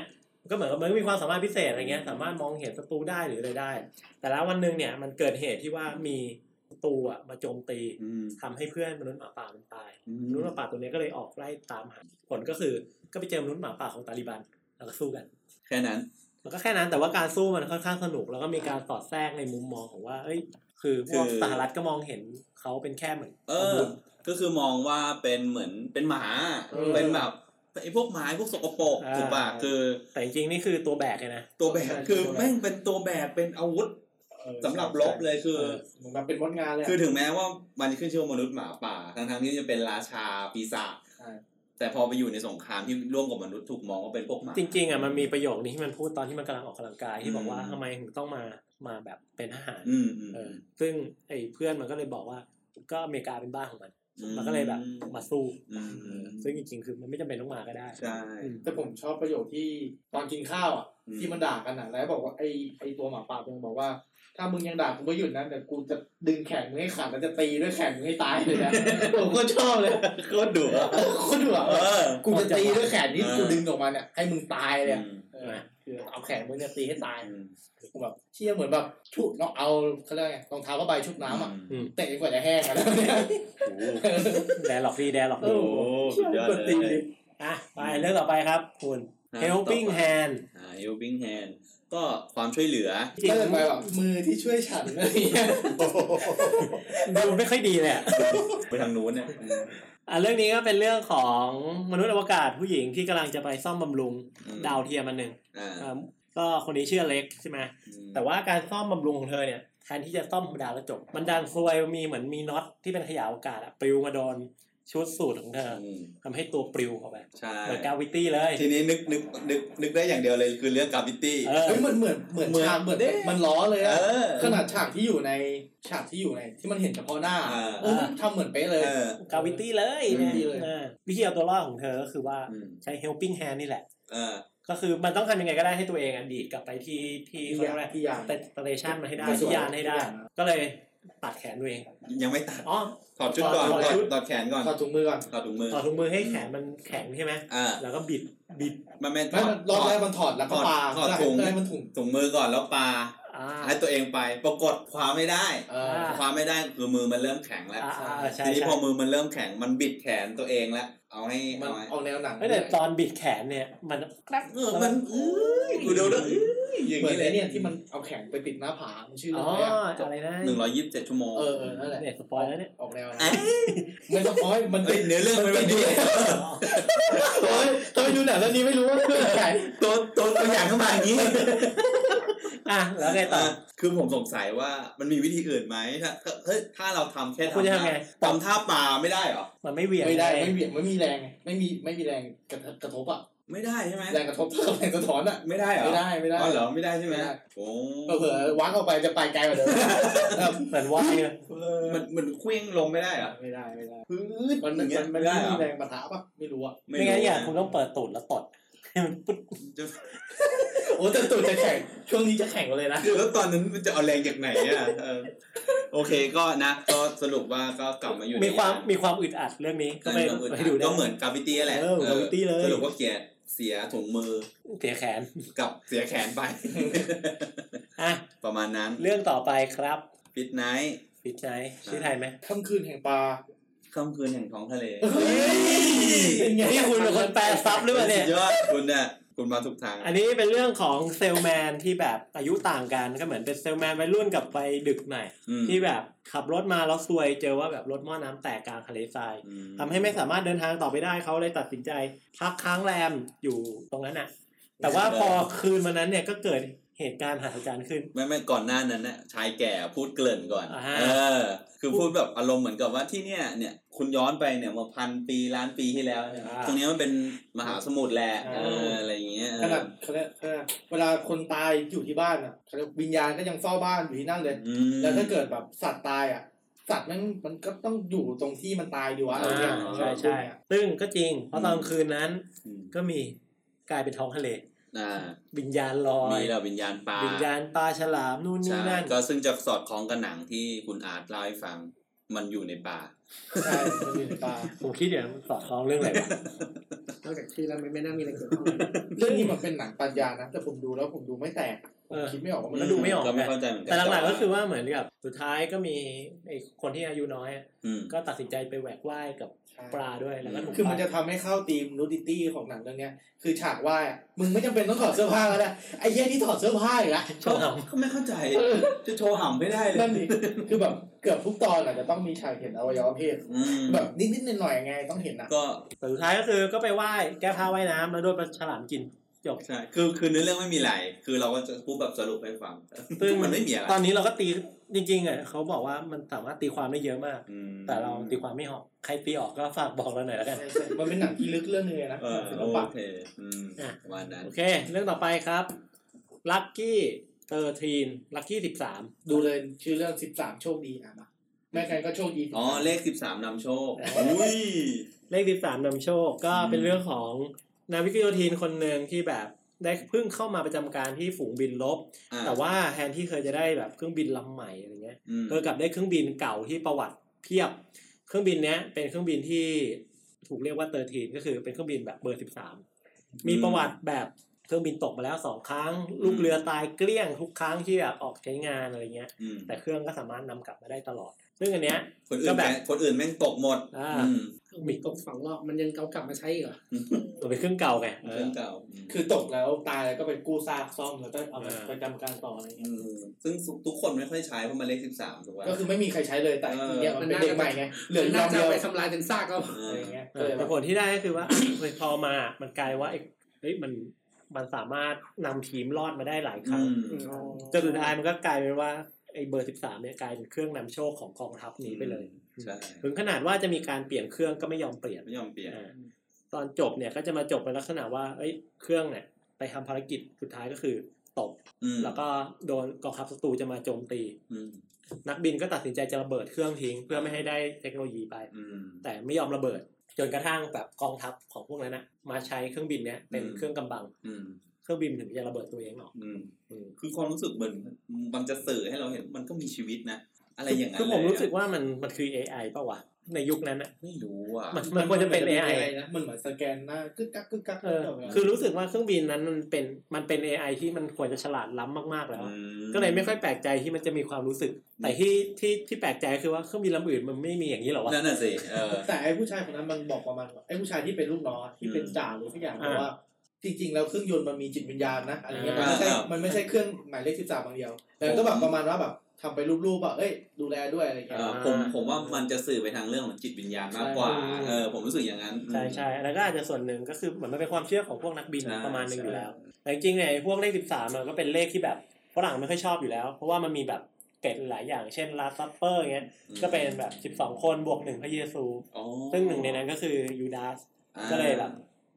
ก็เหมือนกับมันก็มีความสามารถพิเศษอะไรเงี้ย สามารถมองเห็นศัตรูได้หรืออะไรได้ แต่แล้ววันหนึ่งเนี่ยมันเกิดเหตุที่ว่ามีศัตรูอ่ะมาโจมตี อืม ทำให้เพื่อนมนุษย์หมาป่ามันตาย อื มนุษ ม ย์หมาป่าตัวเนี้ยก็เลยออกไล่ตามหาผลก็คือก็ไปเจอมนุษย์หมาป่าของตาลิบันแล้วก็สู้กัน แค่นั้น แล้วก็แค่นั้นแต่ว่าการสู้มันค่อนข้างสนุก แล้วก็มีการสอดแทรกในมุมมองของว่า เอ้ย คือพวกสหรัฐก็มองเห็นเขาเป็นแค่เหมือน เออ ก็คือมองว่าเป็นเหมือนเป็นหมาเป็นแบบไอ้พวกหมาไอ้พวกสกปรกถูกป่ะคือ แต่จริงๆนี่คือตัวแบกเลยนะ ตัวแบบคือแม่งเป็นตัวแบบเป็นอาวุธสำหรับลบเลยคือ เหมือนแบบเป็นมดงานเลยะ คือถึงแม้ว่ามันขึ้นชื่อว่ามนุษย์หมาป่าทั้งๆที่จะเป็นราชาปีศาจ ใช่ แต่พอไปอยู่ในสงครามที่ร่วมกับมนุษย์ถูกมองว่าเป็นพวกหมา จริงๆอ่ะมันมีประโยคนี้ที่มันพูดตอนที่มันกำลังออกกำลังกายที่บอกว่า อืม ทำไมถึงต้องมามาแบบเป็นทหาร อืมอืม เออซึ่งไอ้เพื่อนมันก็เลยบอกว่าก็อเมริกาเป็นบ้านของมัน มันก็เลยแบบมาสู้ อืม ซึ่งจริงๆ คือมันไม่จำเป็นต้องมาก็ ได้ ใช่ อืม แต่ผมชอบประโยคที่ตอนกินข้าวอ่ะ อืม ที่มันด่ากันอ่ะแล้วบอกว่าไอ้ไอ้ตัวหมาป่าตัวนึงบอกว่า ถ้ามึงยังด่ากูไม่หยุดนะเดี๋ยวกูจะดึงแขนมึงให้ขาดแล้วจะตีด้วยแขนมึงให้ตายเลยนะ ผมก็ชอบเลย โคตรดุอะ โคตรดุอ่ะ เออ กูจะตีด้วยแขนนี่ เออ กูดึงออกมาเนี่ยให้มึงตายเลยอะ อืม เออคือเอาแขนมึงเนี่ยตีให้ตาย อืม ผมแบบเชี่ยเหมือนแบบชุบเนาะเอาเขาเรียกไงรองเท้าผ้าใบชุบน้ำอ่ะ โอ้ เตะจนกว่าจะแห้งอะแล้วเนี่ย โห แดร์หลอกดีแดร์หลอก โอ้ ดี โหสุดยอด เชี่ยมันกดตี เล นดิ ย อ่ะไปเรื่องต่อไปครับคุณ อ่ะ helping ต่อไป hand อ่า helping hand ก็ความช่วยเหลือ จริง ก็เลยไปแบบมือที่ช่วยฉันอะไรอย่างเงี้ย ดูไม่ค่อยดีเลยอ่ะ ไปทางนู้นเนี่ย อ่ะเรื่องนี้ก็เป็นเรื่องของมนุษย์อวกาศผู้หญิงที่กำลังจะไปซ่อมบำรุง อืม ดาวเทียมอันหนึ่ง อ่า เอิ่มก็คนนี้ชื่ออเล็กใช่ไหม แต่ว่าการซ่อมบำรุงของเธอเนี่ยแทนที่จะซ่อมธรรมดาแล้วจบ มันดันซวยมีเหมือนมีน็อตที่เป็นขยะอากาศอะปลิวมาโดนชุดสูทของเธอ อืม ทำให้ตัวปลิวเข้าไป ใช่ เหมือนกาวิตี้เลย ทีนี้นึกนึกนึกนึกได้อย่างเดียวเลยคือเรื่องกาวิตี้ เออ เฮ้ยมันเหมือนเหมือน เหมือน ฉากเหมือน เด้ มันล้อเลย เอ อะ อ ขนาดฉากที่อยู่ในฉากที่อยู่ใน ที่มันเห็นเฉพาะหน้า อ่า เออมันทำเหมือนเป๊ะ เอ เลย อก าวิตี้เลย อืม เนี่ยอ่าวิธีเอาตัวรอดของเธอก็คือว่า อืม ใช้ helping hand นี่แหละ เออ ก็คือมันต้องทำยังไงก็ได้ให้ตัวเองอะดีดกลับไปที่ที่เขาเรียกว่าอะไร ที่ยาง แต่สเตชันมาให้ได้ ที่ยายที่าน นให้ได้ ที่ยาน ก็เลยตัดแขนตัวเอง ยังไม่ตัด อ๋อ ถอดชุดก่อน ถอด ถอด ชุด ถอดแขนก่อน ถอดถุงมือก่อน ถอดถุงมือ ต่อดถุงมือให้แขนมันแข็งใช่ไหม อ่า แล้วก็บิดบิด มันไม่ถ ไม่ อด มันรอบแรก ถ มันถอดแล้วก็ ถอด ปา ถอดถุง แล้วมันถุง อดถุงมือก่อนแล้วปา อ่า ให้ตัวเองไป ปรากฏคว้าไม่ได้ เออ คว้าไม่ได้คือมือมันเริ่มแข็งแล้ว อ่าอ่าใช่ ทีนี้ ใช่ พอมือมันเริ่มแข็งมันบิดแขนตัวเองแล้วเอาให้ มัน เอาให้ เอาแนวหนัง ไม่แต่ตอนบิดแขนเนี่ยมันแกรบ เออมันอื้อกูดูแล้วอื้อ อย่าง เหมือน นี้เล ไอย เนี่ยที่มันเอาแข็งไปปิดหน้าผามันชื่อ อ๋ อะ อ ไรอะ อะไรนะ หนึ่งร้อยยี่สิบเจ็ดชั่วโมง เออเออนั่นแหละ เนี่ยสปอยแล้วเนี่ย ออกแนวนะ เอ้ย ไม่สปอยมัน เอ้ยเนื้อเรื่องมันไม่ดี โอ้ยทำไมดูหนังเรื่องนี้ไม่รู้ว่าเพื่อนไหน ตัวตัวตัวอย่างเข้ามาอย่างนี้ อ่ะแล้วไงต่อ อ่ะคือผมสงสัยว่ามันมีวิธีอื่นไหมถ้าถ้าเฮ้ยถ้าเราทำแค่ คุณจะทำไง ทำท่าปลาไม่ได้เหรอ มันไม่เหวี่ยง ไม่ได้ ง ไม่มีไม่มีแรงไงไม่มีไม่มีแรงกระทบกระทบอะ ไม่ได้ใช่ไหม แรงกระทบเท่ าแรงสะท้อนอะ ไม่ได้เหรอ ไม่ได้ไม่ได้ อ๋อเหรอไม่ได้ใช่ไหม ไม่ได้ โอ้ เผื่อๆวักออกไปจะไปไกลกว่าเดิม เหมือนว่ายเลย มันมันเคว้งลงไม่ได้เหรอ ไม่ได้ไม่ได้ พื้น มัน อย่างเงี้ย มั ไม่ น ได้ ไม่ เหร มี อ แรงปะทะปะไม่รู้อะ ไม่งั้นอย่างคุณต้องเปิดตูดแล้วตดให้มันปุ๊บ จะ โอ้แต่ตูดจะแข็งช่วงนี้จะแข็งกว่าเลยนะ คือแล้วตอนนั้นมันจะเอาแรงจากไหนอ่ะเออโอเคก็นะก็สรุปว่าก็กลับมาอยู่ใน มีความ งน มีความอึดอัดเรื่องนี้ก็ ก็ ไป ไม่ต้องอึดอั ไป ด ดูได้ ก็เหมือนกราฟิตี้แหละ เออเหมือน Gravity เลย สรุปว่าเกียเสียถุงมือ เสียแขน กับเสียแขนไป อ่ะ ประมาณนั้น เรื่องต่อไปครับ ฟิตไนท์ ปิดใจชื่อไทยไหม ค่ำคืนแห่งปลา ค่ำคืนแห่งท้องทะเล เป็นไง นี่คุณเป็นคนแปลซับหรือเปล่าเนี่ย สุดยอดคุณน่ะคุณมาถูกทาง อันนี้เป็นเรื่องของเซลแมนที่แบบอายุต่างกันก็เหมือนเป็นเซลแมนวัยรุ่นกับวัยดึกหน่อย อืม ที่แบบขับรถมาแล้วซวย เจอว่าแบบรถหม้อน้ำแตกกลางทะเลทราย อื ทำให้ไม่สามารถเดินทางต่อไปได้เขาเลยตัดสินใจ พักค้างแรมอยู่ตรงนั้นน่ะ แต่ว่าพอคืนวันนั้นเนี่ยก็เกิดเหตุการณ์มหัศจรรย์ขึ้น ไม่ไม่ก่อนหน้านั้นน่ะชายแก่พูดเกริ่นก่อน อ่าฮะ เออ คือพูดแบบอารมณ์เหมือนกับว่าที่เนี่ยเนี่ยคุณย้อนไปเนี่ยเมื่อพันปีล้านปีที่แล้วเนี่ยตรงเนี้ยมันเป็นมหาสมุทรแหละเอออะไรอย่างเงี้ย ขนาดเขาเรียกเขาเรียกเวลาคนตายอยู่ที่บ้านอ่ะเขาเรียกวิญญาณก็ยังเฝ้าบ้านอยู่ที่นั่นเลย อืม แล้วถ้าเกิดแบบสัตว์ตายอ่ะ สัตว์มันมันก็ต้องอยู่ตรงที่มันตายดีวะอะไรเงี้ย ใช่ใช่ซึ่งก็จริง เพราะตอนคืนนั้น อืม ก็มีกลายเป็นท้องทะเล อ่า วิญญาณลอย มีเราวิญญาณปลา วิญญาณปลาฉลามนู่นนี่ ใช่ นั่น ก็ซึ่งจะสอดคล้องกับหนังที่คุณอาร์ตเล่าให้ฟังมันอยู่ในป่า ใช่มันอยู่ในปลา ผมคิดอย่างสอดคล้องเรื่องอะไรวะ นอกจากชื่อแล้วมันไม่น่ามีอะไรเกี่ยวข้อง เรื่องนี้มันเป็นหนังปรัญญานะแต่ผมดูแล้วผมดูไม่แตกผ เอ ม อ คิดไม่ออกว่ามัน ก็ดูไม่ออก ก็ไม่เข้าใจเหมือนกั แต่หลักๆก็คือว่าเหมือนกับสุดท้ายก็มีไอ้คนที่อายุน้อยอะ อืม ก็ตัดสินใจไปแหวกว่ายกับ ใช่ ปลาด้วยแล้วก็ถูก คือมันจะทำให้เข้าธีมนูดิตี้ของหนังเรื่องเนี้ยคือฉากว่ายอะมึงไม่จำเป็นต้องถอดเสื้อผ้าแล้วนะไอ้เหี้ยที่ถอดเสื้อผ้าอีกละ ชอบเอา ก็ไม่เข้าใจ จะโชว์ห่ำไม่ได้เลย นั่นดิคือแบบเกือบทุกตอนอาจจะต้องมีฉากเห็นอวัยวะเพศ อืม แบบนิดๆหน่อยๆไงต้องเห็นนะ ก็ แต่สุดท้ายก็คือก็ไปว่ายแก้ผ้าว่ายน้ำแล้วโดนปลาฉลามกินจบ ใช่ คือคือเนื้อเรื่องไม่มีอะไร คือเราก็จะพูดแบบสรุปให้ฟัง ซึ่ง มันไม่มีอะไร ตอนนี้เราก็ตีจริงๆอ่ะเขาบอกว่ามันสามารถตีความได้เยอะมาก อืม แต่เราตีความไม่ออกใครตีออกก็ฝากบอกเราหน่อยแล้วกัน ใช่ใช่มันเป็นหนังที่ลึกเรื่องนึงเลยนะ เออ ศิล โอ ปะ เค อืม อ่ะ ประมาณนั้น โอเค เรื่องต่อไปครับลัคกี้เตอร์ทีนลัคกี้สิบสาม ดูเลยชื่อเรื่องสิบสามโชคดีอ่ะมาแม่ใครก็โชคดี อ๋อ เลขสิบสามนำโชค อุ้ย เลขสิบสามนำโชคก็เป็นเรื่องของนาวิกโยธีนคนหนึ่งที่แบบได้เพิ่งเข้ามาประจำการที่ฝูงบินลบ อ่ะ แต่ว่าแทนที่เคยจะได้แบบเครื่องบินลำใหม่อะไรเงี้ย อืม เธอกลับได้เครื่องบินเก่าที่ประวัติเพียบ เครื่องบินเนี้ยเป็นเครื่องบินที่ถูกเรียกว่าเตอร์ทีนก็คือเป็นเครื่องบินแบบเบอร์สิบสามมีประวัติแบบเครื่องบินตกมาแล้วสองครั้ง ลูกเรือตายเกลี้ยงทุกครั้งที่แบบออกใช้งานอะไรเงี้ย อืม แต่เครื่องก็สามารถนำกลับมาได้ตลอด ซึ่งอันเนี้ย คนอื่น ก็แบ แม่ บ งคนอื่นแม่งตกหมด อ่า อืม มีตกสองรอบมันยังเอากลับมาใช้อีกเหรอ มันเป็นเครื่องเก่าไงเอ เรื่อง อ เก่าอืม คือตกแล้วตายแล้วก็ไปกู้ซากซ่อมแล้วก็เอาไป เออ ประจำการต่ออะไรเงี้ย ซึ่งทุกคนไม่ค่อยใช้เพราะมันเลขสิบสามถูกไหม ก็คือไม่มีใครใช้เลยแต่ เออ ทีเนี้ยมันเป็นเด็กใหม่ไงเหลือ มัน ย น่า อง จะ เดียว เอาไป อะ ทำลายเป็นซากเอา เอ ไร อ เงี้ย เอ ก็ อ เลยแบ แต่ บ ผลที่ได้ก็คือว่า เฮ้ยพอมามันกลายว่าไอ้เฮ้ยมันมันสามารถนำทีมรอดมาได้หลายค อื รั้ง ม จนสุดท้ายมันก็กลายเป็นว่าไอ้เบอร์สิบสามเนี่ยกลายเป็นเครื่องนำโชคของกองทัพนี้ไปเลย ใช่ ถึงขนาดว่าจะมีการเปลี่ยนเครื่องก็ไม่ยอมเปลี่ยน ไม่ยอมเปลี่ยน อ่าตอนจบเนี่ยก็จะมาจบเป็นลักษณะว่าเอ้ยเครื่องเนี่ยไปทำภารกิจสุดท้ายก็คือตบ อืม แล้วก็โดนกองทัพศัตรูจะมาโจมตี อืม นักบินก็ตัดสินใจจะระเบิดเครื่องทิ้ง เพื่อไม่ให้ได้เทคโนโลยีไป อืม แต่ไม่ยอมระเบิด จนกระทั่งแบบกองทัพของพวกนั้นนะมาใช้เครื่องบินเนี้ยเป็น อืม เครื่องกำบัง อืม เครื่องบินถึงจะระเบิดตัวเองออก อืม อืม คือความรู้สึกเหมือนมันจะสื่อให้เราเห็นมันก็มีชีวิตนะ อะไรอย่างนั้น คือผม เลยอะ รู้สึกว่ามันมันคือ AI ป่าวะในยุคนั้นอะ ไม่รู้อ่ะ มันมันควรจะเป็น AI นะมันเหมือนสแกนหน้ากึกกักกึกกัก เออ ตลดวลา คือรู้สึกว่าเครื่องบินนั้นมันเป็นมันเป็น AI ที่มันควรจะฉลาดล้ำมากๆแล้ว อื อะก็เลยไม่ค่อยแปลกใจที่มันจะมีความรู้สึก แต่ที่ที่ที่แปลกใจคือว่าเครื่องบินลำอื่นมันไม่มีอย่างนี้หรอวะ นั่นน่ะสิเออ แต่ไอ้ผู้ชายคนนั้นมันบอกประมาณว่าไอ้ผู้ชายที่เป็นลูกน้องอะที่เป็น อืม จ่าหรือสักอย่าง อ่า บอกว่า จริงๆแล้วเครื่องยนต์มันมีจิตวิญญาณนะอะไรเงี้ยมันไม่ อ่า ใช่ อ่ามั มันไม่ใช่เครื่องหมายเลขสิบสามบางเดียวแล้วก็แบ ผ บ ม ประมาณว่าแบบทำไปรูปๆว่าเอ้ย ดูแลด้วยอะไร เอ เงี้ย อผมผมว่ามันจะสื่อไปทางเรื่องของจิตวิญญาณมากกว่า ใช่ เออผมรู้สึกอย่างนั้น ใช่ใช่แล้วก็อาจจะส่วนหนึ่งก็คือเหมือนมันเป็นความเชื่อของพวกนักบิน อ่า ประมาณหนึ่ง ใช่ อยู่แล้ว แต่จริงๆเนี่ยไอ้พวกเลขสิบสามมันก็เป็นเลขที่แบบฝรั่งไม่ค่อยชอบอยู่แล้ว เพราะว่ามันมีแบบเกร็ดหลายอย่างเช่นลาซัปเปอร์เงี้ย อืม ก็เป็นแบบสิบสองคนบวกหนึ่งพระเยซู อ๋อ ซึ่งหนึ่งในนั้นก็คือยูดาส อ่า ก็เลยแบบ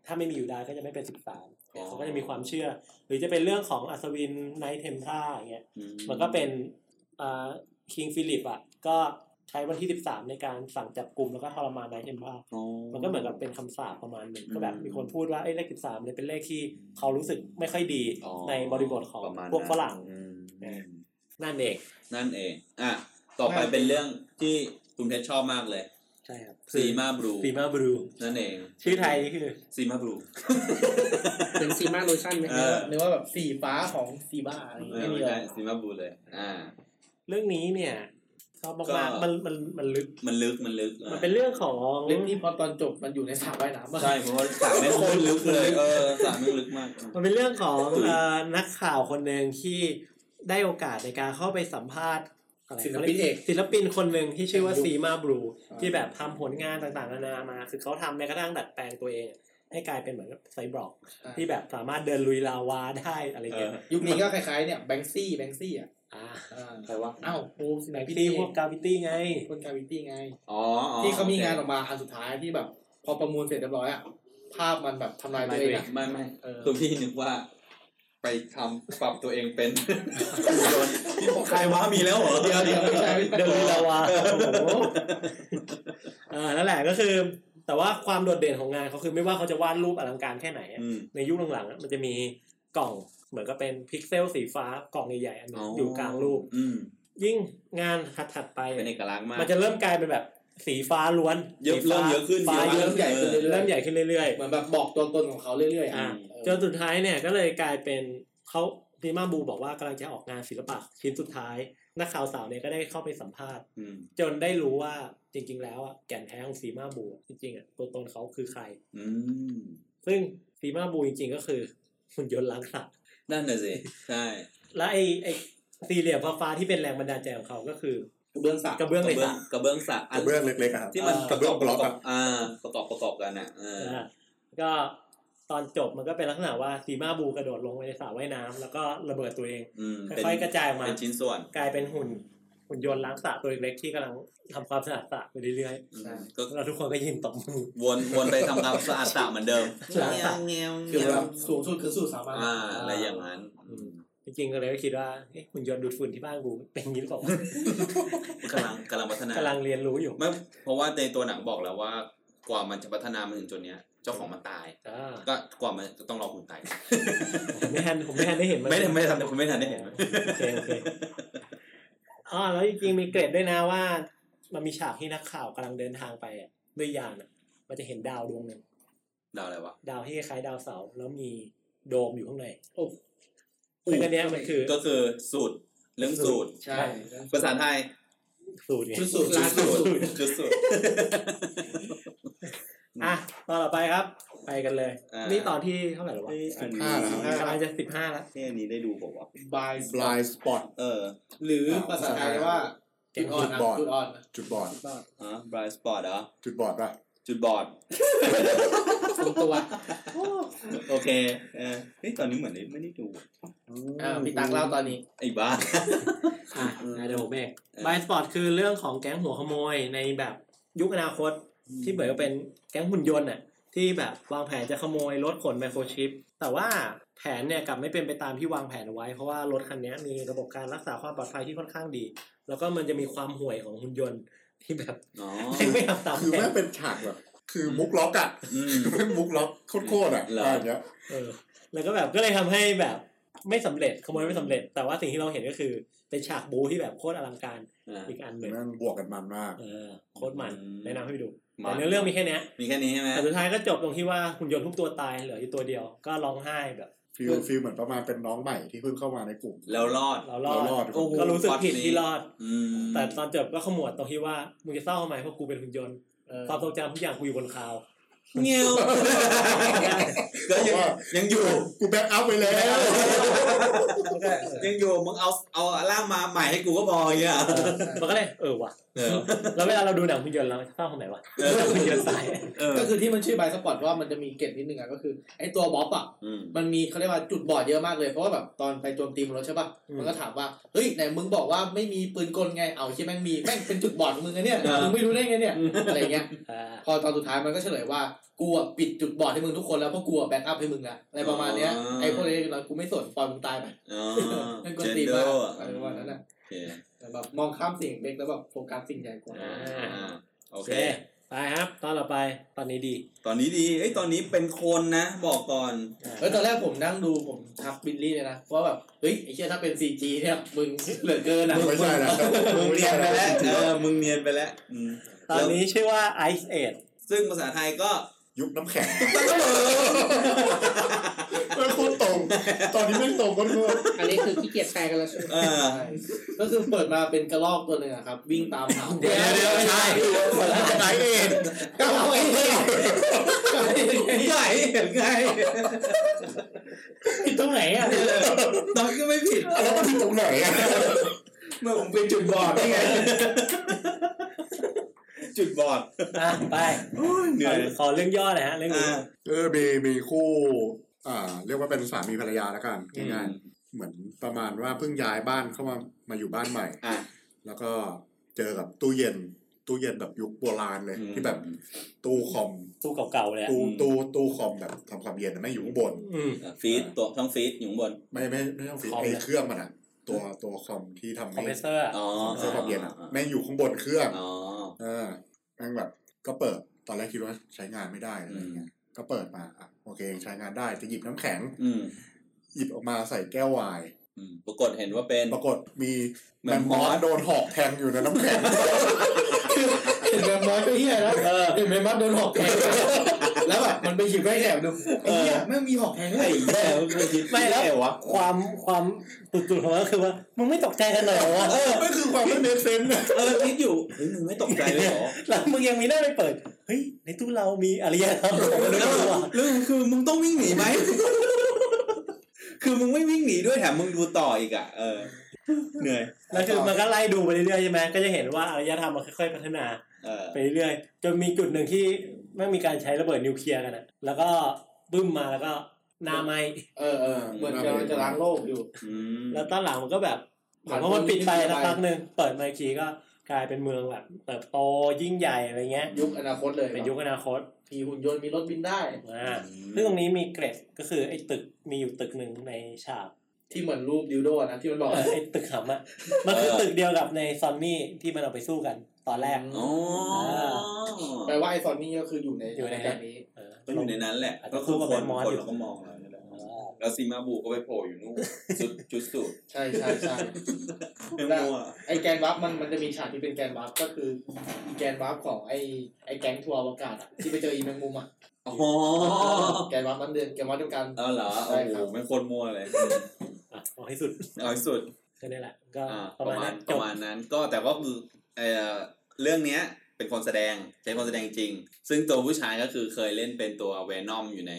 ถ้าไม่มียูดาสก็จะไม่เป็นสิบสาม อ๋อ เขาก็จะมีความเชื่อ หรือจะเป็นเรื่องของอัศวินไนท์เทมท่าอย่างเงี้ย อื มันก็เป็นอ่าคิงฟิลิปอ่ะก็ใช้วันที่สิบสามในการสั่งจับกลุ่มแล้วก็ทรมานไนท์เทมท่า อ๋ มันก็เหมือนกับเป็นคำสาปประมาณหนึ่ง อืม ก็แบบมีคนพูดว่าไอ้เลขสิบสามเนี่ยเป็นเลขที่เขารู้สึกไม่ค่อยดี อ๋อ ในบริบทของ ประมาณ พวกฝรั่ง นั้นอืม นั่นเอง นั่นเอง อ่ะ ต่อไปเป็นเรื่องที่คุณเพชรชอบมากเลย ใช่ครับ ซีมาบลู ซีมาบรู นั่นเอง ชื่อไทยนี่คือ ซีมาบลู เป็นซีมาโลชั่นไหม เออ นึกว่าแบบสีฟ้าของซีบ้าอะไร เออเงี้ย ไม่มี ไม่ เล ใช่ ย ซีมาบลูเลย อ่า เรื่องนี้เนี่ยชอบ ก็ มากๆมันมันมันลึก มันลึก มันลึกอ่ะ มันเป็นเรื่องของ เล่นที่พอตอนจบมันอยู่ในสระว่ายน้ำอะ ใช่ เพราะว่าสามแม่งโคตรลึกเลย เออสามแม่งลึกมาก มันเป็นเรื่องของเอ่อนักข่าวคนหนึ่งที่ได้โอกาสในการเข้าไปสัมภาษณ์อะไร ศิลปินเอก ศิลปินคนหนึ่งที่ชื่อว่า อ่า ซีมาบลูที่แบบทำผลงานต่างๆนานามา คือเขาทำแม้กระทั่งดัดแปลงตัวเอง ให้กลายเป็นเหมือนกับไซบอร์ก ที่แบบสามารถเดินลุยลาวาได้อะไรเงี้ย เออ ยุคนี้ก็คล้ายๆเนี่ยแบงซี่แบงซี่อ่ะ อ่า อ่า ใครวะ อ้าวโอ้สิ ไหน แบง พี่ ซี่ นี่พวกกาวิตี้ไง คนกาวิตี้ไง อ๋ออ๋อ ที่เขามีงานอ โอ อกมาอันสุดท้ายที่แบบ พอประมูลเสร็จเรียบร้อยอ่ะภาพมันแบบทำลายตัวเองอะ เคไม่ไม่ เออ คือพี่นึกว่า ไปทำปรับตัวเองเป็น ที่บอกใครวะมีแล้วเหรอ เดี๋ยวเดี๋ยวไม่ใช่ไม่ เดิ ใช่ นลุยลาวาโอ้โหเออนั่นแหละก็คือ แต่ว่าความโดดเด่นของงานเขาคือไม่ว่าเขาจะวาดรูปอลังการแค่ไหนอะ อืม ในยุคหลังๆอะมันจะมีกล่องเหมือนกับเป็นพิกเซลสีฟ้ากล่องใหญ่ๆอันหนึงอยู่กลางรูป อืม ยิ่งงานถัดๆไป เป็นเอกลักษณ์มาก มันจะเริ่มกลายเป็นแบบสีฟ้าล้วน เยอะเริ่มเยอะขึ้น ฟ้าเย เย อะ อะ ขึ้น ใหญ่ขึ้นเรื่อย เริ่มใหญ่ขึ้นเรื่อยๆ เหมือนแบบบอกตัวตนของเขาเรื่อยๆ อ่า อ่ะ จนสุดท้ายเนี่ยก็เลยกลายเป็นเขาดีมาบูบอกว่ากำลังจะออกงานศิลปะชิ้นสุดท้าย นักข่าวสาวเนี่ยก็ได้เข้าไปสัมภาษณ์ อืม จนได้รู้ว่าจริง ๆ แล้วอ่ะแก่นแท้ของซีมาบูจริงๆอ่ะตัวตนเขาคือใคร อืม ซึ่งซีมาบูจริงๆก็คือหุ่นยนต์ล้างสัตว์ นั่นน่ะสิ ใช่ และไอไอสี่เหลี่ยมฟ้าๆที่เป็นแรงบันดาลใจของเขาก็คือก ระเบื้องสระ กระเบื้องเหลยสัตว์ กระเบื้องสระ กระเบื้องเล็กๆอะครับ ที่มัน กระเบื้องบล็อกอะ อ่า ประกอบประกอบกันอ่ะเออ นะก็ตอนจบมันก็เป็นลักษณะว่าซีมาบูกระโดดลงไปในสระว่ายน้ำแล้วก็ระเบิดตัวเอง อืมเป็น ค่อยๆกระจายออกมา เป็นชิ้นส่วน กลายเป็นหุ่นหุ่นยนต์ล้างสระตัวเล็กๆที่กำลังทำความสะอาดสระไปเรื่อย ก็ ๆเราทุกคนก็ยินตบมือ วนวนไปทำความสะอาดสระเหมือนเดิม ใช่ เงี้ย คือแบบสูงสุดคือสู่สามัญ อ่า อะไรอย่างนั้นอืม จริงๆก็เลยก็คิดว่าเอ๊ะหุ่นยนต์ดูดฝุ่นที่บ้านกูเป็นอย่างนี้หรือเปล่าวะ กำลังกำลังพัฒนาก ำลังเรียนรู้อยู่ ไม่เพราะว่าในตัวหนังบอกแล้วว่ากว่ามันจะพัฒนามาถึงจนเนี้ย เจ้าของมันตาย อ่า ก็กว่ามันจะต้องรอคุณตาย ผมไม่ทันผมไม่ทันได้เห็นมัน ไม่ได้ไม่ได้ทำแต่คุณไม่ทันได้เห็นไหม โอเคโอเคอ๋อแล้วจริงๆมีเกร็ดด้วยนะว่า มันมีฉากที่นักข่าวกำลังเดินทางไปอะด้วยยานอะมันจะเห็นดาวดวงหนึ่ง เดาอะไรวะ ดาวที่คล้ายๆดาวเสาร์แล้วมีโดมอยู่ข้างใน โอ้ ซึ่งอันเนี้ยมันคือ ก็คือสูตรเรื่องสูตร ใช่ ภาษาไทย สูตรไง ชุดสูตร จุ ร้า ด น สุ สู ด ตร จุดสุด อ่ะตอนต่อไปครับ ไปกันเลย อ่านี่ นี่ตอนที่เท่าไหร่แล้ววะ อัน ห้า นี้ เหรอครับ กำลังจะสิบห้าแล้ว ที่อันนี้ได้ดูผมว่า บาย บลายสปอต เออ หรือภาษาไทยว่าจุดอ่อนนะ จุดบจุดอ่ออดนนะ จุดบอด ฮะบรายสปอร์ตเหรอ จุดบอดป่ะ จุดบอด ทรงตัว โอเค เออเฮ้ยตอนนี้เหมือนไม่ได้ดู อ่าพี่ตักเล่าตอนนี้ ไอ้บ้า อ่ะอ่ะเดี๋ยวผมเอก เออ บายสปอร์ตคือเรื่องของแก๊งหัวขโมยในแบบยุคอนาคตที่เหมือนกับเป็นแก๊งหุ่นยนต์อ่ะที่แบบวางแผนจะขโมยรถขนไมโครชิป แต่ว่าแผนเนี่ยกลับไม่เป็นไปตามที่วางแผนเอาไว้ เพราะว่ารถคันเนี้ยมีระบบการรักษาความปลอดภัยที่ค่อนข้างดี แล้วก็มันจะมีความห่วยของหุ่นยนต์ที่แบบ อ๋อ ไม่ทำตาม คือ แผ แม่ น งเป็นฉากแบบคือมุกล็อกอะ อืม แม่งมุกล็อกโคตรๆอะ เหรออ อะไรอย่างเงี้ย เออแล้วก็แบบก็เลยทำให้แบบไม่สำเร็จขโมยไม่สำเร็จ แต่ว่าสิ่งที่เราเห็นก็คือเป็นฉากบูที่แบบโคตรอลังการ อ่า อีกอันหนึ่ง แม่งบวกกันมันมาก เออโคตรมัน อืม แนะนำให้ไปดู มา แต่เนื้อเรื่องมีแค่เนี้ย มีแค่นี้ใช่ไหม แต่สุดท้ายก็จบตรงที่ว่าหุ่นยนต์ทุกตัวตายเหลืออยู่ตัวเดียวก็ร้องไห้แบบ ฟิลฟิลเหมือนประมาณเป็นน้องใหม่ที่เพิ่งเข้ามาในกลุ่ม แล้วรอด เรารอด เรารอด โอ้โหก็รู้สึกผิดที่รอด อืม แต่ตอนจบก็ขมวดตรงที่ว่ามึงจะเศร้าทำไมเพราะกูเป็นหุ่นยนต์ เออ ความทรงจำทุกอย่างกูอยู่บนคลาว เงี้ยวก็ยังยังอยู่ กูแบ็กอัพไปแล้ว ยังอยู่มึงเอาเอาล่างมาใหม่ให้กูก็พออย่างเงี้ย มันก็เลยเออว่ะ เออ แล้วเวลาเราดูหนังหุ่นยนต์เราชอบตรงไหนวะ เออ หนังหุ่นยนต์ตาย เออ ก็คือที่มันชื่อบายสปอร์ตว่ามันจะมีเกตนิดนึงอ่ะก็คือไอ้ตัวบ๊อบอ่ะ อืม มันมีเขาเรียกว่าจุดบอดเยอะมากเลยเพราะว่าแบบตอนไปโจมตีมันแล้วใช่ป่ะมันก็ถามว่าเฮ้ยไหนมึงบอกว่าไม่มีปืนกลไงเอาที่แม่งมีแม่งเป็นจุดบอดของมึงไงเนี่ยมึงไม่รู้ได้ไงเนี่ยอะไรเงี้ย อ่า พอตอนสุดท้ายมันก็เฉลยว่ากูอะปิดจุดบอดให้มึงทุกคนแล้วเพราะกูอะแบ็กอัพให้มึงละอะไรประมาณเนี้ยไอ้พวกนี้เรากูไม่สนปล่อยมึงตายไป อ๋ อ เล่นก เจ วน น ตีน เดอมาก ร์อะ อะไรประมาณนั้นแหละ โอเค แต่แบบมองข้ามสิ่งเล็กแล้วแบบโฟกัสสิ่งใหญ่กว่า อ่าอ่าโอ โอ เค เคไปครับ ตอนต่อไปตอนนี้ดี ตอนนี้ดีเอ้ยตอนนี้เป็นโคลนนะ บอกก่อน เออตอนแรกผมนั่งดูผมทักบิลลี่เลยนะว่าแบบเฮ้ยไอ้เชี่ยถ้าเป็น 4G เนี่ยมึงเหลือเกินอะ ไม่ใช่แล้ว มึงเนียนไปแล้ว เออ มึงเนียนไปแล้วอืม ตอนนี้ชื่อว่า Ice Age ซึ่งภาษาไทยก็ ยุบน้ ำแข็งไม่โคตรตรง ตอนนี้ไม่งตรงก็เพื่อ อันนี้คือขี้เกียจแปลกันแล้วใช่ไหม เออ ใช่ก็คือเปิดมาเป็นกระรอกตัวหนึ่งอะครับ วิ่งตามหา เดี๋ยวเดี๋ยวใช่ ไหนเอง กระรอกไอ้เหี้ย ใหญ่เห็นไง ผิดตรงไหนอ่ะ น้องก็ไม่ผิด แล้วมันผิดตรงไหน อะ เมื่อผมเป็นจุดบอดนี่ไง จุดบอด อ่ะไป โอ้ยเหนื่อย ขอขอเรื่องย่อหน่อยฮะเรื่องนี้ อ่า เออมีมีคู่ อ่า เรียกว่าเป็นสามีภรรยาแล้วกันง่ายๆเหมือนประมาณว่าเพิ่งย้ายบ้านเข้ามามาอยู่บ้านใหม่ อ่ะ แล้วก็เจอกับตู้เย็น ตู้เย็นแบบยุคโบราณเลย ที่แบบตู้คอม ตู้เก่าๆเลยอะ ตู้ตู้ตู้คอมแบบทำความเย็นนะไม่งอยู่ข้างบน อืม ฟีดตัวท้องฟีดอยู่ข้างบน ไม่ไม่ไม่ต้องฟีด คอม ไอ นะ เครื่องมันอะตัวตัวคอมที่ทำ คอม ให้ เพรสเซอร์อะ อ๋อ คอมเพรสเซอร์ความเย็นอะแม่งอยู่ข้างบนเครื่อง อ๋อ เออแม่งแบบก็เปิดตอนแรกคิดว่าใช้งานไม่ได้อะไรเงี้ยก็เปิดมาอ่ะโอเคใช้งานได้จะหยิบน้ำแข็ง อืม หยิบออกมาใส่แก้วไวน์ อืมปรากฏเห็นว่าเป็น ปรากฏมี แม แม ม ม ม ม อ อ ส สโดนหอกแทงอยู่ในน้ำแข็ง เห็นแมมมอสก็เหี้ยแล้วเห็นแมมมอสเดินหอกแทงแล้วแบบมันไปหยิบไว้แอบดูไอ้เหี้ยไม่งมีหอกแทงเล ไอ้ ย แม่ไม่คิด ไม่แล้ว วะ ความความสุดๆของมันก็คือว่ามึงไม่ตกใจกันหน่อยเหรอวะ เออ ไม่คือความไม่เมคเซนนะ เออคิดอยู่เฮ้ยมึงไม่ตกใจเลยเหรอ แล้วมึงยังมีหน้าไปเปิดเฮ้ยในตู้เรามีอารยธรรมของมนุษย์อยู่ว่ะ เรื่องคือมึงต้องวิ่งหนีไหม คือมึงไม่วิ่งหนีด้วยแถมมึงดูต่ออีกอ่ะ เออ เหนื่อย แล้วคือมันก็ไล่ดูไปเรื่อยๆใช่ไหมก็จะเห็นว่าอารยธรรมมันค่อยๆพัฒนา เออ ไปเรื่อยๆจนมีจุดหนึ่งที่ไม่มีการใช้ระเบิดนิวเคลียร์กันอะแล้วก็บึ้มมาแล้วก็หนาไหม เออเออเหมือนจะจะล้างโลกอยู่ อืม แล้วตอนหลังมันก็แบบเหมือนว่ามันปิดไปสักพักหนึ่งเปิดมาอีกทีก็กลายเป็นเมืองแบบเติบโตยิ่งใหญ่อะไรเงี้ย ยุคอนาคตเลย เป็นยุคอนาคต มีหุ่นยนต์มีรถบินได้ อ่าซึ่งตรงนี้มีเกร็ดก็คือไอ้ตึกมีอยู่ตึกหนึ่งในฉาก ที่เหมือนรูปดิวโดอะนะที่มันบอก เออไอ้ตึกหำอะมันคือตึกเดียวกับในซอมมี่ที่มันเอาไปสู้กันตอนแรก อ๋อ แปลว่าไอซอนนี่ก็คืออยู่ใน อยู่ใน แบนี้ เออ ก็อยู่ในนั้นแหละ อาจ ก็ จะ คือคน สู้กับแมมมอส คน อยู่ เราก็มองแล้วนั่นแหละแล้วซีมาบูก็ไปโผล่อยู่ นู่นจุดจุดสุด ใช่ใช่ใช่ แม่งมั่ว ไอ้แกนวัฟมันมันจะมีฉากที่เป็นแกนวัฟก็คืออีแกนวัฟของไอ้ไอ้แก๊งทัวร์อวกาศอะที่ไปเจออีแมงมุมอะ อ๋อ แกนวัฟมันเดือนแกนวัฟเดียวกัน เอาเหรอ ใช่ โอ้ ค โห รับ ไม่คนมั่วเลย อ่ะเอาให้สุด เอาให้สุด ก็นี่แหละก็ อ่า ประมาณนั้น ป จ ระ บ มาณนั้นก็แต่ก็คือเอ่อเรื่องเนี้ยเป็นคนแสดงใช้คนแสดงจริง ซึ่งตัวผู้ชายก็คือเคยเล่นเป็นตัวเวนอมอยู่ใน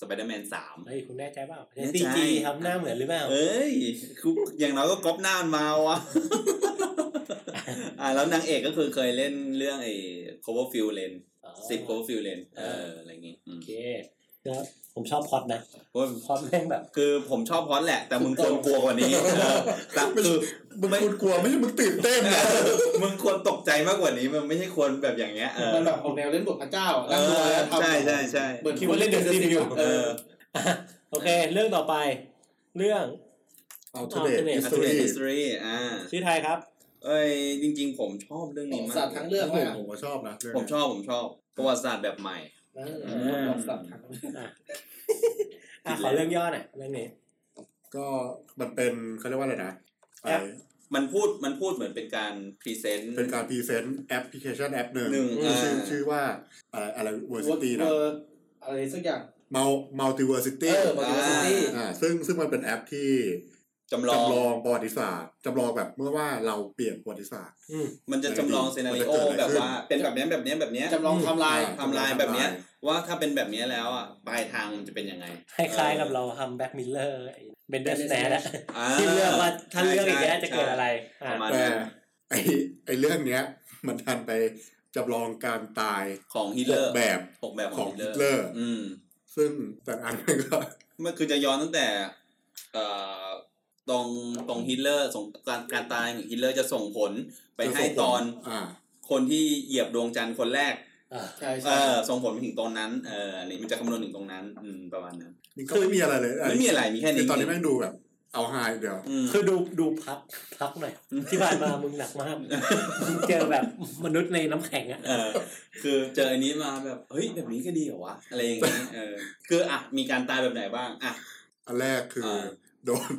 สไปเดอร์แมนสาม เฮ้ยคุณแน่ใจเปล่า แน่ใจ ซีจีทำหน้าเหมือนหรือเปล่า เอ้ยคืออย่างเราก็ก๊อปหน้ามันมาวะ อ่าแล้วนางเอกก็คือเคยเล่นเรื่องไอ้ cover field l e n อ๋อ สิบ cover field l e n เออ เอออ อะไรอย่างงี้อืม โอเคแล้วผมชอบพล็อดนะ เพราะ พล็อดแม่งแบบ คือผมชอบพอดแหละ แต่มึงควรกลัวกว่านี้เออแต่คือ มึงคุณกลัวไม่ใช่มึงตื่นเต้นนะ มึงควรตกใจมากกว่านี้มันไม่ใช่ควรแบบอย่างเงี้ยเออ มันแบบออกแนวเล่นบทพระเจ้าอะ เอ นั่งดู อ แล้วทำ ใช่ใช่ใช่ เหมือนคิดว่าเล่นเดือดซิมอยู่ เออ อ่ะโอเค เรื่องต่อไป เรื่อง เอาเทเดตอิส a ต t รี e history อ่า ชื่อไทยครับ เอ้ยจริง ๆ ผมชอบเรื่องนี้มา สั ก ตว์ทั้งเรื่อง โอ้ เลยอะโหผมก็ชอบนะเรื่อง ผม เนี้ย ชอบผมชอบประวัติศาสตร์แบบใหม่ เออ อืม บอกสัตว์ทั้งเรื่อง อ่ะขอเรื่องย่อหน่อยเรื่องนี้ ก็มันเป็นเขาเรียกว่าอะไรนะ แอป ไอ้ มันพูดมันพูดเหมือนเป็นการพรีเซนต์ เป็นการพรีเซนต์แอปพลิเคชันแอปหนึ่ง หนึ่งอ่า ชื่อชื่อว่าอะไรอะไรเวอร์ซิตี้นะ เอออะไรสักอย่าง มัลมัลติเวอร์ซิ เอ ตี้ อ multiversity อ่าซึ่งซึ่งมันเป็นแอปที่ จำลอง จำลองประวัติศาสตร์จำลองแบบเมื่อว่าเราเปลี่ยนประวัติศาสตร์ อืม มันจะจำลอง มันจะ เซนาริโอ เกิดอะแบบไรขึ้น ว่าเป็นแบบเนี้ยแบบเนี้ยแบบเนี้ย จำลองไทำลาย อ่ ไทำลายแบบเนี้ย ไทำล ว่าถ้าเป็นแบบเนี้ยแล้วอ่ะปลายทางมันจะเป็นยังไง คล้ายๆกับเราทำแบ็กมิลเลอร์เบนเดอร์สแนดะ อ่า ที่เลือกว่าถ้าเลือกอีกแล้ว ใช่ จะเกิดอะไร ใช่ อ่ะ ประมาณ แต่ นั้น ไอไอเรื่องเนี้ย มันทันไปจำลองการตาย ของฮิต ห เลอก ร์ แบบ หกแบบ ข ข อ อง งฮิ ฮิ ตเลตเล อร์ อร์ อืม ซึ่งแต่อันนั้นก็ มันคือจะย้อนตั้งแต่เอ่อตรงตรงฮิตเลอร์ส่งการการตายของฮิตเลอร์จะส่งผลไปให้ตอน อ่า คนที่เหยียบดวงจันทร์คนแรก อ่ะ ใช่ เอ ใช่ อส่งผลไปถึงตรงนั้นเอออันนี้มันจะคำนวณถึงตรงนั้น อืมประมาณนั้น นี่ก็ไม่มีอะไรเลย ไม่มีอะไรมีแค่ คือ นี้ ตอนนี้แม่งดูแบบ เอาไฮเดียว อืม คือดูดูพักพักหน่อย ที่ผ่านมามึงหนักมากมึงเจอ แบบมนุษย์ในน้ำแข็งอ่ะ เออคือเจออันนี้มาแบบ เฮ้ย แบบนี้ก็ดีเหรอวะ อะไรอย่างเงี้ยเออคืออ่ะ มีการตายแบบไหนบ้าง อ่ะ อันแรกคืออา โดน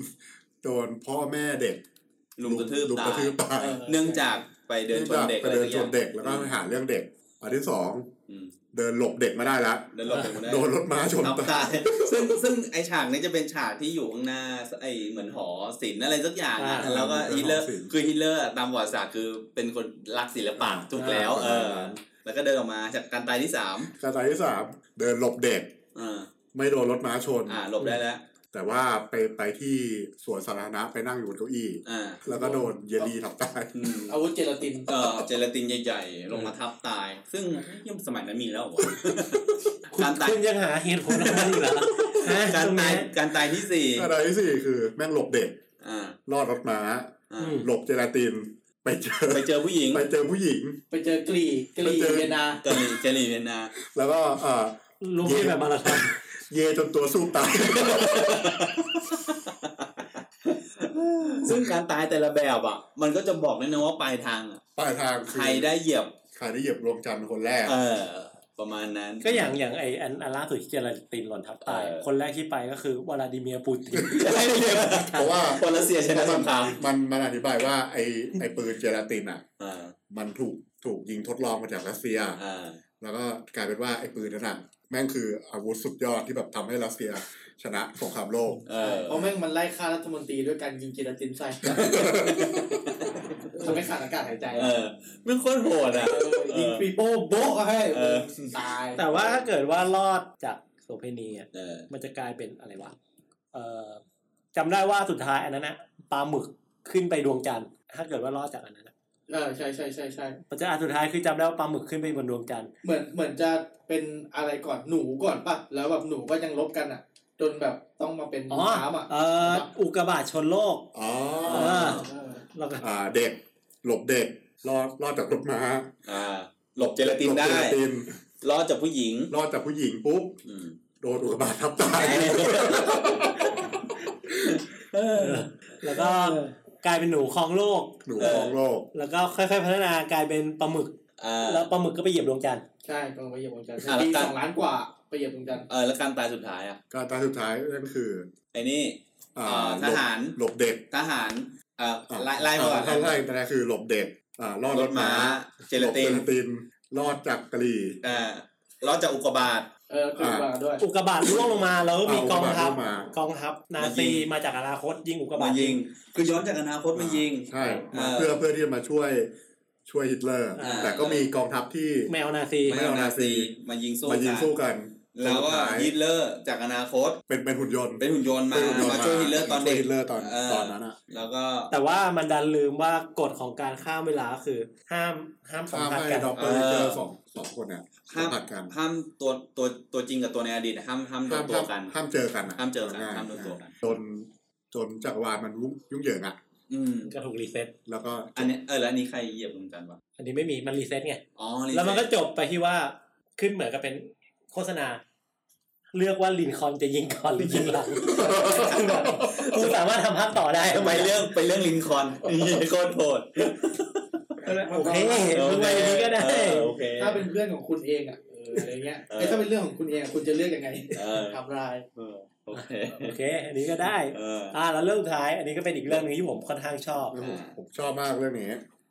โดนพ่อแม่เด็ก ลุมกระทืบ ลุม ตาก ระทื ย บตาย เนื่องจากไปเดินชนเด็ก ไป อะไร เดิน สักอชย่าน ง เด็กแล้วก็ไปหาเรื่องเด็ก อันที่สอง อืม เดินหลบเด็กมาได้ละ เดินหลบไปหมได้ โดนรถม้าชน ทับ ตา ตาย ยซึ่งซึ่งไอฉากนี้จะเป็นฉากที่อยู่ข้างหน้าไอเหมือนหอศิลป์อะไรสักอย่างอะ อ่า แล้วก็ เป็นหอ ฮิตเลอร์ ศิลป์ คือฮิตเลอร์อะตามประวัติศาสตร์คือเป็นคนรักศิลปะถูกแล้ว อ่า เออ แล้วก็เดินออกมาจากการตายที่สาม การตายที่สามเดินหลบเด็ก อ่า ไม่โดนรถม้าชน อ่าหลบได้แล้ว แต่ว่าไปไปที่สวนสาธารณะไปนั่งอยู่บนเก้าอี้ อ่า แล้วก็โดนเยลีทับตาย อืม อาวุธเจลาติน เอ่อเจลาตินใหญ่ๆ ลงมาทับตาย ซึ่งย่งสมัยนั้นมีแล้วเหรอ วะ คุณ การตาย คุณยังหาเหตุผลอะไรอยู่เหรอฮะ การ ตรง ตาย เนี้ย การตายที่สี่ อะไรที่สี่คือแม่งหลบเด็ก อ่าร อดรถม้า อ่า อืม หลบเจลาติน ไปเจอ ไปเจอผู้หญิง ไปเจอผู้หญิง ไปเจอกรีกรี ไปเจอ เวียนนา เจลีเจลีเวยนนา แล้วก็เอ่อ ลุกขึ้นแบบมาราธอน เยจนตัวสู้ตาย ซึ่งการตายแต่ละแบบอ่ะ มันก็จะบอกเลยนะว่าปลายทางอะ ปลายทาง ใค อ รได้เหยียบ ใครได้เหยียบดวงจันทร์เป็นคนแรก เออ ประมาณนั้น ก็อย่างอย่างไออันอันล่าสุดที่เจลาตินหล่นทับตาย เออ คนแรกที่ไปก็คือวลาดิเมียร์ปู ติน จะได้เหยียบ เพราะว่า คนละเสียชนะสงคราม มันมันอธิบายว่าไอไอปืนเจลาตินอ่ะ อ่า มันถูกถูกยิงทดลองมาจากรัสเซีย อ่า แล้วก็กลายเป็นว่าไอปืนนั่นน่ะแม่งคืออาวุธสุดยอดที่แบบทำให้รัสเซียชนะสงครามโลก เออ เพราะแม่งมันไล่ฆ่ารัฐมนตรีด้วยการยิงเจลาตินใส่ทำให้ขาดอากาศหายใจ เออไม่โคตรโหดอ่ะ ยิงปีโป้โบ๊ะให้ เออ ตาย แต่ว่าถ้าเกิดว่ารอดจากโสเพณีอ่ะ เออ มันจะกลายเป็นอะไรวะเอ่อจำได้ว่าสุดท้ายอันนั้นนะปลาหมึกขึ้นไปดวงจันทร์ถ้าเกิดว่ารอดจากอันนั้นนะ เออใช่ใช่ใช่ใช่ มันจะอันสุดท้ายคือจำได้ว่าปลาหมึกขึ้นไปบนดวงจันทร์ เหมือนเหมือนจะเป็นอะไรก่อนหนูก่อนป่ะ แล้วแบบหนูก็ยังลบกันอ่ะ จนแบบต้องมาเป็น อ๋อ น้ำอ่ะ เอ่ออุกกาบาตชนโลก อ๋อ เออ เออ แล้วก็ อ่าเด็ก หลบเด็ก รอดรอดจากรถม้า อ่า หลบเจลาติน หบ ได้ เจลาติน รอดจากผู้หญิง รอดจากผู้หญิงปุ๊บ อืม โดนอุกกาบาตทับ ตาย เออ แล้วก็กลายเป็นหนูครองโลก หนูครองโลก แล้วก็ค่อยๆพัฒนากลายเป็นปลาหมึก อ่า แล้วปลาหมึกก็ไปเหยียบดวงจันทร์ ใช่ต้องไปเหยียบดวงจันทร์ อ่ะแล้ว ปี กัน สองล้านกว่าไปเหยียบดวงจันทร์ เออแล้วการตายสุดท้ายอ่ะ การตายสุดท้ายนั่นคือ ไอ้นี่ อ่า อ่า หลบ ทหาร หลบเด็ก ทหารเอ่อ อ่า ไล่ไล่มาก่อน อ่าไล่แต่คือหลบเด็กอ่ารอด ร ร ถ ถ ม้า ม้า เจลาติน หบนรอดจากกะหรี่ อ่ารอดจากอุกกาบาต เออปีกว่าด้วย อุกกาบาตล่วงลงมาแล้วมีกองทัพ เอาอุกกาบาตล่วงมา กองทัพนา มายิ ซี ง มาจากอนาคตยิงอุกกาบา มา ต ยิง คือย้อนจากอนาคตมายิง ใช่มา เออ เพื่อเพื่อที่จะมาช่วยช่วยฮิตเลอร์ อ่า แต่ก็มีกองทัพที่ แมวนาซี ไม่เอานาซี มายิงสู้ มายิงสู้ กัน กัน แล้วก็ สุดท้าย ฮิตเลอร์จากอนาคต เป็นเป็นหุ่นยนต์ เป็นหุ่นยนต์มา เป็นหุ่นยนต์ มาช่วยฮิตเลอร์ตอนเด็ มาช่วย ก ฮิตเลอร์ตอน เออ ตอนนั้นอะ แล้วก็ แต่ว่ามันดันลืมว่ากฎของการข้ามเวลาคือห้ามห้ามสัม ข้าม ผัส ให้ กัน ด็อกเตอร์ฮิตเลอร์สองสองคนเนี่ยสั ห้าม ม ผัสกัน ห้ามตัวตัวตัวจริงกับตัวในอดีตห้ามห้ามโด ห้าน ม ตัวกัน ห้ามเจอกันะ ห้ามเจอกัน ง่ยๆ ห้ามโดนตัวกัน จนจนจักรวาลมันยุ่งยุ่งเหยิงอ่ะ อืม ก็ถูกรีเซ็ต แล้วก็ อันเนี้ยเออแล้วอันนี้ใครเหยียบดวงจันทร์วะ อันนี้ไม่มีมันรีเซ็ตไง อ๋อ แล้วมันก็จบไปที่ว่าขึ้นเหมือนกับเป็นโฆษณา เลือกว่าลินคอล์นจะยิงก่อนหรือยิงหลั ง คือแบบกูสามารถทำภาคต่อได้ ไป ทำไม ไป เลื เรื่ อก องไปเรื่องลินคอล์นโคตรโหด โอเคมึงไปอย่างนี้ก็ได้ เออโอเค ถ้าเป็นเพื่อนของคุณเองอ่ะเอออะไรเงี้ย เออ ไอ้ถ้าเป็นเรื่องของคุณเองอะคุณจะเลือกยังไง เออ ทำลาย เออโอเค โอเค อันนี้ก็ได้ เออ อ่าแล้วเรื่องสุดท้าย อันนี้ก็เป็นอีกเรื่องหนึงที่ผมค่อนข้างชอบ โอ้โหผมชอบมากเรื่องนี้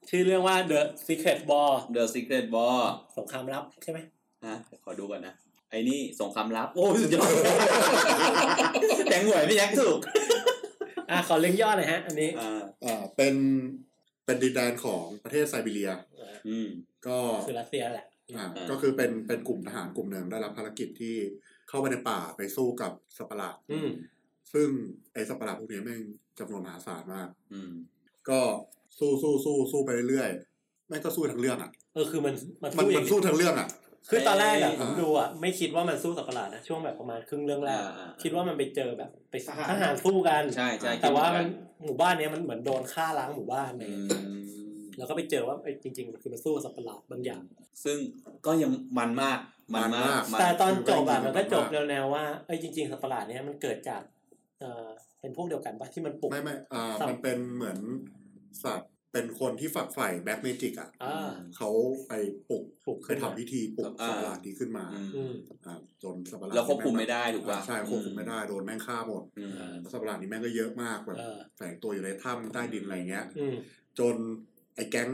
ชื่อเรื่องว่า The Secret Ball เดอะซิกเรตบอล สงครามลับใช่ไหม ฮะขอดูก่อนนะ ไอ้ นี่สงครามลับ โอ้ยสุดยอดแตงหวยพี่แจ็คถูก อ่ะขอเล็งย่อหน่อยฮะ อันนี้ อ่า อ่าเป็นเป็นดินแดนของประเทศไซบีเรีย อืม ก็ คือรัสเซียแหละ อ่า อ่า ก็คือเป็นเป็นกลุ่มทหารกลุ่มหนึ่งได้รับภารกิจที่เข้าไปในป่าไปสู้กับสัตว์ประหลาด อืม ซึ่งไอสัตว์ประหลาดพวกนี้แม่งจำนวนมหาศาลมาก อืม ก็สู้สู้สู้สู้ไปเรื่อยๆแม่งก็สู้ทั้งเรื่องอ่ะ เออคือมันมัน มัน สู้ มัน เอ สู้ ง ทั้งเรื่องอ่ะ คือตอนแรกอะ เอ้ย ผมดูอะไม่คิดว่ามันสู้สัตว์ประหลาดนะช่วงแบบประมาณครึ่งเรื่องแร อ่าก คิดว่ามันไปเจอแบบไป ทหาร ทหารสู้กัน ใช่ใช่ แต่ว่ามัน คิด หมู่บ้านเนี้ยมันเหมือนโดนฆ่าล้างหมู่บ้าน เหมื เล อย นกันอืม แล้วก็ไปเจอว่าไอ้จริงๆมันคือมันสู้กับสัตว์ประหลาดบางอย่าง ซึ่งก็ยังมันมากมันมาก มันมาก มั แต่ น ตอนจบอะ มัน มันก็จบ มัน แนวๆว่าไอ้ยจริงๆสัตว์ประหลาดเนี้ยมันเกิดจากเอ่อเป็นพวกเดียวกันปะที่มันปลุก ไม่ไม่อ่า สัตว์ มันเป็นเหมือนสัตว์เป็นคนที่ฝักใฝ่แบ็กเมจิกอ่ะ อ่า เขาไปปลุก ปลุก ไป ขึ้น ทำพิธีปลุกสัตว์ประหลาดนี้ขึ้นมา อืม อืม อ่าจนสัตว์ประหลาด แล้วควบคุมไม่ได้ถูกป่ะ อ่าใช่ควบคุมไม่ได้โดนแม่งฆ่าหมด อืม สัตว์ประหลาดนี้แม่งก็เยอะมากแบบ เออ แฝงตัวอยู่ในถ้ำใต้ดินอะไรเงี้ย อืม จนไอ้แก๊ง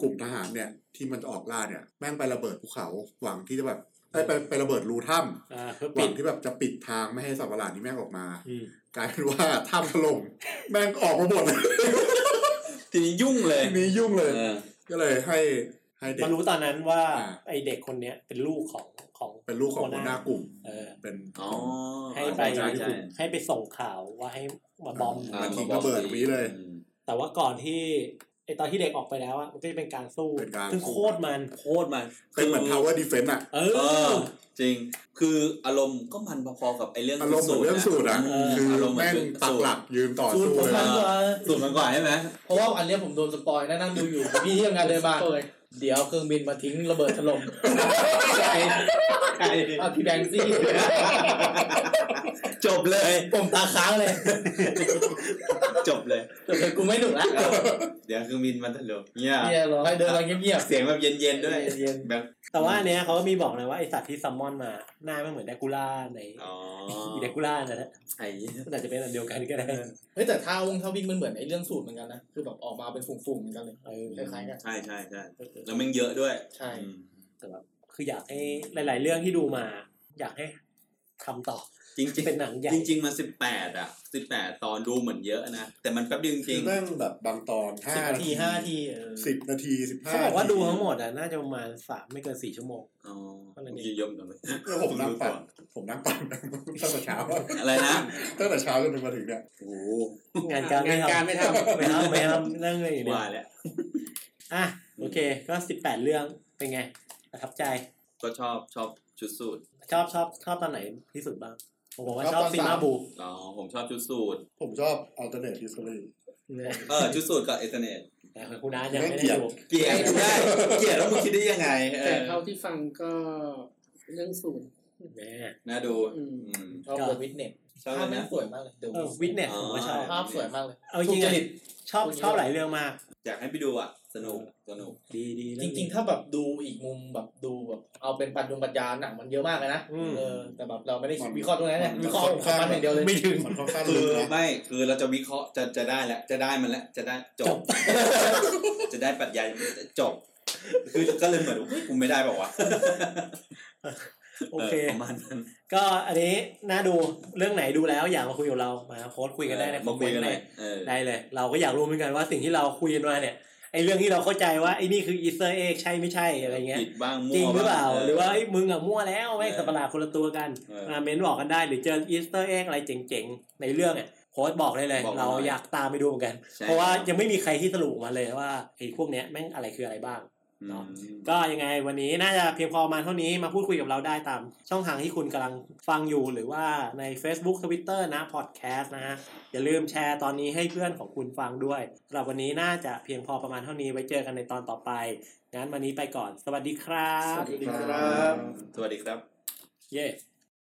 กลุ่มทหารเนี่ย ที่มันจะออกล่าเนี่ย แม่งไประเบิดภูเขาหวังที่จะแบบเอ้ยไปไประเบิดรูถ้ำ อ่าเพื่อ ห ปิ วั ด งที่แบบจะปิดทางไม่ให้สัตว์ประหลาดนี้แม่งออกมา อืม กลายเป็นว่าถ้ำถล่มแม่งออกมาหมดเลย ทีนี้ยุ่งเลย ทีนี้ยุ่งเลย เออ ก็เลยให้ให้เด็ก มารู้ตอนนั้นว่า อ่า ไอ้เด็กคนเนี้ยเป็นลูกของของ เป็นลูกของหัวหน้ากลุ่ม เออ เป็น อ๋อ ให้ไป ใช่ใช่ ให้ไปส่งข่าวว่าให้มาบอม อ่ าทิ้งระเบิดตรงนี้เลย อืม แต่ว่าก่อนที่ไอตอนที่เด็กออกไปแล้วอะมันก็จะเป็นการสู้ เป็นการ ซึ่งโคตรมัน โคตรมัน เป็นเหมือน power defense อ่ะ เอ เอ อ อ จริง คืออารมณ์ก็มันพอๆกับไอ้เรื่อง อารมณ์เหมือนเรื่องสูตรอ่ะ ม คืออ ารมณ์เหมือ แม่ น งปักหลักยืนต่อสู้ ผม เลย มันกว่า สูตรมันกว่าใช่ไหม เพราะว่าอันเนี้ยผมโดนสปอยนั่งนั่งดูอยู่พี่ที่ทำงานเดินมาเดี๋ยวเครื่องบินมาทิ้งระเบิดถล่มใช่ ใช่ อ่ะพี่แบงค์ซี่ จบเลย ผมตาค้างเลย จบเลย แต่เดี๋ยวกูไม่หนุกละ เดี๋ยวคือมินมันถล่มเนี่ย เนี่ยเหรอให้เดินมาเงียบ เสียงแบบเย็นๆด้วย เย็น แบบ แต่ว่าอันเนี้ยเขาก็มีบอกเลยว่าไอสัตว์ที่ซัมมอนมาหน้าไม่เหมือนแดกคูล่าใน อ๋อ อีแดกคูล่านะฮะ ไอ้ แต่จะเป็นแบบเดียวกันก็ได้ ๆเฮ้ยแต่ท่าวงท่าวิ่งมันเหมือนไอ้เรื่องสูตรเหมือนกันนะคือแบบออกมาเป็นฝูงๆเหมือนกันเลย เออ คล้ายๆกัน ใช่ใช่ใช่ เออเออ แล้วแมันเยอะด้วย ใช่ อืม แต่แบบคืออยากให้หลาย ๆ เรื่องที่ดูมา อยากให้ทำต่อ จริง เป็นหนังใหญ่ ๆจริง ๆ มันสิบแปดอ่ะสิบแปดตอนดูเหมือนเยอะนะ แต่มันแป๊บเดียวจ คื ริ อง ๆ แม่งแบบบางตอนห้า สิบนาทีห้านาทีเออ สิบนาทีสิบห้า เขาบอกว่าดูทั้งหมดอะน่าจะประมาณสามไม่เกินสี่ชั่วโมง อ๋อ ก็เลยมี ยมกันเลย เนี่ยผมนั่งปั่นผมนั่งปั่นตั้งแต่เช้า อะไรนะ ตั้งแต่เช้าจนถึงมาถึงเนี่ย โอ้โห งานการไม่ งาน ทำ การไม่ทำ ไม่ทำไม่ทำนั่งเลยอยู่เนี่ย ว่าแล้ว อ่ะโอเค ก็สิบแปดเรื่องเป็นไงประทับใจ ก็ชอบชอบชุดสูท ชอบชอบชอบตอนไหนที่สุดบ้างผมบอกว่า ชอชอบบตอน ซีมา สาม บู อ๋อผมชอบชุดสูท ผมชอบ alternate history เนี่ย เออชุดสูทกับเอเทเนต แต่คุณน้ายังไม่ ไม่ ได้ เกี่ยว ดู เกลียดได้เกลียดแล้วมึงคิดได้ยังไงเอ แต่ อ เท่าที่ฟังก็เรื่องสูตร แหม น่าดู อืม อืม ชอบ ก็ เดอะวิทเนส ชอบ ภาพ เลย แม่ นะ งสวยมากเลยเดอะ เออวิทเนส อ๋อ ผมก็ชอบ ภาพสวยมากเลย เอาจริง ถูกจริต ๆชอบชอบหลายเรื่องมาก อยากให้ไปดูอ่ะ สนุกสนุก ดีดี จริง ๆ ถ้าแบบดูอีกมุมแบบดูแบบเอาเป็นปัจจุบันยาหนังมันเยอะมากเลยนะ อืม เออแต่แบบเราไม่ได้ มัน วิเคราะห์ตรงนั้นเนี่ย มัน วิเคราะห์ของมันอย่างเดียวเลย ไม่ถึง มันค่อนข้าง คื ลึ อก นะ ไม่คือเราจะวิเคราะห์จะจะได้แล้วจะได้มันแล้วจะได้จบ จะได้ปรัชญาจบ คือก็เลยเหมือนว่าเฮ้ยกูไม่ได้เปล่าวะ โอเค ประมาณนั้น ก็อันนี้น่าดูเรื่องไหนดูแล้วอยากมาคุยกับเรามาโพสต์คุยกันได้ในคอ มาม เม คุย น กัน ต์ ห เล น่อย ยเออ ได้เลย เราก็อยากรู้เหมือนกันว่าสิ่งที่เราคุยกันมาเนี่ยไอเรื่องที่เราเข้าใจว่าไอนี่คืออีสเตอร์เอ็กใช่ไม่ใช่อะไรเงี้ย ผิดบ้างมั่ว จริงหรือเปล่า บ้ง หรือว่าเอ้ยมึงอะมั่วแล้วแม่ง เออ สัตว์ประหลาดคนละตัวกัน เออ มาเม้นบอกกันได้หรือเจออีสเตอร์เอ็กอะไรเจ๋งๆ ในเรื่องอ่ะโค้ดบอกเลยเลย บอกมา เรา หน่อย อยากตามไปดูเหมือนกัน ใช่ เพราะว่ายังไม่มีใครที่สรุปมาเลยว่าไอ้พวกเนี้ยแม่งอะไรคืออะไรบ้าง อืม ก็ยังไงวันนี้น่าจะเพียงพอประมาณเท่านี้มาพูดคุยกับเราได้ตามช่องทางที่คุณกำลังฟังอยู่ หรือว่าใน Facebook Twitter นะ Podcast นะฮะอย่าลืมแชร์ตอนนี้ให้เพื่อนของคุณฟังด้วยสำหรับวันนี้น่าจะเพียงพอประมาณเท่านี้ไว้เจอกันในตอนต่อไปงั้นวันนี้ไปก่อน สวัสดีครับสวัสดีครั สวัสดี บ ครับ สวัสดีครับ เย้